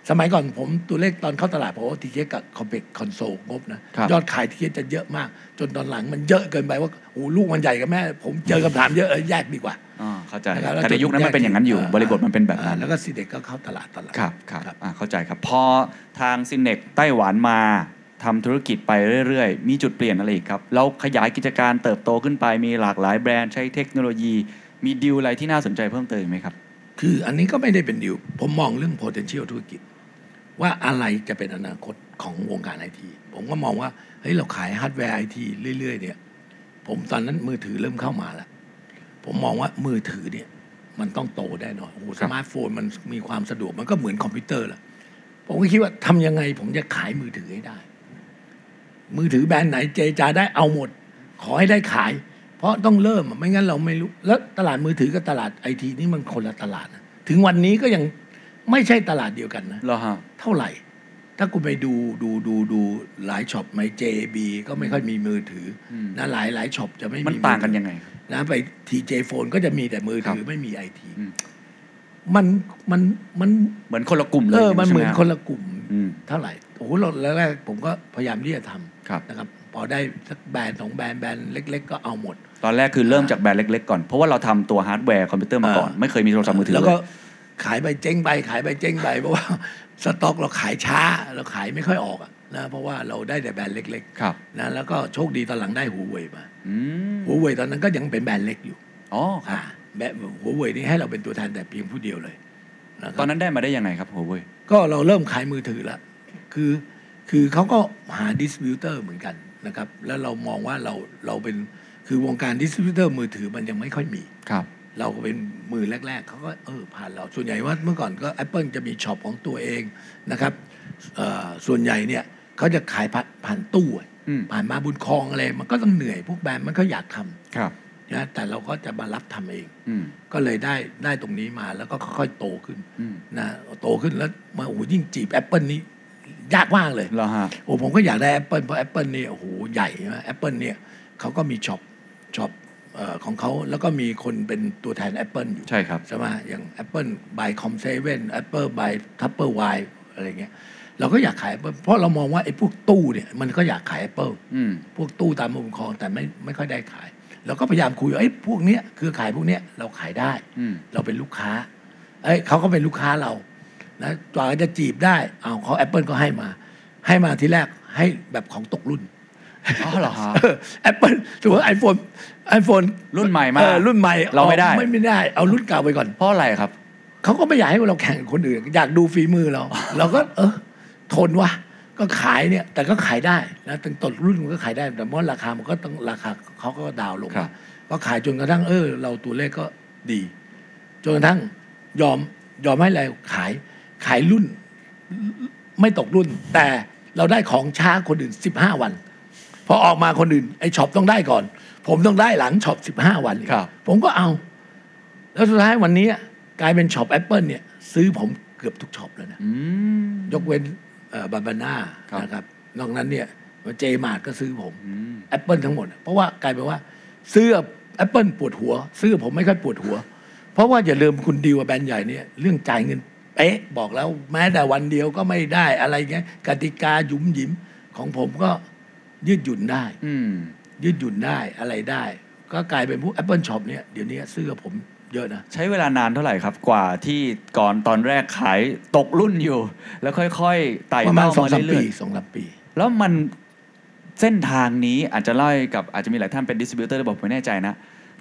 Speaker 5: สมัยก่อนผมตัวเลขตอนเข้าตลาดผมว่าทีเคสกับคอมเพล็กซ์คอนโซลงบนะ
Speaker 4: ครับ
Speaker 5: ยอดขายทีเคสจะเยอะมาก จนตอนหลังมันเยอะเกินไปว่าโอ้โหลูกมันใหญ่กับแม่ ผมเจอคำถามเยอะเออแยกดีกว่า
Speaker 4: อ่าเข้าใจ
Speaker 5: นะครับ
Speaker 4: แต่ในยุคนั้นมันเป็นอย่างนั้นอยู่ บริบทมันเป็นแบบนั้น
Speaker 5: อ่าแล้วก็ซีเด็กก็เข้าตลาดตลาด
Speaker 4: ครับครับ
Speaker 5: ครับ
Speaker 4: อ่าเข้าใจครับ พอทางซินเนกไต้หวันมา ทำธุรกิจไปเรื่อยๆ มีจุดเปลี่ยนอะไรอีกครับ เราขยายกิจการเติบโตขึ้นไป มีหลากหลายแบรนด์ใช้เทคโนโลยี มีดีลอะไรที่น่าสนใจเพิ่มเติมไหมครับ
Speaker 5: คืออันนี้ก็ไม่ได้เป็นดิวผมมองเรื่อง potential ธุรกิจ ว่าอะไรจะเป็นอนาคตของวงการไอที ผมก็มองว่าเฮ้ยเราขายฮาร์ดแวร์ไอทีเรื่อย ๆ เนี่ย ผมตอนนั้นมือถือเริ่มเข้ามาแล้ว ผมมองว่ามือถือเนี่ย มันต้องโตได้หน่อยโอ้โห
Speaker 4: ค
Speaker 5: ส
Speaker 4: รับ
Speaker 5: มาร์ทโฟนมันมีความสะดวกมันก็เหมือนคอมพิวเตอร์ละผมก็คิดว่าทำยังไงผมจะขายมือถือให้ได้ มือถือแบรนด์ไหนเจรจาได้เอาหมด ขอให้ได้ขาย เพราะต้องเริ่มอะไม่งั้นเราไม่รู้ แล้วตลาดมือถือกับตลาดไอทีนี่มันคนละตลาดนะถึงวันนี้ก็ยังไม่ใช่ตลาดเดียวกันนะ
Speaker 4: เหรอฮะ
Speaker 5: เท่าไหร่ ถ้าคุณไปดูดูดูดูหลายช็อปไหม JB ก็ไม่ค่อยมีมือถืออ
Speaker 4: ม
Speaker 5: นะหลายหลายช็อปจะไม่
Speaker 4: มันต่างกันยังไงครับ
Speaker 5: นะไป TJ Phone ก็จะมีแต่มือถือ
Speaker 4: ครับ
Speaker 5: ไม่มีไอที
Speaker 4: อืม
Speaker 5: มันมันมัน
Speaker 4: เหมือนคนละกลุ่มเลย
Speaker 5: เออมันเหมือน
Speaker 4: ใช่ไ
Speaker 5: คนละกลุ่ม
Speaker 4: อืม
Speaker 5: เท่าไหร่โอ้โหเราแรกๆผมก็พยายามที่จะท
Speaker 4: ครับ
Speaker 5: ำนะครับ พอได้สักแบรนด์สองแบรนด์แบรนด์เล็ก ๆ ก็เอาหมด
Speaker 4: ตอนแรกคือเริ่มจากแบรนด์เล็กๆก่อน เพราะว่าเราทำตัวฮาร์ดแวร์คอมพิวเตอร์มาก่อน
Speaker 5: เออ
Speaker 4: ไม่เคยมีโทรศัพท์มือถือ
Speaker 5: แล้วก็
Speaker 4: เย
Speaker 5: ขายไปเจ๊งไปขายไปเจ๊งไปเพราะ ว่า สต็อกเราขายช้าเราขายไม่ค่อยออกอะนะเพราะว่าเราได้แต่แบรนด์เล็กๆ
Speaker 4: ครับ
Speaker 5: นะแล้วก็โชคดีตอนหลังได้หูเว่ยมา
Speaker 4: อืม
Speaker 5: หูเว่ยตอนนั้นก็ยังเป็นแบรนด์เล็กอยู่
Speaker 4: อ๋อครับ
Speaker 5: อ่าแบรนด์หูเว่ยนี่ให้เราเป็นตัวแทนแต่เพียงผู้เดียวเลยะครับ
Speaker 4: ตอนนั้นได้มาได้ยังไงครับโหเว้ย
Speaker 5: ก็เราเริ่มขายมือถือละคือคือเขาก็หาดิสติบิวเตอร์เหมือนกันนะครับแล้วเรามองว่าเราเราเป็นคือวงการดิสติบิวเตอร์มือถือมันยังไม่ค่อยมี
Speaker 4: ครับ
Speaker 5: เราก็เป็นมือแรก ๆ เขาก็เออผ่านเราส่วนใหญ่ว่าเมื่อก่อนก็ Apple จะมีช็อปของตัวเองนะครับเอ่อส่วนใหญ่เนี่ยเขาจะขายผ่านผ่านตู้อะ
Speaker 4: อืม
Speaker 5: ผ่านมาบุญคลองอะไร มันก็ต้องเหนื่อย พวกแบรนด์มันก็อยากท
Speaker 4: ครับ
Speaker 5: ำนะแต่เราก็จะมารับทำเอง
Speaker 4: อืม
Speaker 5: ก็เลยได้ได้ตรงนี้มาแล้วก็ค่อยๆโตขึ้น
Speaker 4: อืม
Speaker 5: นะโตขึ้นแล้วมาโอ้โหยิ่งจีบ Apple นี้ยากมากเลย
Speaker 4: เหรอฮะ
Speaker 5: โอ้ผมก็อยากได้ Apple เพราะ Apple เนี่ยโอ้โหใหญ่ใช่ไหมแอปเปิลเนี่ยเขาก็มีช็อปช็อปเอ่อของเขาแล้วก็มีคนเป็นตัวแทน Apple อยู่
Speaker 4: ใช่ครับ
Speaker 5: ใช่ไหมอย่าง Apple by com 7 Apple by Tupper w i อะไรเงี้ยเราก็อยากขาย Apple เพราะเรามองว่าไอ้พวกตู้เนี่ยมันก็อยากขาย Apple
Speaker 4: อืม
Speaker 5: พวกตู้ตามมุมคลองแต่ไม่ไม่ค่อยได้ขาย เราก็พยายามคุยว่าไอ้ยพวกเนี้ยคือขายพวกเนี้ยเราขายได้
Speaker 4: อืม
Speaker 5: เราเป็นลูกค้า เอ้ยเขาก็เป็นลูกค้าเรานะกว่าจะจีบได้เอาวเขา Apple ก็ให้มา ให้มาทีแรกให้แบบของตกรุ่น
Speaker 4: อ๋อเหรอฮะ
Speaker 5: แอปเปิลถือว่าไอโฟนไอโฟน
Speaker 4: รุ่นใหม่มา
Speaker 5: รุ่นใหม่
Speaker 4: เราไม่ได้
Speaker 5: ไม่ไม่ได้ เอารุ่นเก่าไปก่อน
Speaker 4: เพราะอะไรครับ
Speaker 5: เขาก็ไม่อยากให้เราแข่งกับคนอื่น อยากดูฝีมือเรา เราก็ เออ ทนวะก็ขายเนี่ย แต่ก็ขายได้นะถึงตดรุ่นมันก็ขายได้ แต่เมื่อราคามันก็ต้องราคาเขาก็ดาวน์ลง
Speaker 4: ครับ
Speaker 5: ก็ขายจนกระทั่งเออ เราตัวเลขก็ดี จนกระทั่งยอมยอมให้เราขาย ขายรุ่น ไม่ตกรุ่น แต่เราได้ของช้าคนอื่นสิบห้าวันพอออกมาคนอื่นไอช็อปต้องได้ก่อน ผมต้องได้หลังช็อปสิบห้าวันอีก
Speaker 4: ครับ
Speaker 5: ผมก็เอา แล้วสุดท้ายวันนี้กลายเป็นช็อป Apple เนี่ย ซื้อผมเกือบทุกช็อปแล้วนะ
Speaker 4: อืม
Speaker 5: ยกเว้นบาบาน่า
Speaker 4: ครับ
Speaker 5: นะครับนอกนั้นเนี่ยเจมาร์ก็ซื้อผม
Speaker 4: อืม
Speaker 5: Apple ทั้งหมด เพราะว่ากลายเป็นว่า เสื้อ Apple ปวดหัว เสื้อผมไม่ค่อยปวดหัว เพราะว่าอย่าลืมคุณดีลกับแบรนด์ใหญ่เนี่ยเรื่องจ่ายเงินเป๊ะบอกแล้วแม้แต่วันเดียวก็ไม่ได้อะไรเงี้ยกติกาหยุมหยิมของผมก็ยืดหยุ่นได้
Speaker 4: อืม
Speaker 5: ยืดหยุ่นได้อะไรได้ ก็กลายเป็นพวก Apple Shop เนี่ยเดี๋ยวนี้เสื้อผมเยอะนะ
Speaker 4: ใช้เวลานานเท่าไหร่ครับ กว่าที่ก่อนตอนแรกขายตกรุ่นอยู่ แล้วค่อยๆไต่
Speaker 5: ประมา
Speaker 4: เต้า
Speaker 5: ณสอง
Speaker 4: มา
Speaker 5: สามปี
Speaker 4: เรื่อย
Speaker 5: สองสามปี
Speaker 4: ๆแล้วมันเส้นทางนี้อาจจะเล่าให้กับอาจจะมีหลายท่านเป็นดิสติบิวเตอร์หรือเปล่าผมไม่แน่ใจนะ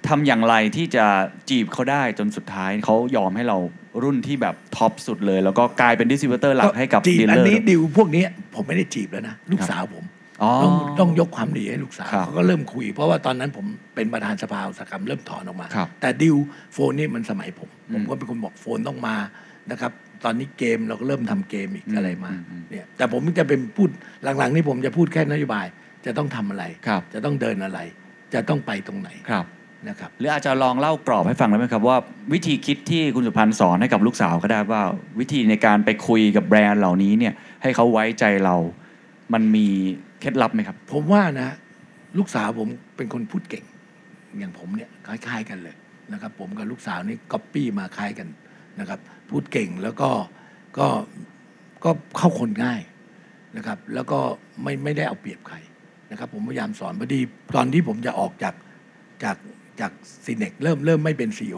Speaker 4: ทำอย่างไรที่จะจีบเขาได้จนสุดท้ายเขายอมให้เรารุ่นที่แบบท็อปสุดเลย แล้วก็กลายเป็นดิสติบิวเตอร์หลักให้กับ
Speaker 5: จี
Speaker 4: ดีล
Speaker 5: อั
Speaker 4: เล
Speaker 5: น
Speaker 4: อร์
Speaker 5: นี้
Speaker 4: ด้วย
Speaker 5: ดิวพวกนี้ผมไม่ได้จีบแล้วนะลูกสาวผม
Speaker 4: อ๋อ
Speaker 5: ต้องต้องยกความดีให้ลูกสาว
Speaker 4: ครับ
Speaker 5: เขาก็เริ่มคุย เพราะว่าตอนนั้นผมเป็นประธานสภาอุตสาหกรรมเริ่มถอนออกมา
Speaker 4: ครับ
Speaker 5: แต่ดิวโฟนนี่มันสมัยผม ผมก็เป็นคนบอกโฟนต้องมานะครับตอนนี้เกมเราก็เริ่มทำเกมอีก
Speaker 4: อืม
Speaker 5: อะไรมา
Speaker 4: อืมอืม
Speaker 5: เนี่ยแต่ผมจะเป็นพูดหลังๆนี่ผมจะพูดแค่นโยบาย จะต้องทำอะไร
Speaker 4: ครับ
Speaker 5: จะต้องเดินอะไร จะต้องไปตรงไหน
Speaker 4: ครับ
Speaker 5: นะครับ
Speaker 4: หรืออาจจะลองเล่ากรอบให้ฟังได้ไหมครับว่าวิธีคิดที่คุณสุพันธ์สอนให้กับลูกสาวก็ได้ว่า วิธีในการไปคุยกับแบรนด์เหล่านี้เนี่ยให้เขาไว้ใจเรามันมีเคล็ดลับไหมครับ
Speaker 5: ผมว่านะ ลูกสาวผมเป็นคนพูดเก่ง อย่างผมเนี่ยคล้ายๆกันเลยนะครับ ผมกับลูกสาวนี่ก๊อปปี้มาคล้ายกันนะครับ พูดเก่งแล้วก็ก็ก็เข้าคนง่ายนะครับ แล้วก็ไม่ไม่ได้เอาเปรียบใครนะครับ ผมพยายามสอนพอดีตอนที่ผมจะออกจากจากจากซีเนกเริ่มเริ่มไม่เป็นซีอ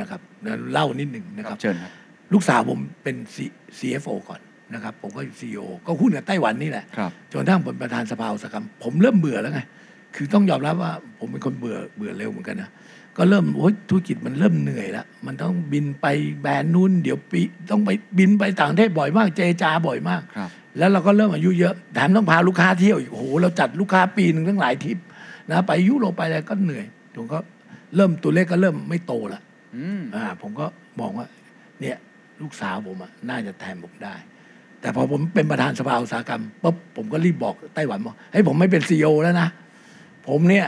Speaker 5: นะครับเดี๋ยวเล่านิดหนึ่งนะครับ
Speaker 4: เชิญครับ
Speaker 5: ลูกสาวผมเป็น C- CFO ก่อน นะครับผมก็อยู่ซีอก็หุ้นกับไต้หวันนี่แหละ
Speaker 4: ครับ
Speaker 5: จนกระทั่งผมเป็นประธานสภาอุตสาหกรรมผมเริ่มเบื่อแล้วไง คือต้องยอมรับว่าผมเป็นคนเบื่อเบื่อเร็วเหมือนกันนะ ก็เริ่มโอ้ยธุรกิจมันเริ่มเหนื่อยแล้ว มันต้องบินไปแบรนด์นู้นเดี๋ยวปีต้องไปบินไปต่างประเทศบ่อยมาก เจรจาบ่อยมาก
Speaker 4: ครับ
Speaker 5: แล้วเราก็เริ่มอายุเยอะแถมต้องพาลูกค้าเที่ยวอีกโอ้โห เราจัดลูกค้าปีหนึ่งตั้งหลายทริปนะ ไปยุโรปไปอะไรก็เหนื่อย ผมก็เริ่มตัวเลขก็เริ่มไม่โตละ
Speaker 4: อืม
Speaker 5: อ่าผมก็มองว่าเนี่ยลูกสาวผมอะน่าจะแทนผมได้ แต่พอผมเป็นประธานสภาอุตสาหกรรมปุ๊บผมก็รีบบอกไต้หวันบอกเฮ้ยผมไม่เป็นซีอแล้วนะ ผมเนี่ย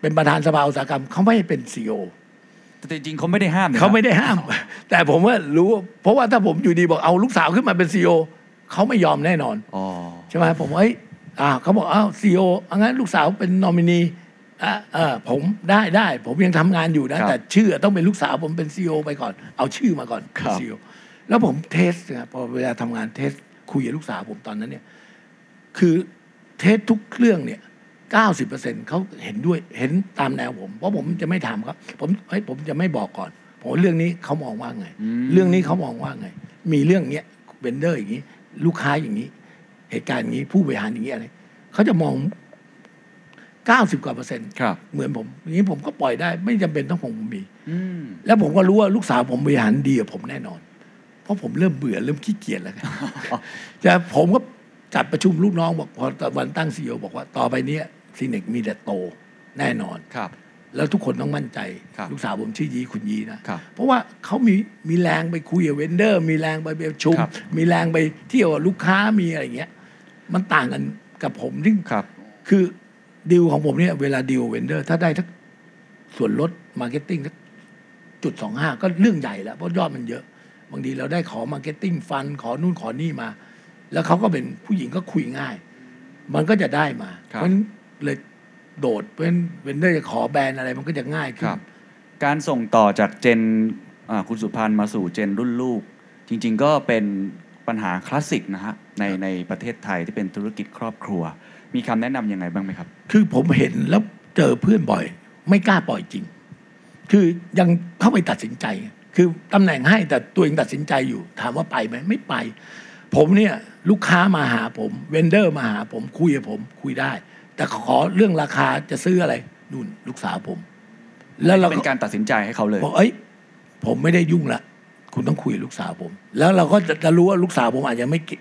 Speaker 5: เป็นประธานสภาอุตสาหกรรมเขาไม่ให้เป็นซีอ
Speaker 4: แต่จริงๆเขาไม่ได้ห้ามนะ
Speaker 5: เขาไม่ได้ห้าม แต่ผมว่ารู้เพราะว่าถ้าผมอยู่ดีบอกเอาลูกสาวขึ้นมาเป็นซีอเขาไม่ยอมแน่นอน
Speaker 4: อ๋อ
Speaker 5: ใช่ไหมผมว่าเอ้ยอ่าเขาบอกอ้าวซีโออังั้นลูกสาวเป็นนอมินีอ่ะเออผมได้ได้ผมยังทำงานอยู่นะ
Speaker 4: ครับ
Speaker 5: แต่ชื่อต้องเป็นลูกสาวผมเป็นซีโอไปก่อน เอาชื่อมาก่อน
Speaker 4: ครับ
Speaker 5: ซีโอแล้วผมเทสนะพอเวลาทำงานเทสคุยกับลูกสาวผมตอนนั้นเนี่ย คือเทสทุกเครื่องเนี่ย 90%เขาเห็นด้วยเห็นตามแนวผม เพราะผมจะไม่ถามครับ ผมเฮ้ยผมจะไม่บอกก่อนผมว่าเรื่องนี้เขามองว่าไง เรื่องนี้เขามองว่าไง มีเรื่องเนี้ยเบนเดอร์อย่างนี้ ลูกค้าอย่างนี้ เหตุการณ์อย่างนี้ผู้บริหารอย่างนี้อะไรเขาจะมอง 90 กว่าเปอร์เซ็นต์
Speaker 4: ครับ
Speaker 5: เหมือนผมอย่างนี้ผมก็ปล่อยได้ ไม่จำเป็นต้องผมมี
Speaker 4: อืม
Speaker 5: แล้วผมก็รู้ว่าลูกสาวผมบริหารดีกับผมแน่นอน เพราะผมเริ่มเบื่อเริ่ม ขี้เกียจแล้วไง แต่ผมก็จัดประชุมลูกน้องบอกพอตะวันตั้งซีอบอกว่าต่อไปเนี้ยซีเนกมีแต่โตแน่นอน
Speaker 4: ครับ
Speaker 5: แล้วทุกคนต้องมั่นใจ
Speaker 4: ครับ
Speaker 5: ลูกสาวผมชื่อยีคุณยีนะครับ เพราะว่าเขามีมีแรงไปคุยกับเวนเดอร์ มีแรงไปประชุม
Speaker 4: ครับ
Speaker 5: มีแรงไปเที่ยวกับลูกค้ามีอะไรอย่างเงี้ย มันต่างกันกับผมที่ง
Speaker 4: ครับ
Speaker 5: คือดีลของผมเนี่ยเวลาดีลเวนเดอร์ถ้าได้ทักส่วนลดมาร์เก็ตติ้งจุดสองห้าก็เรื่องใหญ่แล้วเพราะยอดมันเยอะ บางทีเราได้ขอมาร์เก็ตติ้งฟันขอนู่นขอนี่มา แล้วเขาก็เป็นผู้หญิงก็คุยง่าย มันก็จะได้มา
Speaker 4: ครับ
Speaker 5: เพราะฉะนั้นเลยโดดเพราะฉะนั้นเวนเดอร์จะขอแบรนด์อะไรมันก็จะง่าย
Speaker 4: ค
Speaker 5: ขึ้น
Speaker 4: รับ การส่งต่อจากเจนอ่าคุณสุพันธ์มาสู่เจนรุ่นลูก จริง ๆ ก็เป็นปัญหาคลาสสิกนะฮะในในประเทศไทยที่เป็นธุรกิจครอบครัว มีคำแนะนำยังไงบ้างไหมครับ
Speaker 5: คือผมเห็นแล้วเจอเพื่อนบ่อย ไม่กล้าปล่อยจริง คือยังเข้าไปตัดสินใจ คือตำแหน่งให้แต่ตัวเองตัดสินใจอยู่ ถามว่าไปไหมไม่ไป ผมเนี่ยลูกค้ามาหาผมเวนเดอร์มาหาผมคุยกับผมคุยได้ แต่ขอเรื่องราคาจะซื้ออะไรนู่นลูกสาวผม แล้วเราก็
Speaker 4: เป็นการตัดสินใจให้เขาเลย
Speaker 5: บอกเอ้ยผมไม่ได้ยุ่งละคุณต้องคุยกับลูกสาวผม แล้วเราก็จะรู้ว่าลูกสาวผมอาจจะไม่เก่ง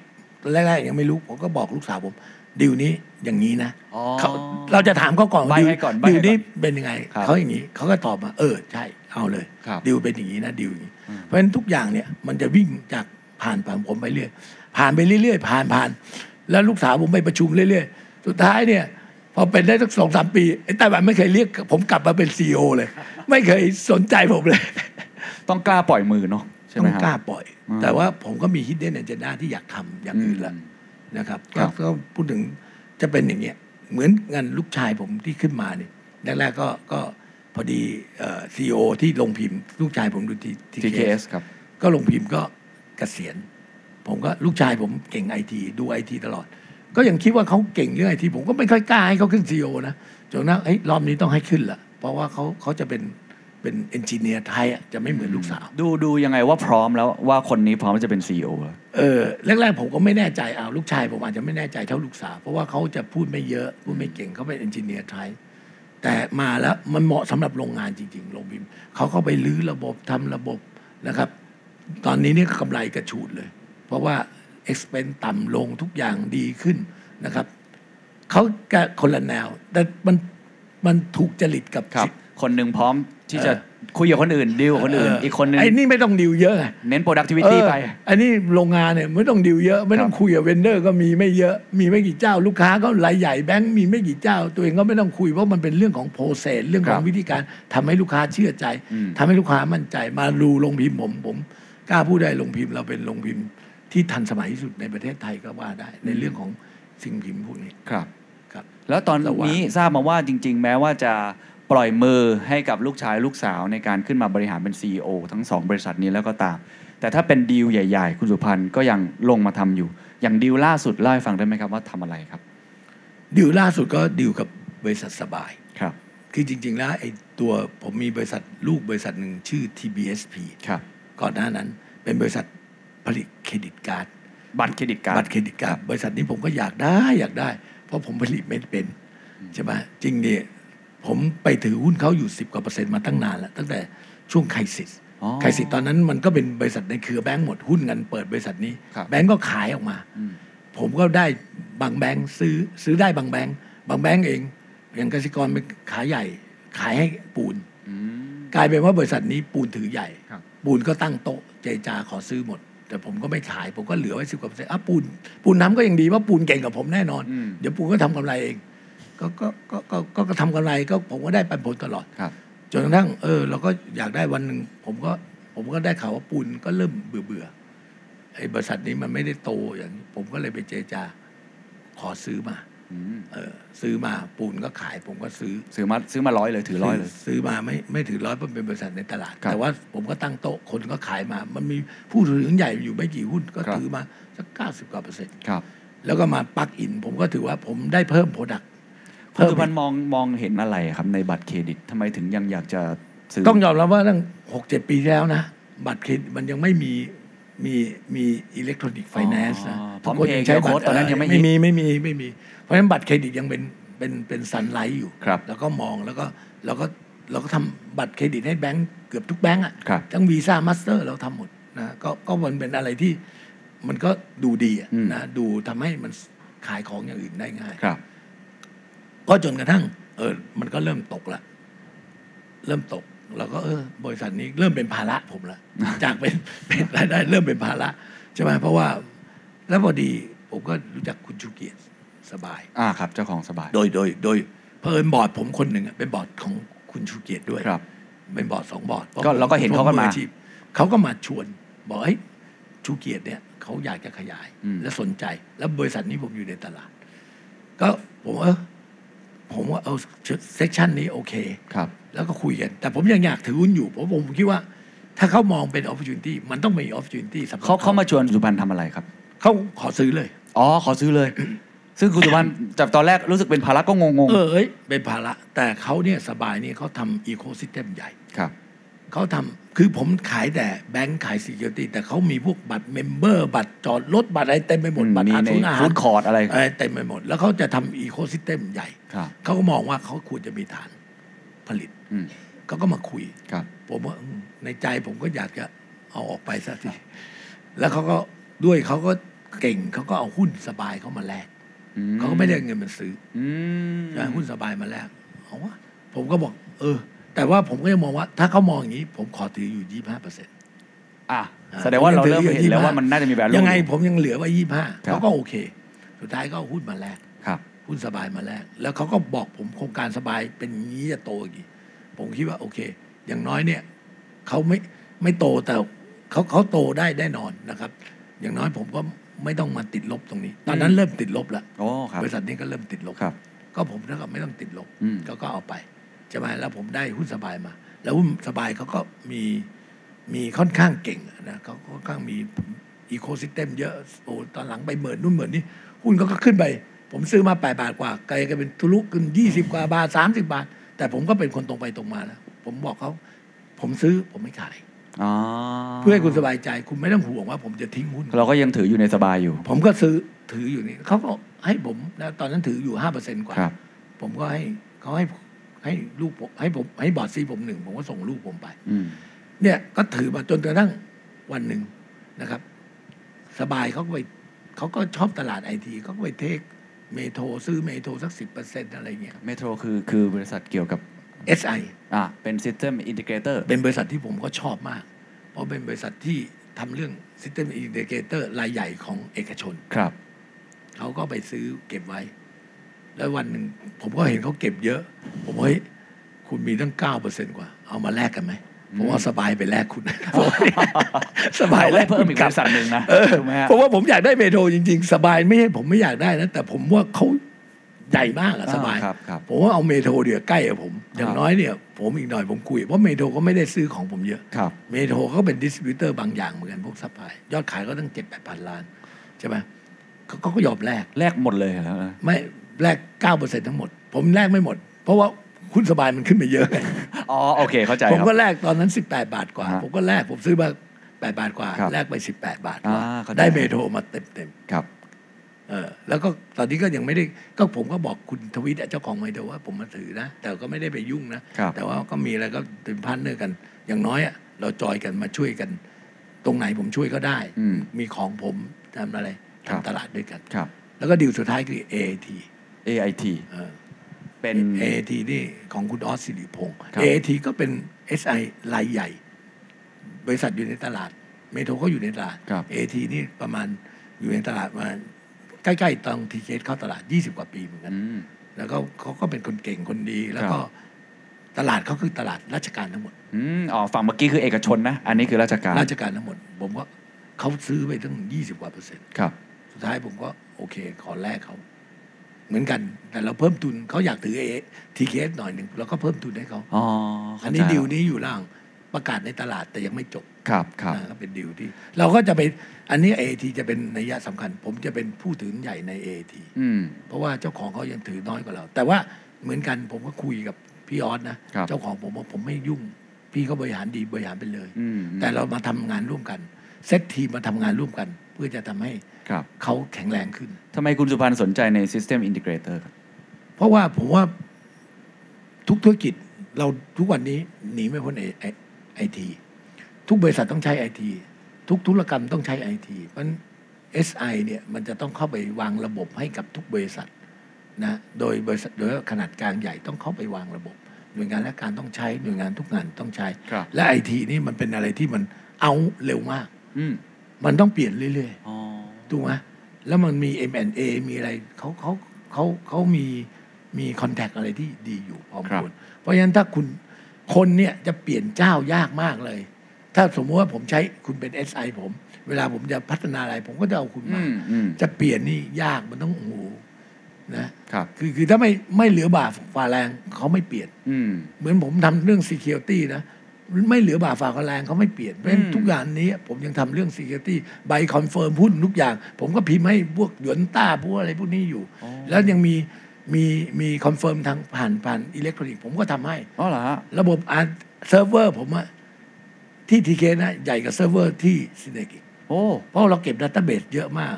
Speaker 5: แรกๆยังไม่รู้ผมก็บอกลูกสาวผมดิวนี้อย่างนี้นะ
Speaker 4: อ๋อ
Speaker 5: เขาเราจะถามเขาก่อนว่า
Speaker 4: ใบ้
Speaker 5: ดิว
Speaker 4: ให้ก่อนใบ้
Speaker 5: ดิว
Speaker 4: ให้ก่อน
Speaker 5: นี้เป็นยังไง
Speaker 4: ครับ
Speaker 5: เขาอย่างนี้เขาก็ตอบมา เออใช่เอาเลย
Speaker 4: ครับ
Speaker 5: ดิวเป็นอย่างนี้นะดิวอย่างนี้เพราะฉะนั้นทุกอย่างเนี่ยมันจะวิ่งจากผ่านผ่านผมไปเรื่อยผ่านไปเรื่อยๆผ่านผ่านแล้วลูกสาวผมไปประชุมเรื่อยๆสุดท้ายเนี่ย พอเป็นได้สักสองสามปีไอ้ไต้หวันไม่เคยเรียกผมกลับมาเป็นซีอเลย ไม่เคยสนใจผมเลย
Speaker 4: ต้องกล้าปล่อยมือเนาะใช่
Speaker 5: ต้
Speaker 4: ไหม
Speaker 5: อง
Speaker 4: ฮะ
Speaker 5: กล้าปล่อย
Speaker 4: อืม
Speaker 5: แต่ว่าผมก็มี hidden agenda ที่อยากทำอย่างอื่นละ
Speaker 4: อืม
Speaker 5: นะครับ
Speaker 4: ครับ
Speaker 5: ก็ก็พูดถึงจะเป็นอย่างเงี้ย เหมือนงานลูกชายผมที่ขึ้นมาเนี่ยแรกๆก็ก็พอดีซีอ CEO ที่ลงพิมพ์ ลูกชายผมดูที
Speaker 4: TKS ครับ
Speaker 5: ก็ลงพิมพ์ก็เกษียณ ผมก็ลูกชายผมเก่งไอทีดูไอทีตลอด ก็ยังคิดว่าเขาเก่งเรื่องไอทีผมก็ไม่ค่อยกล้าให้เขาขึ้นซีอนะจนกระทั่งเอ้ยรอบนี้ต้องให้ขึ้นละเพราะว่าเขาเขาจะเป็นเป็นเอนจิเนียร์ไทยอะจะไม่เหมือนลูกสาว
Speaker 4: ดูดูยังไงว่าพร้อมแล้วว่าคนนี้พร้อมจะเป็น CEO แล้ว
Speaker 5: เออแรกๆผมก็ไม่แน่ใจเอาลูกชายผมอาจจะไม่แน่ใจเท่าลูกสาวเพราะว่าเขาจะพูดไม่เยอะ พูดไม่เก่งเขาเป็นเอนจิเนียร์ไทยแต่มาแล้วมันเหมาะสำหรับโรงงานจริงๆโรงพิมพ์เขาก็ไปรื้อระบบทำระบบนะครับ ตอนนี้เนี่ยกำไรกระชูดเลย เพราะว่า expense ต่ำลงทุกอย่างดีขึ้นนะครับเขาก็คนละแนว แต่มันมันถูกจริตกับ
Speaker 4: ครับ คนหนึ่งพร้อมที่จะ
Speaker 5: เอ
Speaker 4: คุยกับคนอื่นดีลกับคนอื่น อีกคนหนึง
Speaker 5: ไอ้นี่ไม่ต้องดิวเยอะไง
Speaker 4: เน้น productivity ไป
Speaker 5: เอออันนี้โรงงานเนี่ยไม่ต้องดิวเยอะ ไม่ต้องคุยกับเวนเดอร์ก็มีไม่เยอะ มีไม่กี่เจ้า ลูกค้าก็รายใหญ่แบงก์มีไม่กี่เจ้า ตัวเองก็ไม่ต้องคุยเพราะมันเป็นเรื่องของโปรเซสเรื่องขอ
Speaker 4: ค
Speaker 5: ง
Speaker 4: รับ
Speaker 5: วิธีการทำให้ลูกค้าเชื่อใจ
Speaker 4: อืม
Speaker 5: ทำให้ลูกค้ามั่นใจ มาดูลงพิมพ์ผมผมกล้าพูดได้ลงพิมพ์เราเป็นลงพิมพ์ที่ทันสมัยที่สุดในประเทศไทยก็ว่าได้ ในเรื่องของสิ่งพิมพ์พวกนี้
Speaker 4: ครับ
Speaker 5: ครับ
Speaker 4: แล้วตอน
Speaker 5: ระหว่าง
Speaker 4: นี้ทราบมาว่าจริง ๆ แม้ว่าจะปล่อยมือให้กับลูกชายลูกสาวในการขึ้นมาบริหารเป็น CEO ทั้งสองบริษัทนี้แล้วก็ตาม แต่ถ้าเป็นดีลใหญ่ ๆ คุณสุพันธ์ก็ยังลงมาทำอยู่ อย่างดีลล่าสุดเล่าให้ฟังได้ไหมครับว่าทำอะไรครับ
Speaker 5: ดิวล่าสุดก็ดิวกับบริษัทสบาย
Speaker 4: ครับ
Speaker 5: คือจริง ๆ แล้วไอ้ตัวผมมีบริษัทลูกบริษัทหนึ่งชื่อ TBSP
Speaker 4: ครับ
Speaker 5: ก่อนหน้านั้นเป็นบริษัทผลิตเครดิตการ์ด
Speaker 4: บัตรเครดิตการ์
Speaker 5: บั
Speaker 4: ด
Speaker 5: ตรเครดิตการ์ดบริษัทนี้ผมก็อยากได้อยากได้ เพราะผมผลิตไม่เป็นใช่ไหมจริงเนี่ยผมไปถือหุ้นเขาอยู่ 10กว่าเปอร์เซ็นต์มาตั้งนานแล้ว ตั้งแต่ช่วงไครสิส
Speaker 4: อ๋อ
Speaker 5: ไครสิสตอนนั้นมันก็เป็นบริษัทในเครือแบงก์หมดหุ้นกันเปิดบริษัทนี้
Speaker 4: ครับ
Speaker 5: แบงก์ก็ขายออกมา ผมก็ได้บางแบงก์ซื้อซื้อได้บางแบงก์บางแบงก์เองอย่างกสิกรเป็นขายใหญ่ ขายให้ปูน กลายเป็นว่าบริษัทนี้ปูนถือใหญ่
Speaker 4: ครับ
Speaker 5: ปูนก็ตั้งโต๊ะเจรจาขอซื้อหมด แต่ผมก็ไม่ขาย ผมก็เหลือไว้สิบกว่าเปอร์เซ็นต์อ่ะปูน ปูนน้ำก็ยังดีว่าปูนเก่งกับผมแน่นอน
Speaker 4: อืม
Speaker 5: เดี๋ยวปูนก็ทำกำไรเอง ก็ก็ก็ก็ก็ก็ทำกำไรก็ผมก็ได้ปันผลตลอด
Speaker 4: ครับ
Speaker 5: จนกระทั่งเออเราก็อยากได้วันหนึ่งผมก็ผมก็ได้ข่าวว่าปูนก็เริ่มเบื่อเบื่อๆไอ้บริษัทนี้มันไม่ได้โตอย่างนี้ผมก็เลยไปเจรจาขอซื้อมา
Speaker 4: อืม
Speaker 5: เออ ซื้อมาปูนก็ขาย ผมก็ซื้อ
Speaker 4: ซื้อมาซื้อมาร้อยเลยถือร้อยเลย
Speaker 5: ซื้อมาไม่ไม่ถือร้อยเพราะเป็นบริษัทในตลาด
Speaker 4: ครับ
Speaker 5: แต่ว่าผมก็ตั้งโต๊ะคนก็ขายมา มันมีผู้ถือหุ้นใหญ่อยู่ไม่กี่หุ้นก็
Speaker 4: ครับ
Speaker 5: ถือมาสักเก้าสิบกว่าเปอร์เซ็นต์
Speaker 4: ครับ
Speaker 5: แล้วก็มาปลักอิน ผมก็ถือว่าผมได้เพิ่มโปรดักต์
Speaker 4: คุณ
Speaker 5: เพิ่ม
Speaker 4: สุพันธ์มองมองเห็นอะไรครับในบัตรเครดิตทำไมถึงยังอยากจะซื้อ
Speaker 5: ต้องยอมรับว่าตั้งหกเจ็ดปีที่แล้วนะ บัตรเครดิตมันยังไม่มีมีมีอิเล็กทรอนิกส์ไฟแนนซ์นะ
Speaker 4: อ๋อพร้อมเพย์ใช้โค้ดตอนนั้นยังไม่ฮิต
Speaker 5: ไม่มีไม่มีไม่มี เพราะฉะนั้นบัตรเครดิตยังเป็นเป็นเป็นสันไลท์อยู่
Speaker 4: ครับ
Speaker 5: แล้วก็มองแล้วก็เราก็เราก็ทำบัตรเครดิตให้แบงก์เกือบทุกแบงก์อ่ะ
Speaker 4: ครับ
Speaker 5: ทั้งวีซ่ามาสเตอร์เราทำหมดนะก็ก็มันเป็นอะไรที่มันก็ดูดีอะ
Speaker 4: อืม
Speaker 5: นะดูทำให้มันขายของอย่างอื่นได้ง่าย
Speaker 4: ครับ
Speaker 5: ก็จนกระทั่ง เออ มันก็เริ่มตกละ เริ่มตก แล้วก็เออ บริษัทนี้เริ่มเป็นภาระผมละ จากเป็น เป็นรายได้เริ่มเป็นภาระใช่ไหมเพราะว่า แล้วพอดีผมก็รู้จักคุณชูเกียรติสบาย
Speaker 4: อ่าครับ เจ้าของสบาย
Speaker 5: โดยโดยโดยเพอญบอร์ดผมคนหนึ่งอะเป็นบอร์ดของคุณชูเกียรติด้วย
Speaker 4: ครับ
Speaker 5: เป็นบอร์ดสองบอร์ดพะ
Speaker 4: ก็เราก็เห็นเขาก็มา
Speaker 5: ผอชีพเขาก็มาชวน บอกเฮ้ยชูเกียรติเนี่ยเขาอยากจะขยาย
Speaker 4: อืม
Speaker 5: และสนใจแล้วบริษัทนี้ผมอยู่ในตลาด ก็ผมเออผมว่าเอาเซกชันนี้โอเค
Speaker 4: ครับ
Speaker 5: แล้วก็คุยกัน แต่ผมยังอยากถือหุ้นอยู่เพราะผมคิดว่า ถ้าเขามองเป็น opportunity มันต้องมี opportunity สำหรับ
Speaker 4: เขาเขามาชวนสุพันธ์ทำอะไรครับ
Speaker 5: เขาขอซื้อเลย
Speaker 4: อ๋อ ขอซื้อ เลย ซึ่งคุณสุพันธ์จากตอนแรกรู้สึกเป็นภาระก็งงง
Speaker 5: เออเอ้ยเป็นภาระแต่เขาเนี่ยสบายนี่เขาทำ ecosystem ใหญ่
Speaker 4: ครับ
Speaker 5: เขาทำคือผมขายแต่แบงค์ขายซีเคียวตี้แต่เขามีพวกบัตรเมมเบอร์ บัตรจอดรถบัตรอะไรเต็มไปหมด
Speaker 4: อืม
Speaker 5: บัตร
Speaker 4: มี
Speaker 5: อา
Speaker 4: ใน
Speaker 5: ทุนอาหาร
Speaker 4: food court อะไร
Speaker 5: เต็มไปหมด แล้วเขาจะทำอีโค y ิสเต็มใหญ่
Speaker 4: ครับ
Speaker 5: เขาก็มองว่าเขาควรจะมีฐานผลิต
Speaker 4: อืม
Speaker 5: เขาก็มาคุย
Speaker 4: ครับ
Speaker 5: ผมว่าอืมในใจผมก็อยากจะเอาออกไปสักทีแล้วเขาก็ด้วยเขาก็เก่งเขาก็เอาหุ้นสบายเขามาแลก
Speaker 4: อืม
Speaker 5: เขาก็ไม่ได้เงินมาซื้อ
Speaker 4: อืม
Speaker 5: นะหุ้นสบายมาแล้วเอาวะผมก็บอก เออ แต่ว่าผมก็ยังมองว่า ถ้าเขามองอย่างนี้ ผมขอถืออยู่ยี่ห้าเปอร์เซ็นต์
Speaker 4: อ่ะแสดงว่าเราเริ่มเห็นแล้วว่ามันน่าจะมีแวลู
Speaker 5: ยังไงผมยังเหลือไว้ยี่ห้า
Speaker 4: ครับ
Speaker 5: เขาก็โอเค สุดท้ายก็เอาหุ้นมาแลก
Speaker 4: ครับ
Speaker 5: หุ้นสบายมาแลกแล้วเขาก็บอกผมโครงการสบายเป็นอย่างนี้จะโตอย่างนี้ผมคิดว่าโอเค อย่างน้อยเนี่ยเขาไม่ไม่โตแต่เขาเขาโตได้แน่นอนนะครับ อย่างน้อยผมก็ไม่ต้องมาติดลบตรงนี้ ตอนนั้นเริ่มติดลบแล้ว
Speaker 4: โอ้ ครับ
Speaker 5: บริษัทนี้ก็เริ่มติดลบ
Speaker 4: ครับ
Speaker 5: ก็ผมแล้วก็ไม่ต้องติดลบ
Speaker 4: อืม
Speaker 5: ก็ก็เอาไปใช่ไหมแล้วผมได้หุ้นสบายมา แล้วหุ้นสบายเขาก็มีมีค่อนข้างเก่งนะเขาค่อนข้างมีอีโค y ิสเต็มเยอะโอ้ตอนหลังไปเหมือนนู่นเหมือนนี่หุ้นก็ก็ขึ้นไป ผมซื้อมาแปดบาทกว่าไกลกันเป็นทุลุขึ้นยี่สิบกว่าบาทสามสิบาท แต่ผมก็เป็นคนตรงไปตรงมาแล้ว ผมบอกเขาผมซื้อผมไม่ขาย
Speaker 4: อ๋อ
Speaker 5: เพื่อให้คุณสบายใจคุณไม่ต้องห่วงว่าผมจะทิ้งหุ้น
Speaker 4: เราก็ยังถืออยู่ในสบายอยู่
Speaker 5: ผมก็ซื้อถืออยู่นี่เขาก็ให้ผมนะตอนนั้นถืออยู่ห้าเปอร์เซ็นต์กว่า
Speaker 4: ครับ
Speaker 5: ผมก็ให้เขาให้ให้ลูกผมให้ผมให้บอร์ดซีผมหนึ่งผมก็ส่งลูกผมไป
Speaker 4: อืม
Speaker 5: เนี่ยก็ถือมาจนกระทั่งวันหนึ่งนะครับ สบายเขาก็ไปเขาก็ชอบตลาดไอทีเขาก็ไปเทคเมโทรซื้อเมโทรสักสิบเปอร์เซ็นต์อะไรเงี้ย
Speaker 4: เมโทรคือคือบริษัทเกี่ยวกับ
Speaker 5: SI
Speaker 4: อ่าเป็น System Integrator
Speaker 5: เป็นบริษัทที่ผมก็ชอบมาก เพราะเป็นบริษัทที่ทำเรื่อง System Integrator รายใหญ่ของเอกชน
Speaker 4: ครับ
Speaker 5: เขาก็ไปซื้อเก็บไว้ แล้ววันหนึ่งผมก็เห็นเขาเก็บเยอะ ผมว่าเฮ้ยคุณมีตั้งเก้าเปอร์เซ็นกว่า เอามาแลกกันไหมผมว่าสบายไปแลกคุณ สบายแลก
Speaker 4: เอาไว้เพิ่มอีก
Speaker 5: คุณลั
Speaker 4: บริษัทหนึ่งนะ
Speaker 5: เออ
Speaker 4: ถูกไหมฮะ
Speaker 5: ผมว่าผมอยากได้เมโทรจริง ๆ สบายไม่ใช่ผมไม่อยากได้นะ แต่ผมว่าเขาใหญ่มากอะสบาย
Speaker 4: ครับครับ
Speaker 5: ผมว่าเอาเมโทรเดี๋ยวใกล้กับผม อย่า
Speaker 4: ครั
Speaker 5: ง
Speaker 4: บ
Speaker 5: น้อยเนี่ยผมอีกหน่อยผมคุยเพราะเมโทรก็ไม่ได้ซื้อของผมเยอะ
Speaker 4: ครับ
Speaker 5: เมโทรเขาเป็นดิสติบิวเตอร์บางอย่างเหมือนกันพวกซัพพลายยอดขายก็ตั้งเจ็ดแปดพันล้านใช่ไหมเขาเขาก็ยอมแลก
Speaker 4: แลกหมดเลยแล้วนะ
Speaker 5: ไม่แลกเก้าเปอร์เซ็นทั้งหมด ผมแลกไม่หมด เพราะว่าคุณสบายมันขึ้นไปเยอะไง
Speaker 4: อ๋อ โอเค เข้าใจ
Speaker 5: ผม
Speaker 4: ครับ
Speaker 5: ก็แลกตอนนั้นสิบแปดบาทกว่า
Speaker 4: ฮะ
Speaker 5: ผมก็แลกผมซื้อมา 8 บาทกว่า
Speaker 4: ครับ
Speaker 5: แลกไป 18 บาทกว่า
Speaker 4: อ่าเข้าใจ
Speaker 5: ได้เมโทรมาเต็มเต็มๆ
Speaker 4: ครับ
Speaker 5: เออแล้วก็ตอนนี้ก็ยังไม่ได้ก็ผมก็บอกคุณทวิตอ่ะเจ้าของไมโดว่าผมมาถือนะ แต่ก็ไม่ได้ไปยุ่งนะ
Speaker 4: ครับ
Speaker 5: แต่ว่าก็มีอะไรก็เป็นพาร์ทเนอร์กัน อย่างน้อยอ่ะเราจอยกันมาช่วยกัน ตรงไหนผมช่วยก็ได้
Speaker 4: อืม
Speaker 5: มีของผมทำอะไร
Speaker 4: ครับ
Speaker 5: ทำตลาดด้วยกัน
Speaker 4: ครับ
Speaker 5: แล้วก็ดีลสุดท้ายคือ AT
Speaker 4: AIT
Speaker 5: เออ
Speaker 4: เป็น
Speaker 5: AT นี่ของคุณออสสิริพงศ์
Speaker 4: ครับ
Speaker 5: AT ก็เป็น SI รายใหญ่ บริษัทอยู่ในตลาด เมโทรก็อยู่ในตลาด
Speaker 4: ครับ
Speaker 5: AT นี่ประมาณอยู่ในตลาดมาใกล้ๆตอนทีเคสเข้าตลาด 20 กว่าปีเหมือนกัน
Speaker 4: อืม
Speaker 5: แล้วก็เขาก็เป็นคนเก่งคนดี แล้ว
Speaker 4: ค
Speaker 5: ก็
Speaker 4: รับ
Speaker 5: ตลาดเขาคือตลาดราชการทั้งหมด
Speaker 4: อืมอ๋อฝั่งเมื่อกี้คือเอกชนนะ อันนี้คือราชการ
Speaker 5: ราชการทั้งหมด ผมก็เขาซื้อไปตั้ง 20 กว่าเปอร์เซ็นต์
Speaker 4: ครับ
Speaker 5: สุดท้ายผมก็โอเค ขอแลกเขา เหมือนกัน แต่เราเพิ่มทุนเขาอยากถือเอทีเคสหน่อยหนึ่งเราก็เพิ่มทุนให้เขา
Speaker 4: อ๋อ
Speaker 5: อั
Speaker 4: เข้าน ใจ
Speaker 5: นี้ดีลนี้อยู่ล่างประกาศในตลาดแต่ยังไม่จบ
Speaker 4: ครับครับ
Speaker 5: นะก็เป็นดีลที่ เราก็จะไปอันนี้ AT จะเป็นนัยสำคัญ ผมจะเป็นผู้ถือใหญ่ใน AT
Speaker 4: อืม
Speaker 5: เพราะว่าเจ้าของเขายังถือน้อยกว่าเรา แต่ว่าเหมือนกันผมก็คุยกับพี่ออสนะครับ เจ้าของผมว่าผมไม่ยุ่ง พี่เขาบริหารดีบริหารไปเลย
Speaker 4: อืม
Speaker 5: แต่เรามาทำงานร่วมกัน เซตทีมมาทำงานร่วมกัน เพื่อจะทำให้
Speaker 4: ครับ
Speaker 5: เขาแข็งแรงขึ้น
Speaker 4: ทำไมคุณสุพันธ์สนใจใน System Integrator ครับ
Speaker 5: เพราะว่าผมว่าทุกธุรกิจเราทุกวันนี้หนีไม่พ้นไอทีทุกบริษัทต้องใช้ไอทีทุกธุรกรรมต้องใช้ไอทีเพราะฉะนั้น SI เนี่ยมันจะต้องเข้าไปวางระบบให้กับทุกบริษัทนะโดยบริษัทโดยขนาดกลางใหญ่ต้องเข้าไปวางระบบ หน่วยงานและการต้องใช้หน่วยงานทุกงานต้องใช้
Speaker 4: ครับ
Speaker 5: และไอทีนี่มันเป็นอะไรที่มันเอาเร็วมาก
Speaker 4: อืม
Speaker 5: มันต้องเปลี่ยนเรื่อยๆ
Speaker 4: อ๋อ
Speaker 5: ถูกไหมแล้วมันมี M&A มีอะไรเขาเขาเขาเขามีมีคอนแทคอะไรที่ดีอยู่พอสม
Speaker 4: ครับ
Speaker 5: ควรเพราะฉะนั้นถ้าคุณคนเนี่ยจะเปลี่ยนเจ้ายากมากเลย ถ้าสมมติว่าผมใช้คุณเป็น SI ผม เวลาผมจะพัฒนาอะไรผมก็จะเอาคุณ
Speaker 4: อื
Speaker 5: มา
Speaker 4: มอืม
Speaker 5: จะเปลี่ยนนี่ยากมันต้องโอ้โหนะครับ คือคือถ้าไม่ไม่เหลือบาฝ่าแรงเขาไม่เปลี่ยน
Speaker 4: อืม
Speaker 5: เหมือนผมทำเรื่อง Security นะ ไม่เหลือบาฝ่าแรงเขาไม่เปลี่ยนเพราะฉะนั้น
Speaker 4: อืม
Speaker 5: ทุกอย่างนี้ผมยังทำเรื่อง Security ใบคอนเฟิร์มหุ้นทุกอย่าง ผมก็พิมพ์ให้พวกหยวนต้าพวกอะไรพวกนี้อยู่ แล้วยังมีมีมีคอนเฟิร์มทางผ่านผ่านอิเล็กทรอนิกส์ผมก็ทำให้
Speaker 4: อ๋อเหรอฮะ
Speaker 5: ระบบอาร์เซิร์ฟเวอร์ผมอะที่ทีเคนะ ใหญ่กว่าเซิร์ฟเวอร์ที่ซินเนกิ
Speaker 4: โอ้
Speaker 5: เพราะเราเก็บดัต a ้ a เบสเยอะมาก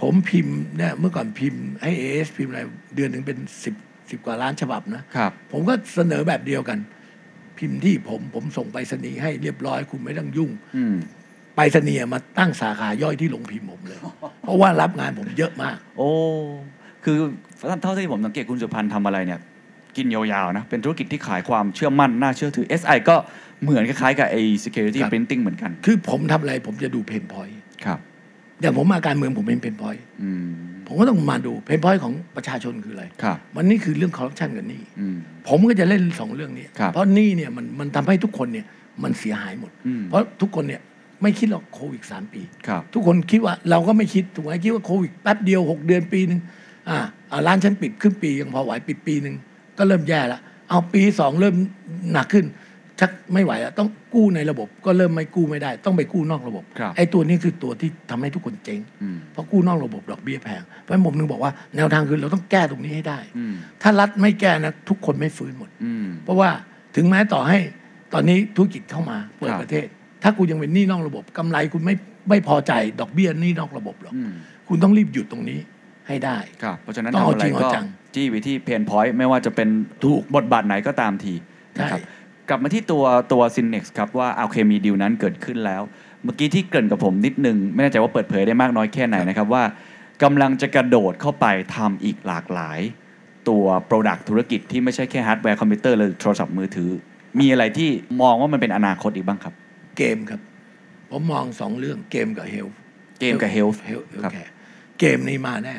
Speaker 5: ผมพิมพ์เนี่ยเมื่อก่อนพิมพ์ให้เอสพิมพ์อะไรเดือนหนึ่งเป็นสิบสิบกว่าล้านฉบับนะ
Speaker 4: ครับ
Speaker 5: ผมก็เสนอแบบเดียวกัน พิมพ์ที่ผมผมส่งไปรษณีย์ให้เรียบร้อยคุณไม่ต้องยุ่ง
Speaker 4: อืม
Speaker 5: ไปรษณีย์มาตั้งสาขาย่อยที่โรงพิมพ์ผมเลย เพราะว่ารับงานผมเยอะมาก
Speaker 4: โอ้ คือเท่าที่ผมสังเกตคุณสุพันธ์ทำอะไรเนี่ย กินยาวๆนะ เป็นธุรกิจที่ขายความเชื่อมั่น น่าเชื่อถือ SI ก็เหมือนคล้ายๆกับไอ้ security
Speaker 5: ครับ
Speaker 4: printing เหมือนกัน
Speaker 5: คือผมทำอะไรผมจะดูเพนพอยต์
Speaker 4: ครับ
Speaker 5: อย่างผมมาการเมืองผมเป็นเพนพอยต์
Speaker 4: อืม
Speaker 5: ผมก็ต้องมาดูเพนพอยต์ของประชาชนคืออะไร
Speaker 4: ครับ
Speaker 5: มันนี่คือเรื่องคอร์รัปชันกับหนี้
Speaker 4: อืม
Speaker 5: ผมก็จะเล่นสองเรื่องนี้
Speaker 4: ครับ
Speaker 5: เพราะหนี้เนี่ยมันมันทำให้ทุกคนเนี่ยมันเสียหายหมด
Speaker 4: อืม
Speaker 5: เพราะทุกคนเนี่ยไม่คิดหรอกโควิดสามปี
Speaker 4: ครับ
Speaker 5: ทุกคนคิดว่าเราก็ไม่คิดถูกไหมคิดว่าโควิดแป๊บเดียวหกเดือนปีหนึ่งอ่าอ่าร้านฉันปิดครึ่งปียังพอไหวปิดปีหนึ่งก็เริ่มแย่ละเอาปีสองเริ่มหนักขึ้น ชักไม่ไหวแล้วต้องกู้ในระบบ ก็เริ่มไม่กู้ไม่ได้ ต้องไปกู้นอกระบบ
Speaker 4: ครับ
Speaker 5: ไอ้ตัวนี้คือตัวที่ทำให้ทุกคนเจ๊ง
Speaker 4: อืม
Speaker 5: เพราะกู้นอกระบบดอกเบี้ยแพงเพราะฉะนั้นผมนึงบอกว่าแนวทางคือเราต้องแก้ตรงนี้ให้ได้
Speaker 4: อืม
Speaker 5: ถ้ารัฐไม่แก้นะทุกคนไม่ฟื้นหมด
Speaker 4: อืม
Speaker 5: เพราะว่าถึงแม้ต่อให้ตอนนี้ธุรกิจเข้ามาเปิด
Speaker 4: ครับ
Speaker 5: ประเทศ ถ้าคุณยังเป็นหนี้นอกระบบกำไรคุณไม่ไม่พอใจายดอกเบี้ยหนี้นอกระบบหรอก
Speaker 4: อืม
Speaker 5: คุณต้องรีบหยุดตรงนี้ให้ได้
Speaker 4: ครับ เพราะฉะนั้น
Speaker 5: ต้อง
Speaker 4: ทำ
Speaker 5: เอา
Speaker 4: อะไร
Speaker 5: จริงเอา
Speaker 4: ก็
Speaker 5: จัง
Speaker 4: จี้ไปที่เพนพอยต์ไม่ว่าจะเป็น
Speaker 5: ถูก
Speaker 4: บทบาทไหนก็ตามทีนะครับ
Speaker 5: ใช่
Speaker 4: กลับมาที่ตัวตัวซินเน็กซ์ครับ ว่าโอเคมีดีลนั้นเกิดขึ้นแล้ว เมื่อกี้ที่เกริ่นกับผมนิดนึง ไม่แน่ใจว่าเปิดเผยได้มากน้อยแค่ไหนนะครับ ว่ากำลังจะกระโดดเข้าไปทำอีกหลากหลาย ตัว Product ธุรกิจที่ไม่ใช่แค่ฮาร์ดแวร์คอมพิวเตอร์หรือโทรศัพท์มือถือ มีอะไรที่มองว่ามันเป็นอนาคตอีกบ้างครับ
Speaker 5: เกมครับ ผมมองสองเรื่องเกมกับเฮล
Speaker 4: เกมกับ health
Speaker 5: เฮล
Speaker 4: ครับ
Speaker 5: แคร์เกมนี่มาแน่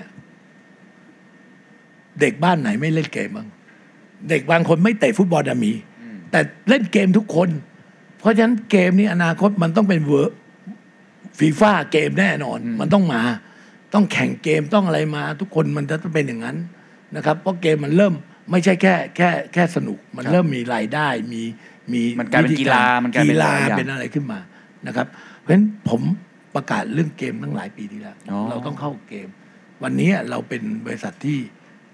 Speaker 5: เด็กบ้านไหนไม่เล่นเกมบ้างเด็กบางคนไม่เตะฟุตบอลนะมี
Speaker 4: อืม
Speaker 5: แต่เล่นเกมทุกคน เพราะฉะนั้นเกมนี่อนาคตมันต้องเป็นเวอร์ฟีฟ่าเกมแน่นอน มันต้องมา ต้องแข่งเกมต้องอะไรมา ทุกคนมันจะต้องเป็นอย่างนั้นนะครับ เพราะเกมมันเริ่มไม่ใช่แค่ แค่แค่สนุก มัน
Speaker 4: ครับ
Speaker 5: เริ่มมีรายได้มีมี
Speaker 4: มันกลายเป็นกีฬามันกลายเป็นหลายอย่าง
Speaker 5: เป็นอะไรขึ้นมานะครับ เพราะฉะนั้นผมประกาศเรื่องเกมตั้งหลายปีที่แล้ว
Speaker 4: อ๋อ
Speaker 5: เราต้องเข้าเกม วันนี้เราเป็นบริษัทที่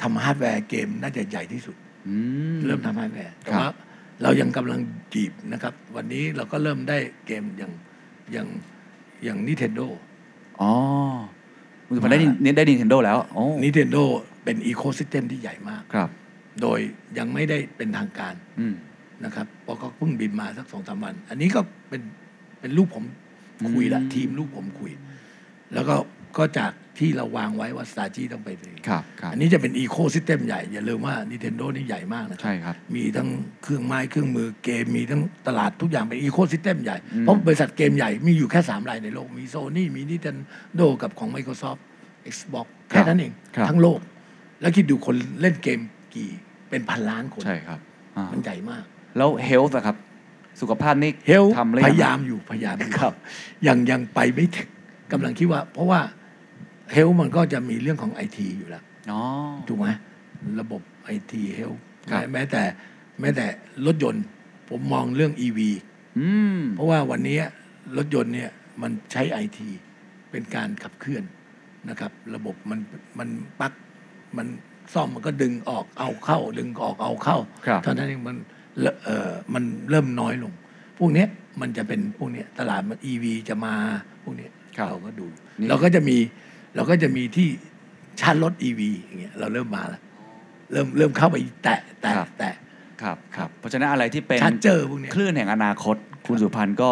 Speaker 5: ทำฮาร์ดแวร์เกมน่าจะใหญ่ที่สุด
Speaker 4: อืม
Speaker 5: เริ่มทำฮาร์ดแวร์แต่
Speaker 4: ครับ
Speaker 5: ว่าเรายังกำลังจีบนะครับ วันนี้เราก็เริ่มได้เกมอย่าง อย่างอย่าง Nintendo
Speaker 4: อ๋อคุณสุพรรณได้นิได้ Nintendo แล้วโอ้
Speaker 5: Nintendo เป็น Ecosystem ที่ใหญ่มาก
Speaker 4: ครับ
Speaker 5: โดยยังไม่ได้เป็นทางการ
Speaker 4: อืม
Speaker 5: นะครับเพราะก็เพิ่งบินมาสักสองสามวัน อันนี้ก็เป็นเป็นลูกผมคุยละทีมลูกผมคุย แล้วก็ก็จากที่เราวางไว้ว่าสตาร์จี้ต้องไปถึง
Speaker 4: ครับครับ
Speaker 5: อันนี้จะเป็นอีโค y ิสเต็มใหญ่ อย่าลืมว่า Nintendo นี่ใหญ่มากนะ
Speaker 4: ใช่ครับ
Speaker 5: มีทั้งเครื่องไม้เครื่องมือเกม มีทั้งตลาดทุกอย่างเป็นอีโค y ิสเต็มใหญ่ เพราะบริษัทเกมใหญ่มีอยู่แค่ 3 รายในโลก มี Sony มี Nintendo กับของ Microsoft Xbox แค่นั้นเอง
Speaker 4: ครับ
Speaker 5: ทั้งโลก แล้วคิดดูคนเล่นเกมกี่เป็นพันล้านคน
Speaker 4: ใช่ครับอ่า
Speaker 5: มันใหญ่มาก
Speaker 4: แล้วเฮลท์อะครับ สุขภาพนี่
Speaker 5: เฮล
Speaker 4: ทำหรือ
Speaker 5: พ
Speaker 4: ง
Speaker 5: ยายามอยู่พยายามอยู่ครับ ยังยังไปไม่ถึงกำลังคิดว่า เพราะว่าเฮลมันก็จะมีเรื่องของไอทีอยู่แล้ว
Speaker 4: อ๋อ
Speaker 5: ถูกไหมระบบไอทีเฮล
Speaker 4: ครับ
Speaker 5: แม้แต่แม้แต่รถยนต์ ผมมองเรื่อง EV
Speaker 4: อืม
Speaker 5: เพราะว่าวันนี้รถยนต์เนี่ยมันใช้ไอทีเป็นการขับเคลื่อนนะครับ ระบบมันมันปลักมันซ่อมมันก็ดึงออกเอาเข้า ดึงออกเอาเข้า
Speaker 4: ครับ
Speaker 5: เท่านั้นเองมันเลอะเออมันเริ่มน้อยลง พวกเนี้ยมันจะเป็นพวกเนี้ยตลาดมันอีวีจะมาพวกเนี้ย
Speaker 4: ครับ
Speaker 5: เราก็ดู
Speaker 4: นี่
Speaker 5: เราก็จะมีเราก็จะมีที่ชาร์จรถอีวีอย่างเงี้ยเราเริ่มมาแล้วเริ่มเริ่มเข้าไปแตะแตะแตะ
Speaker 4: ครับครับเพราะฉะนั้นอะไรที่เป็น
Speaker 5: ชัดเจอพวกเนี้ย
Speaker 4: คลื่นแห่งอนาคต คุณสุพันธ์ก็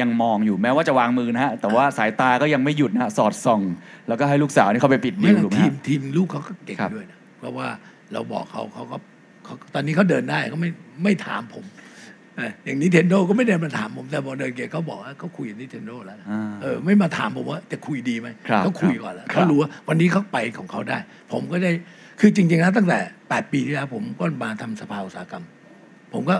Speaker 4: ยังมองอยู่แม้ว่าจะวางมือนะฮะ แต่ว่าสายตาก็ยังไม่หยุดนะฮะสอดส่อง แล้วก็ให้ลูกสาวนี่เขาไปปิดดิ
Speaker 5: ไม่
Speaker 4: ว
Speaker 5: หรอ
Speaker 4: ถู
Speaker 5: ก
Speaker 4: กไหม
Speaker 5: ที
Speaker 4: ฮะ
Speaker 5: มทีมลูกเขาก็เก่ง
Speaker 4: ครับ
Speaker 5: ด้วยนะเพราะว่าเราบอกเขาเขาก็เขาตอนนี้เขาเดินได้เขาไม่ไม่ถามผมเอออย่าง Nintendo ก็ไม่ได้มาถามผมแต่พอเดินเกมเขาบอกว่าเขาคุยกับ Nintendo แล้วนะ
Speaker 4: อ่า
Speaker 5: เออไม่มาถามผมว่าจะคุยดีไหม
Speaker 4: ครับ
Speaker 5: เขาคุย
Speaker 4: ครับ
Speaker 5: ก่อนแล้ว
Speaker 4: ครั
Speaker 5: เขา
Speaker 4: บ
Speaker 5: รู้ว่าวันนี้เขาไปของเขาได้ ผมก็ได้คือจริงๆแล้วตั้งแต่ 8 ปีที่แล้วผมก็มาทำสภาอุตสาหกรรม ผมก็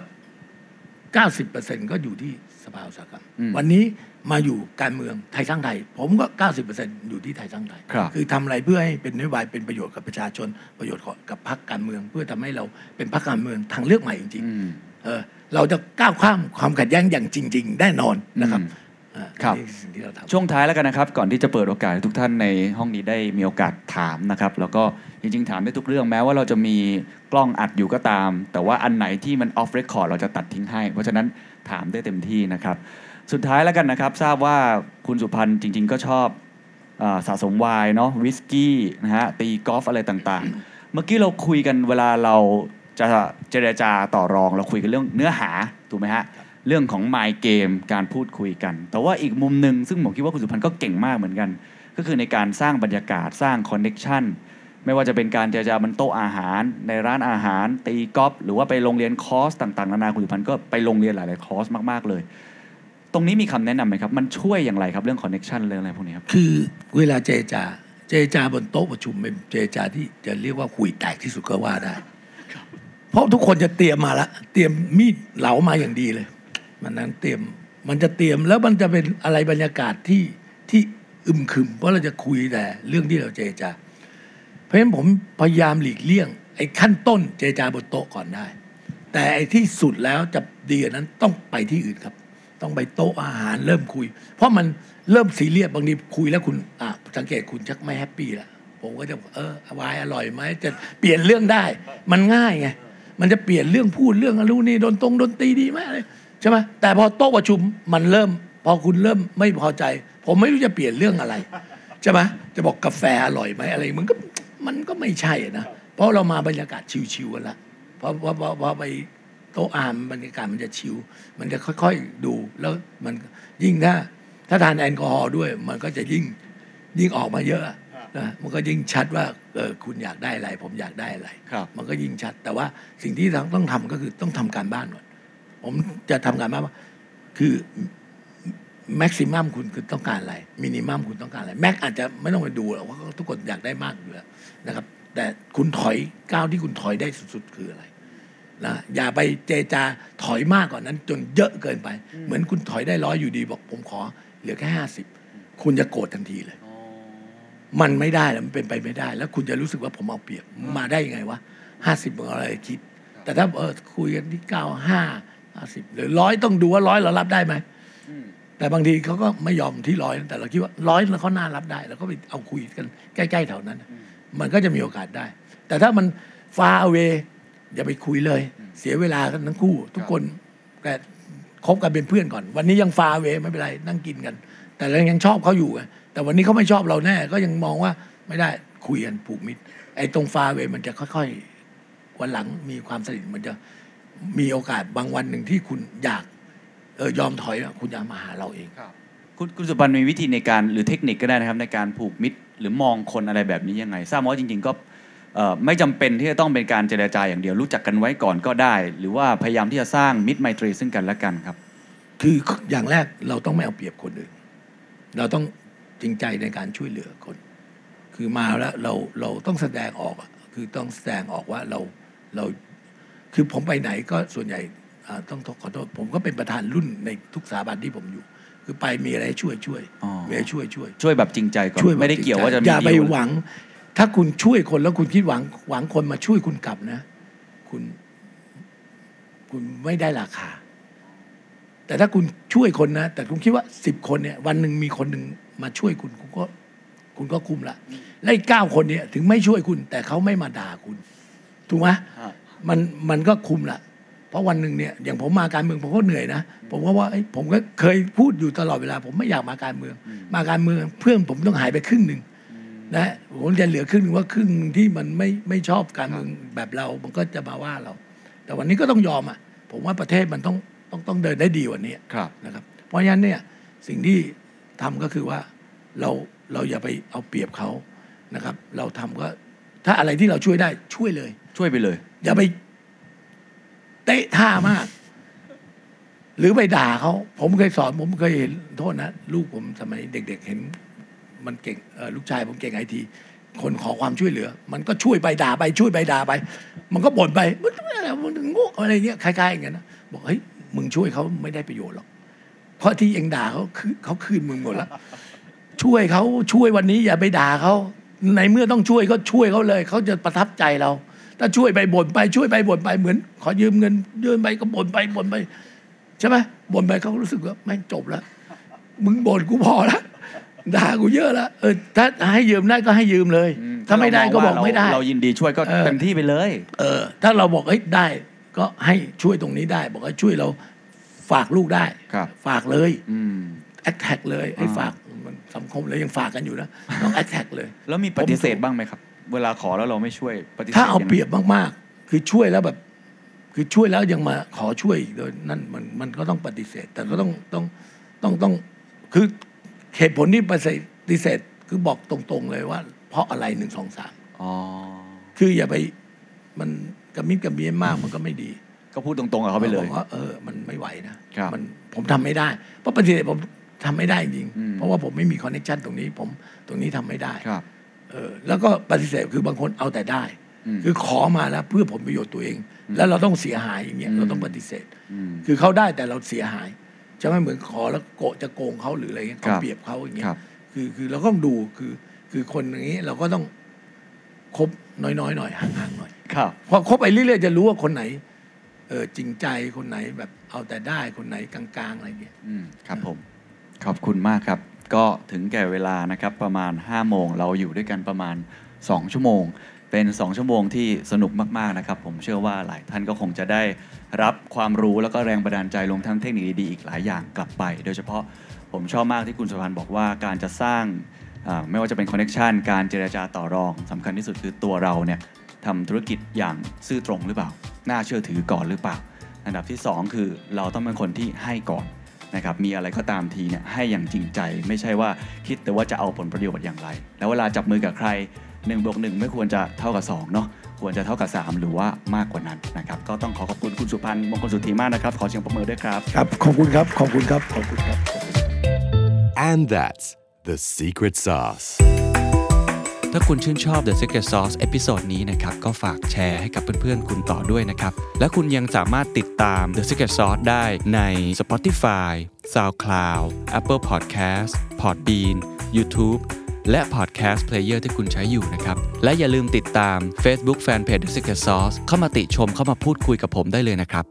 Speaker 5: 90%ก็อยู่ที่สภาอุตสาหกรรม
Speaker 4: อืม
Speaker 5: วันนี้มาอยู่การเมืองไทยสร้างไทย ผมก็ 90%อยู่ที่ไทยสร้างไทย
Speaker 4: ครับ
Speaker 5: คือทำอะไรเพื่อให้เป็นนโยบายเป็นประโยชน์กับประชาชน ประโยชน์กับพรรคการเมือง เพื่อทำให้เราเป็นพรรคการเมืองทางเลือกใหม่จริง
Speaker 4: อืม
Speaker 5: ๆเออเราจะก้าวข้ามความขัดแย้งอย่างจริง ๆ แน่นอนนะครับ
Speaker 4: อืม
Speaker 5: เออ
Speaker 4: ครับ
Speaker 5: นี่อสิ่งที่เราทำ
Speaker 4: ช่วงท้ายแล้วกันนะครับ ก่อนที่จะเปิดโอกาสให้ทุกท่านในห้องนี้ได้มีโอกาสถามนะครับ แล้วก็จริงๆ ถามได้ทุกเรื่องแม้ว่าเราจะมีกล้องอัดอยู่ก็ตาม แต่ว่าอันไหนที่มันออฟเรคคอร์ดเราจะตัดทิ้งให้ เพราะฉะนั้นถามได้เต็มที่นะครับ สุดท้ายแล้วกันนะครับ ทราบว่าคุณสุพันธ์จริง ๆ ก็ชอบเอ่อสะสมไวน์เนาะวิสกี้นะฮะตีกอล์ฟอะไรต่างๆ เมื่อกี้เราคุยกันเวลาเราจะเจรจาต่อรอง เราคุยกันเรื่องเนื้อหาถูกไหมฮะ เรื่องของ My Game การพูดคุยกัน แต่ว่าอีกมุมหนึ่งซึ่งผมคิดว่าคุณสุพันธ์ก็เก่งมากเหมือนกัน ก็คือในการสร้างบรรยากาศสร้างคอนเน็ชันไม่ว่าจะเป็นการเจรจาบนโต๊ะอาหาร ในร้านอาหาร ตีกอล์ฟหรือว่าไปโรงเรียนคอร์สต่างๆนานาคุณสุพันธ์ก็ไปโรงเรียนหลายๆคอร์สมากๆเลย ตรงนี้มีคำแนะนำไหมครับ มันช่วยอย่างไรครับเรื่องคอนเน็ชันเรื่องอะไรพวกนี้ครับ
Speaker 5: คือเวลาเจรจา เจรจาบนโต๊ะประชุมเป็นเจรจาที่จะเรียกว่าคุยแตกที่สุดก็ว่าได้ เพราะทุกคนจะเตรียมมาละเตรียมมีดเหลามาอย่างดีเลย มันนั้นเตรียมมันจะเตรียมแล้วมันจะเป็นอะไรบรรยากาศที่ที่อึมครึมเพราะเราจะคุยแต่เรื่องที่เราเจรจา เพราะฉะนั้นผมพยายามหลีกเลี่ยง ไอ้ขั้นต้นเจรจาบนโต๊ะก่อนได้ แต่ไอ้ที่สุดแล้วจะดีกว่านั้นต้องไปที่อื่นครับ ต้องไปโต๊ะอาหารเริ่มคุย เพราะมันเริ่มซีเรียสบางทีคุยแล้วคุณอ่ะสังเกตคุณชักไม่แฮปปี้ละผมก็จะบอกเออวายอร่อยไหมจะเปลี่ยนเรื่องได้ มันง่ายไงมันจะเปลี่ยนเรื่องพูดเรื่องอะไรนู่นนี่โดนตรงโดนตีดีไหมอะไรใช่ไหมแต่พอโต๊ะประชุมมันเริ่ม พอคุณเริ่มไม่พอใจ ผมไม่รู้จะเปลี่ยนเรื่องอะไร ใช่ไหมจะบอกกาแฟอร่อยไหมอะไรมันก็มันก็ไม่ใช่อะนะเพราะเรามาบรรยากาศชิวๆกันละเพราะเพราะเพราะเพราะไปโต๊ะอาหารบรรยากาศมันจะชิว มันจะค่อยๆดูแล้วมันยิ่งถ้า ถ้าทานแอลกอฮอล์ด้วย มันก็จะยิ่งยิ่งออกมาเยอะอะนะมันก็ยิ่งชัดว่าเออคุณอยากได้อะไร ผมอยากได้อะไร
Speaker 4: ครับ
Speaker 5: มันก็ยิ่งชัด แต่ว่าสิ่งที่ต้องต้องทำก็คือต้องทำการบ้านก่อนผมจะทำการบ้านว่าคือ แม็กซิมัมคุณคือต้องการอะไรมินิมัมคุณต้องการอะไรแม็กอาจจะไม่ต้องไปดูหรอกว่าทุกคนอยากได้มากอยู่แล้วนะครับ แต่คุณถอยก้าวที่คุณถอยได้สุดๆคืออะไรนะอย่าไปเจรจาถอยมากกว่านนั้น จนเยอะเกินไป เหมือนคุณถอยได้ร้อยอยู่ดีบอกผมขอ เหลือแค่ห้าสิบคุณจะโกรธทันทีเลย มันไม่ได้แล้วมันเป็นไปไม่ได้ แล้วคุณจะรู้สึกว่าผมเอาเปรียบมาได้ยังไงวะห้าสิบอะไรคิด แต่ถ้าเออคุยกันที่เก้าห้าห้าสิบหรือร้อยต้องดูว่าร้อยเรารับได้ไหม แต่บางทีเขาก็ไม่ยอมที่ร้อยแต่เราคิดว่าร้อยแล้วเขาน่ารับได้ แล้วก็ไปเอาคุยกันใกล้ๆแถวนั้น มันก็จะมีโอกาสได้ แต่ถ้ามันฟาเวอย่าไปคุยเลย เสียเวลากันทั้งคู่ ทุกคนแต่ คบกันเป็นเพื่อนก่อน วันนี้ยังฟาเวไม่เป็นไรนั่งกินกัน แต่เรายังชอบเขาอยู่ไงแต่วันนี้เขาไม่ชอบเราแน่ ก็ยังมองว่าไม่ได้คุยกันผูกมิตร ไอ้ตรงฟาเวมันจะค่อยๆวันหลังมีความสนิทมันจะมีโอกาสบางวันหนึ่งที่คุณอยากเออยอมถอยอะคุณอยากมาหาเราเอง
Speaker 4: คุณคุณสุบันมีวิธีในการหรือเทคนิคก็ได้นะครับในการผูกมิตรหรือมองคนอะไรแบบนี้ยังไง ทราบมาว่าจริง ๆ ก็เอ่อไม่จำเป็นที่จะต้องเป็นการเจรจาอย่างเดียวรู้จักกันไว้ก่อนก็ได้ หรือว่าพยายามที่จะสร้างมิตรไมตรีซึ่งกันและกันครับ
Speaker 5: คืออย่างแรกเราต้องไม่เอาเปรียบคนอื่น เราต้องจริงใจในการช่วยเหลือคน คือมาแล้วเราเราต้องแสดงออกอะคือต้องแสดงออกว่าเราเรา คือผมไปไหนก็ส่วนใหญ่อ่าต้องขอโทษผมก็เป็นประธานรุ่นในทุกสถาบันที่ผมอยู่ คือไปมีอะไรให้ช่วยช่วย
Speaker 4: อ๋อ
Speaker 5: มีอะไรช่วยช่วย
Speaker 4: ช่วยแบบจริงใจก่อน
Speaker 5: ช่วยแบบ
Speaker 4: ไม่ได้เกี่ยวว่าจะมี
Speaker 5: อย่าไป
Speaker 4: ดีล
Speaker 5: หวัง ถ้าคุณช่วยคนแล้วคุณคิดหวัง หวังคนมาช่วยคุณกลับนะ คุณ คุณไม่ได้ราคา แต่ถ้าคุณช่วยคนนะ แต่คุณคิดว่าสิบคนเนี่ย วันหนึ่งมีคนหนึ่งมาช่วยคุณ คุณก็ คุณก็คุ้มละและอีกเก้าคนเนี่ย ถึงไม่ช่วยคุณ แต่เขาไม่มาด่าคุณ ถูกไหม
Speaker 4: ฮะ
Speaker 5: มันมันก็คุ้มละเพราะวันหนึ่งเนี่ย อย่างผมมาการเมืองผมก็เหนื่อยนะ ผมก็ว่าเอ้ยผมก็เคยพูดอยู่ตลอดเวลา ผมไม่อยากมาการเมือง มาการเมืองเพื่อนผมต้องหายไปครึ่งหนึ่งนะผมจะเหลือครึ่งหนึ่งว่าครึ่งหนึ่งที่มันไม่ไม่ชอบการเมืองแบบเรา มันก็จะมาว่าเรา แต่วันนี้ก็ต้องยอมอ่ะ ผมว่าประเทศมันต้องต้องต้องเดินได้ดีกว่านี้
Speaker 4: ครับ
Speaker 5: นะครับเพราะฉะนั้นเนี่ยสิ่งที่ทำก็คือว่าเราเราอย่าไปเอาเปรียบเขานะครับ เราทำก็ถ้าอะไรที่เราช่วยได้ช่วยเลย
Speaker 4: ช่วยไปเลย
Speaker 5: อย่าไปเตะท่ามาก หรือไปด่าเขาผมเคยสอน ผมเคยเห็นโทษนะลูกผมสมัยเด็ก ๆ เห็น มันเก่งเอ่อลูกชายผมเก่งไอที คนขอความช่วยเหลือ มันก็ช่วยไปด่าไปช่วยไปด่าไป มันก็บ่นไปมันอะไรมันโง่อะไรเงี้ยคล้ายๆอย่างนั้นนะบอกเฮ้ยมึงช่วยเขาไม่ได้ประโยชน์หรอก เพราะที่เองด่าเขาคือเขาคืนมึงหมดแล้ว ช่วยเขาช่วยวันนี้อย่าไปด่าเขาในเมื่อต้องช่วยก็ช่วยเขาเลยเขาจะประทับใจเรา ถ้าช่วยไปบ่นไปช่วยไปบ่นไปเหมือน ขอยืมเงินยืมไปก็บ่นไปบ่นไปใช่ไหมบ่นไปเขารู้สึกว่าแม่งจบแล้ว มึงบ่นกูพอละด่ากูเยอะละเออถ้าให้ยืมได้ก็ให้ยืมเลย ถ้าไม่ได้ก็บอกไม่ได้
Speaker 4: เราเรายินดีช่วยก็
Speaker 5: เออ
Speaker 4: เต็มที่ไปเลย
Speaker 5: เออถ้าเราบอกเฮ้ยได้ก็ให้ช่วยตรงนี้ได้ บอกว่าช่วยเราฝากลูกได้
Speaker 4: ครับ
Speaker 5: ฝากเลย
Speaker 4: อืม
Speaker 5: แอคแท็กเลยให้
Speaker 4: อ่า
Speaker 5: ฝากมันสังคมเลยยังฝากกันอยู่นะ ต้องแอคแท็กเลย
Speaker 4: แล้วมีปฏิเสธบ้างไหมครับ เวลาขอแล้วเราไม่ช่วยปฏิเสธ
Speaker 5: ถ้าเอา
Speaker 4: งไง
Speaker 5: เปรียบมากๆ คือช่วยแล้วแบบ คือช่วยแล้วยังมาขอช่วยอีกโดยนั่นมันมันก็ต้องปฏิเสธ แต่ก็ต้องต้องต้องต้องคือเหตุผลที่ปฏิเสธคือบอกตรงๆเลยว่า เพราะอะไรหนึ่งสองสาม
Speaker 4: อ๋อ
Speaker 5: คืออย่าไปมันกระมิ้นกระเบียนมากมันก็ไม่ดี
Speaker 4: ก็พูดตรงๆกับเขาไปเลย
Speaker 5: ผมว่าเออ มันไม่ไหวนะครับ มันผมทำไม่ได้ เพราะปฏิเสธผมทำไม่ได้จริง
Speaker 4: อืม
Speaker 5: เพราะว่าผมไม่มีคอนเนคชันตรงนี้ ผมตรงนี้ทำไม่ได้
Speaker 4: ครับ
Speaker 5: เออ แล้วก็ปฏิเสธคือบางคนเอาแต่ได้
Speaker 4: อืม
Speaker 5: คือขอมาแล้วเพื่อผลประโยชน์ตัวเอง แล้วเราต้องเสียหายอย่างเงี้ยเราต้องปฏิเสธ
Speaker 4: อืม
Speaker 5: คือเขาได้แต่เราเสียหายใช่ไหมเหมือนขอแล้วโกะจะโกงเขาหรืออะไรเงี้ย
Speaker 4: ครับ
Speaker 5: เขาเปรียบเขาอย่างเงี้ย
Speaker 4: ครับ
Speaker 5: คือคือเราก็ต้องดูคือ คือคนอย่างนี้เราก็ต้องคบน้อยๆหน่อยห่างๆหน่อย
Speaker 4: ครับ
Speaker 5: พอคบไปเรื่อยๆจะรู้ว่าคนไหน เออจริงใจคนไหนแบบเอาแต่ได้คนไหนกลางๆอะไรเงี้ย
Speaker 4: อืมครับผม ขอบคุณมากครับ ก็ถึงแก่เวลานะครับ ประมาณ 5 โมงเราอยู่ด้วยกันประมาณ 2 ชั่วโมง เป็น 2 ชั่วโมงที่สนุกมาก ๆ นะครับ ผมเชื่อว่าหลายท่านก็คงจะได้รับความรู้แล้วก็แรงบันดาลใจรวมทั้งเทคนิคดีๆอีกหลายอย่างกลับไป โดยเฉพาะผมชอบมากที่คุณสุพันธ์บอกว่าการจะสร้างอ่าไม่ว่าจะเป็นคอนเน็ชันการเจรจาต่อรองสำคัญที่สุดคือตัวเราเนี่ย ทำธุรกิจอย่างซื่อตรงหรือเปล่า น่าเชื่อถือก่อนหรือเปล่า อันดับที่ 2 คือเราต้องเป็นคนที่ให้ก่อนนะครับ มีอะไรก็ตามทีเนี่ยให้อย่างจริงใจ ไม่ใช่ว่าคิดแต่ว่าจะเอาผลประโยชน์อย่างไร แล้วเวลาจับมือกับใคร1บวก1ไม่ควรจะเท่ากับ2เนาะ ควรจะเท่ากับ 3 หรือว่ามากกว่านั้นนะครับ ก็ต้องขอขอบคุณคุณสุพันธ์มงคลสุทธีมากนะครับ ขอเสียงปรบมือด้วยครับ
Speaker 5: ครับ ขอบคุณครับ ขอบคุณครับ ขอบคุณครับ
Speaker 1: And that's the secret sauce.
Speaker 3: ถ้าคุณชื่นชอบ The Secret Sauce เอพิโซดนี้นะครับ ก็ฝากแชร์ให้กับเพื่อนๆ คุณต่อด้วยนะครับ และคุณยังสามารถติดตาม The Secret Sauce ได้ใน Spotify, SoundCloud, Apple Podcast, Podbean, YouTube และ Podcast Player ที่คุณใช้อยู่นะครับ และอย่าลืมติดตาม Facebook Fanpage The Secret Sauce เข้ามาติชมเข้ามาพูดคุยกับผมได้เลยนะครับ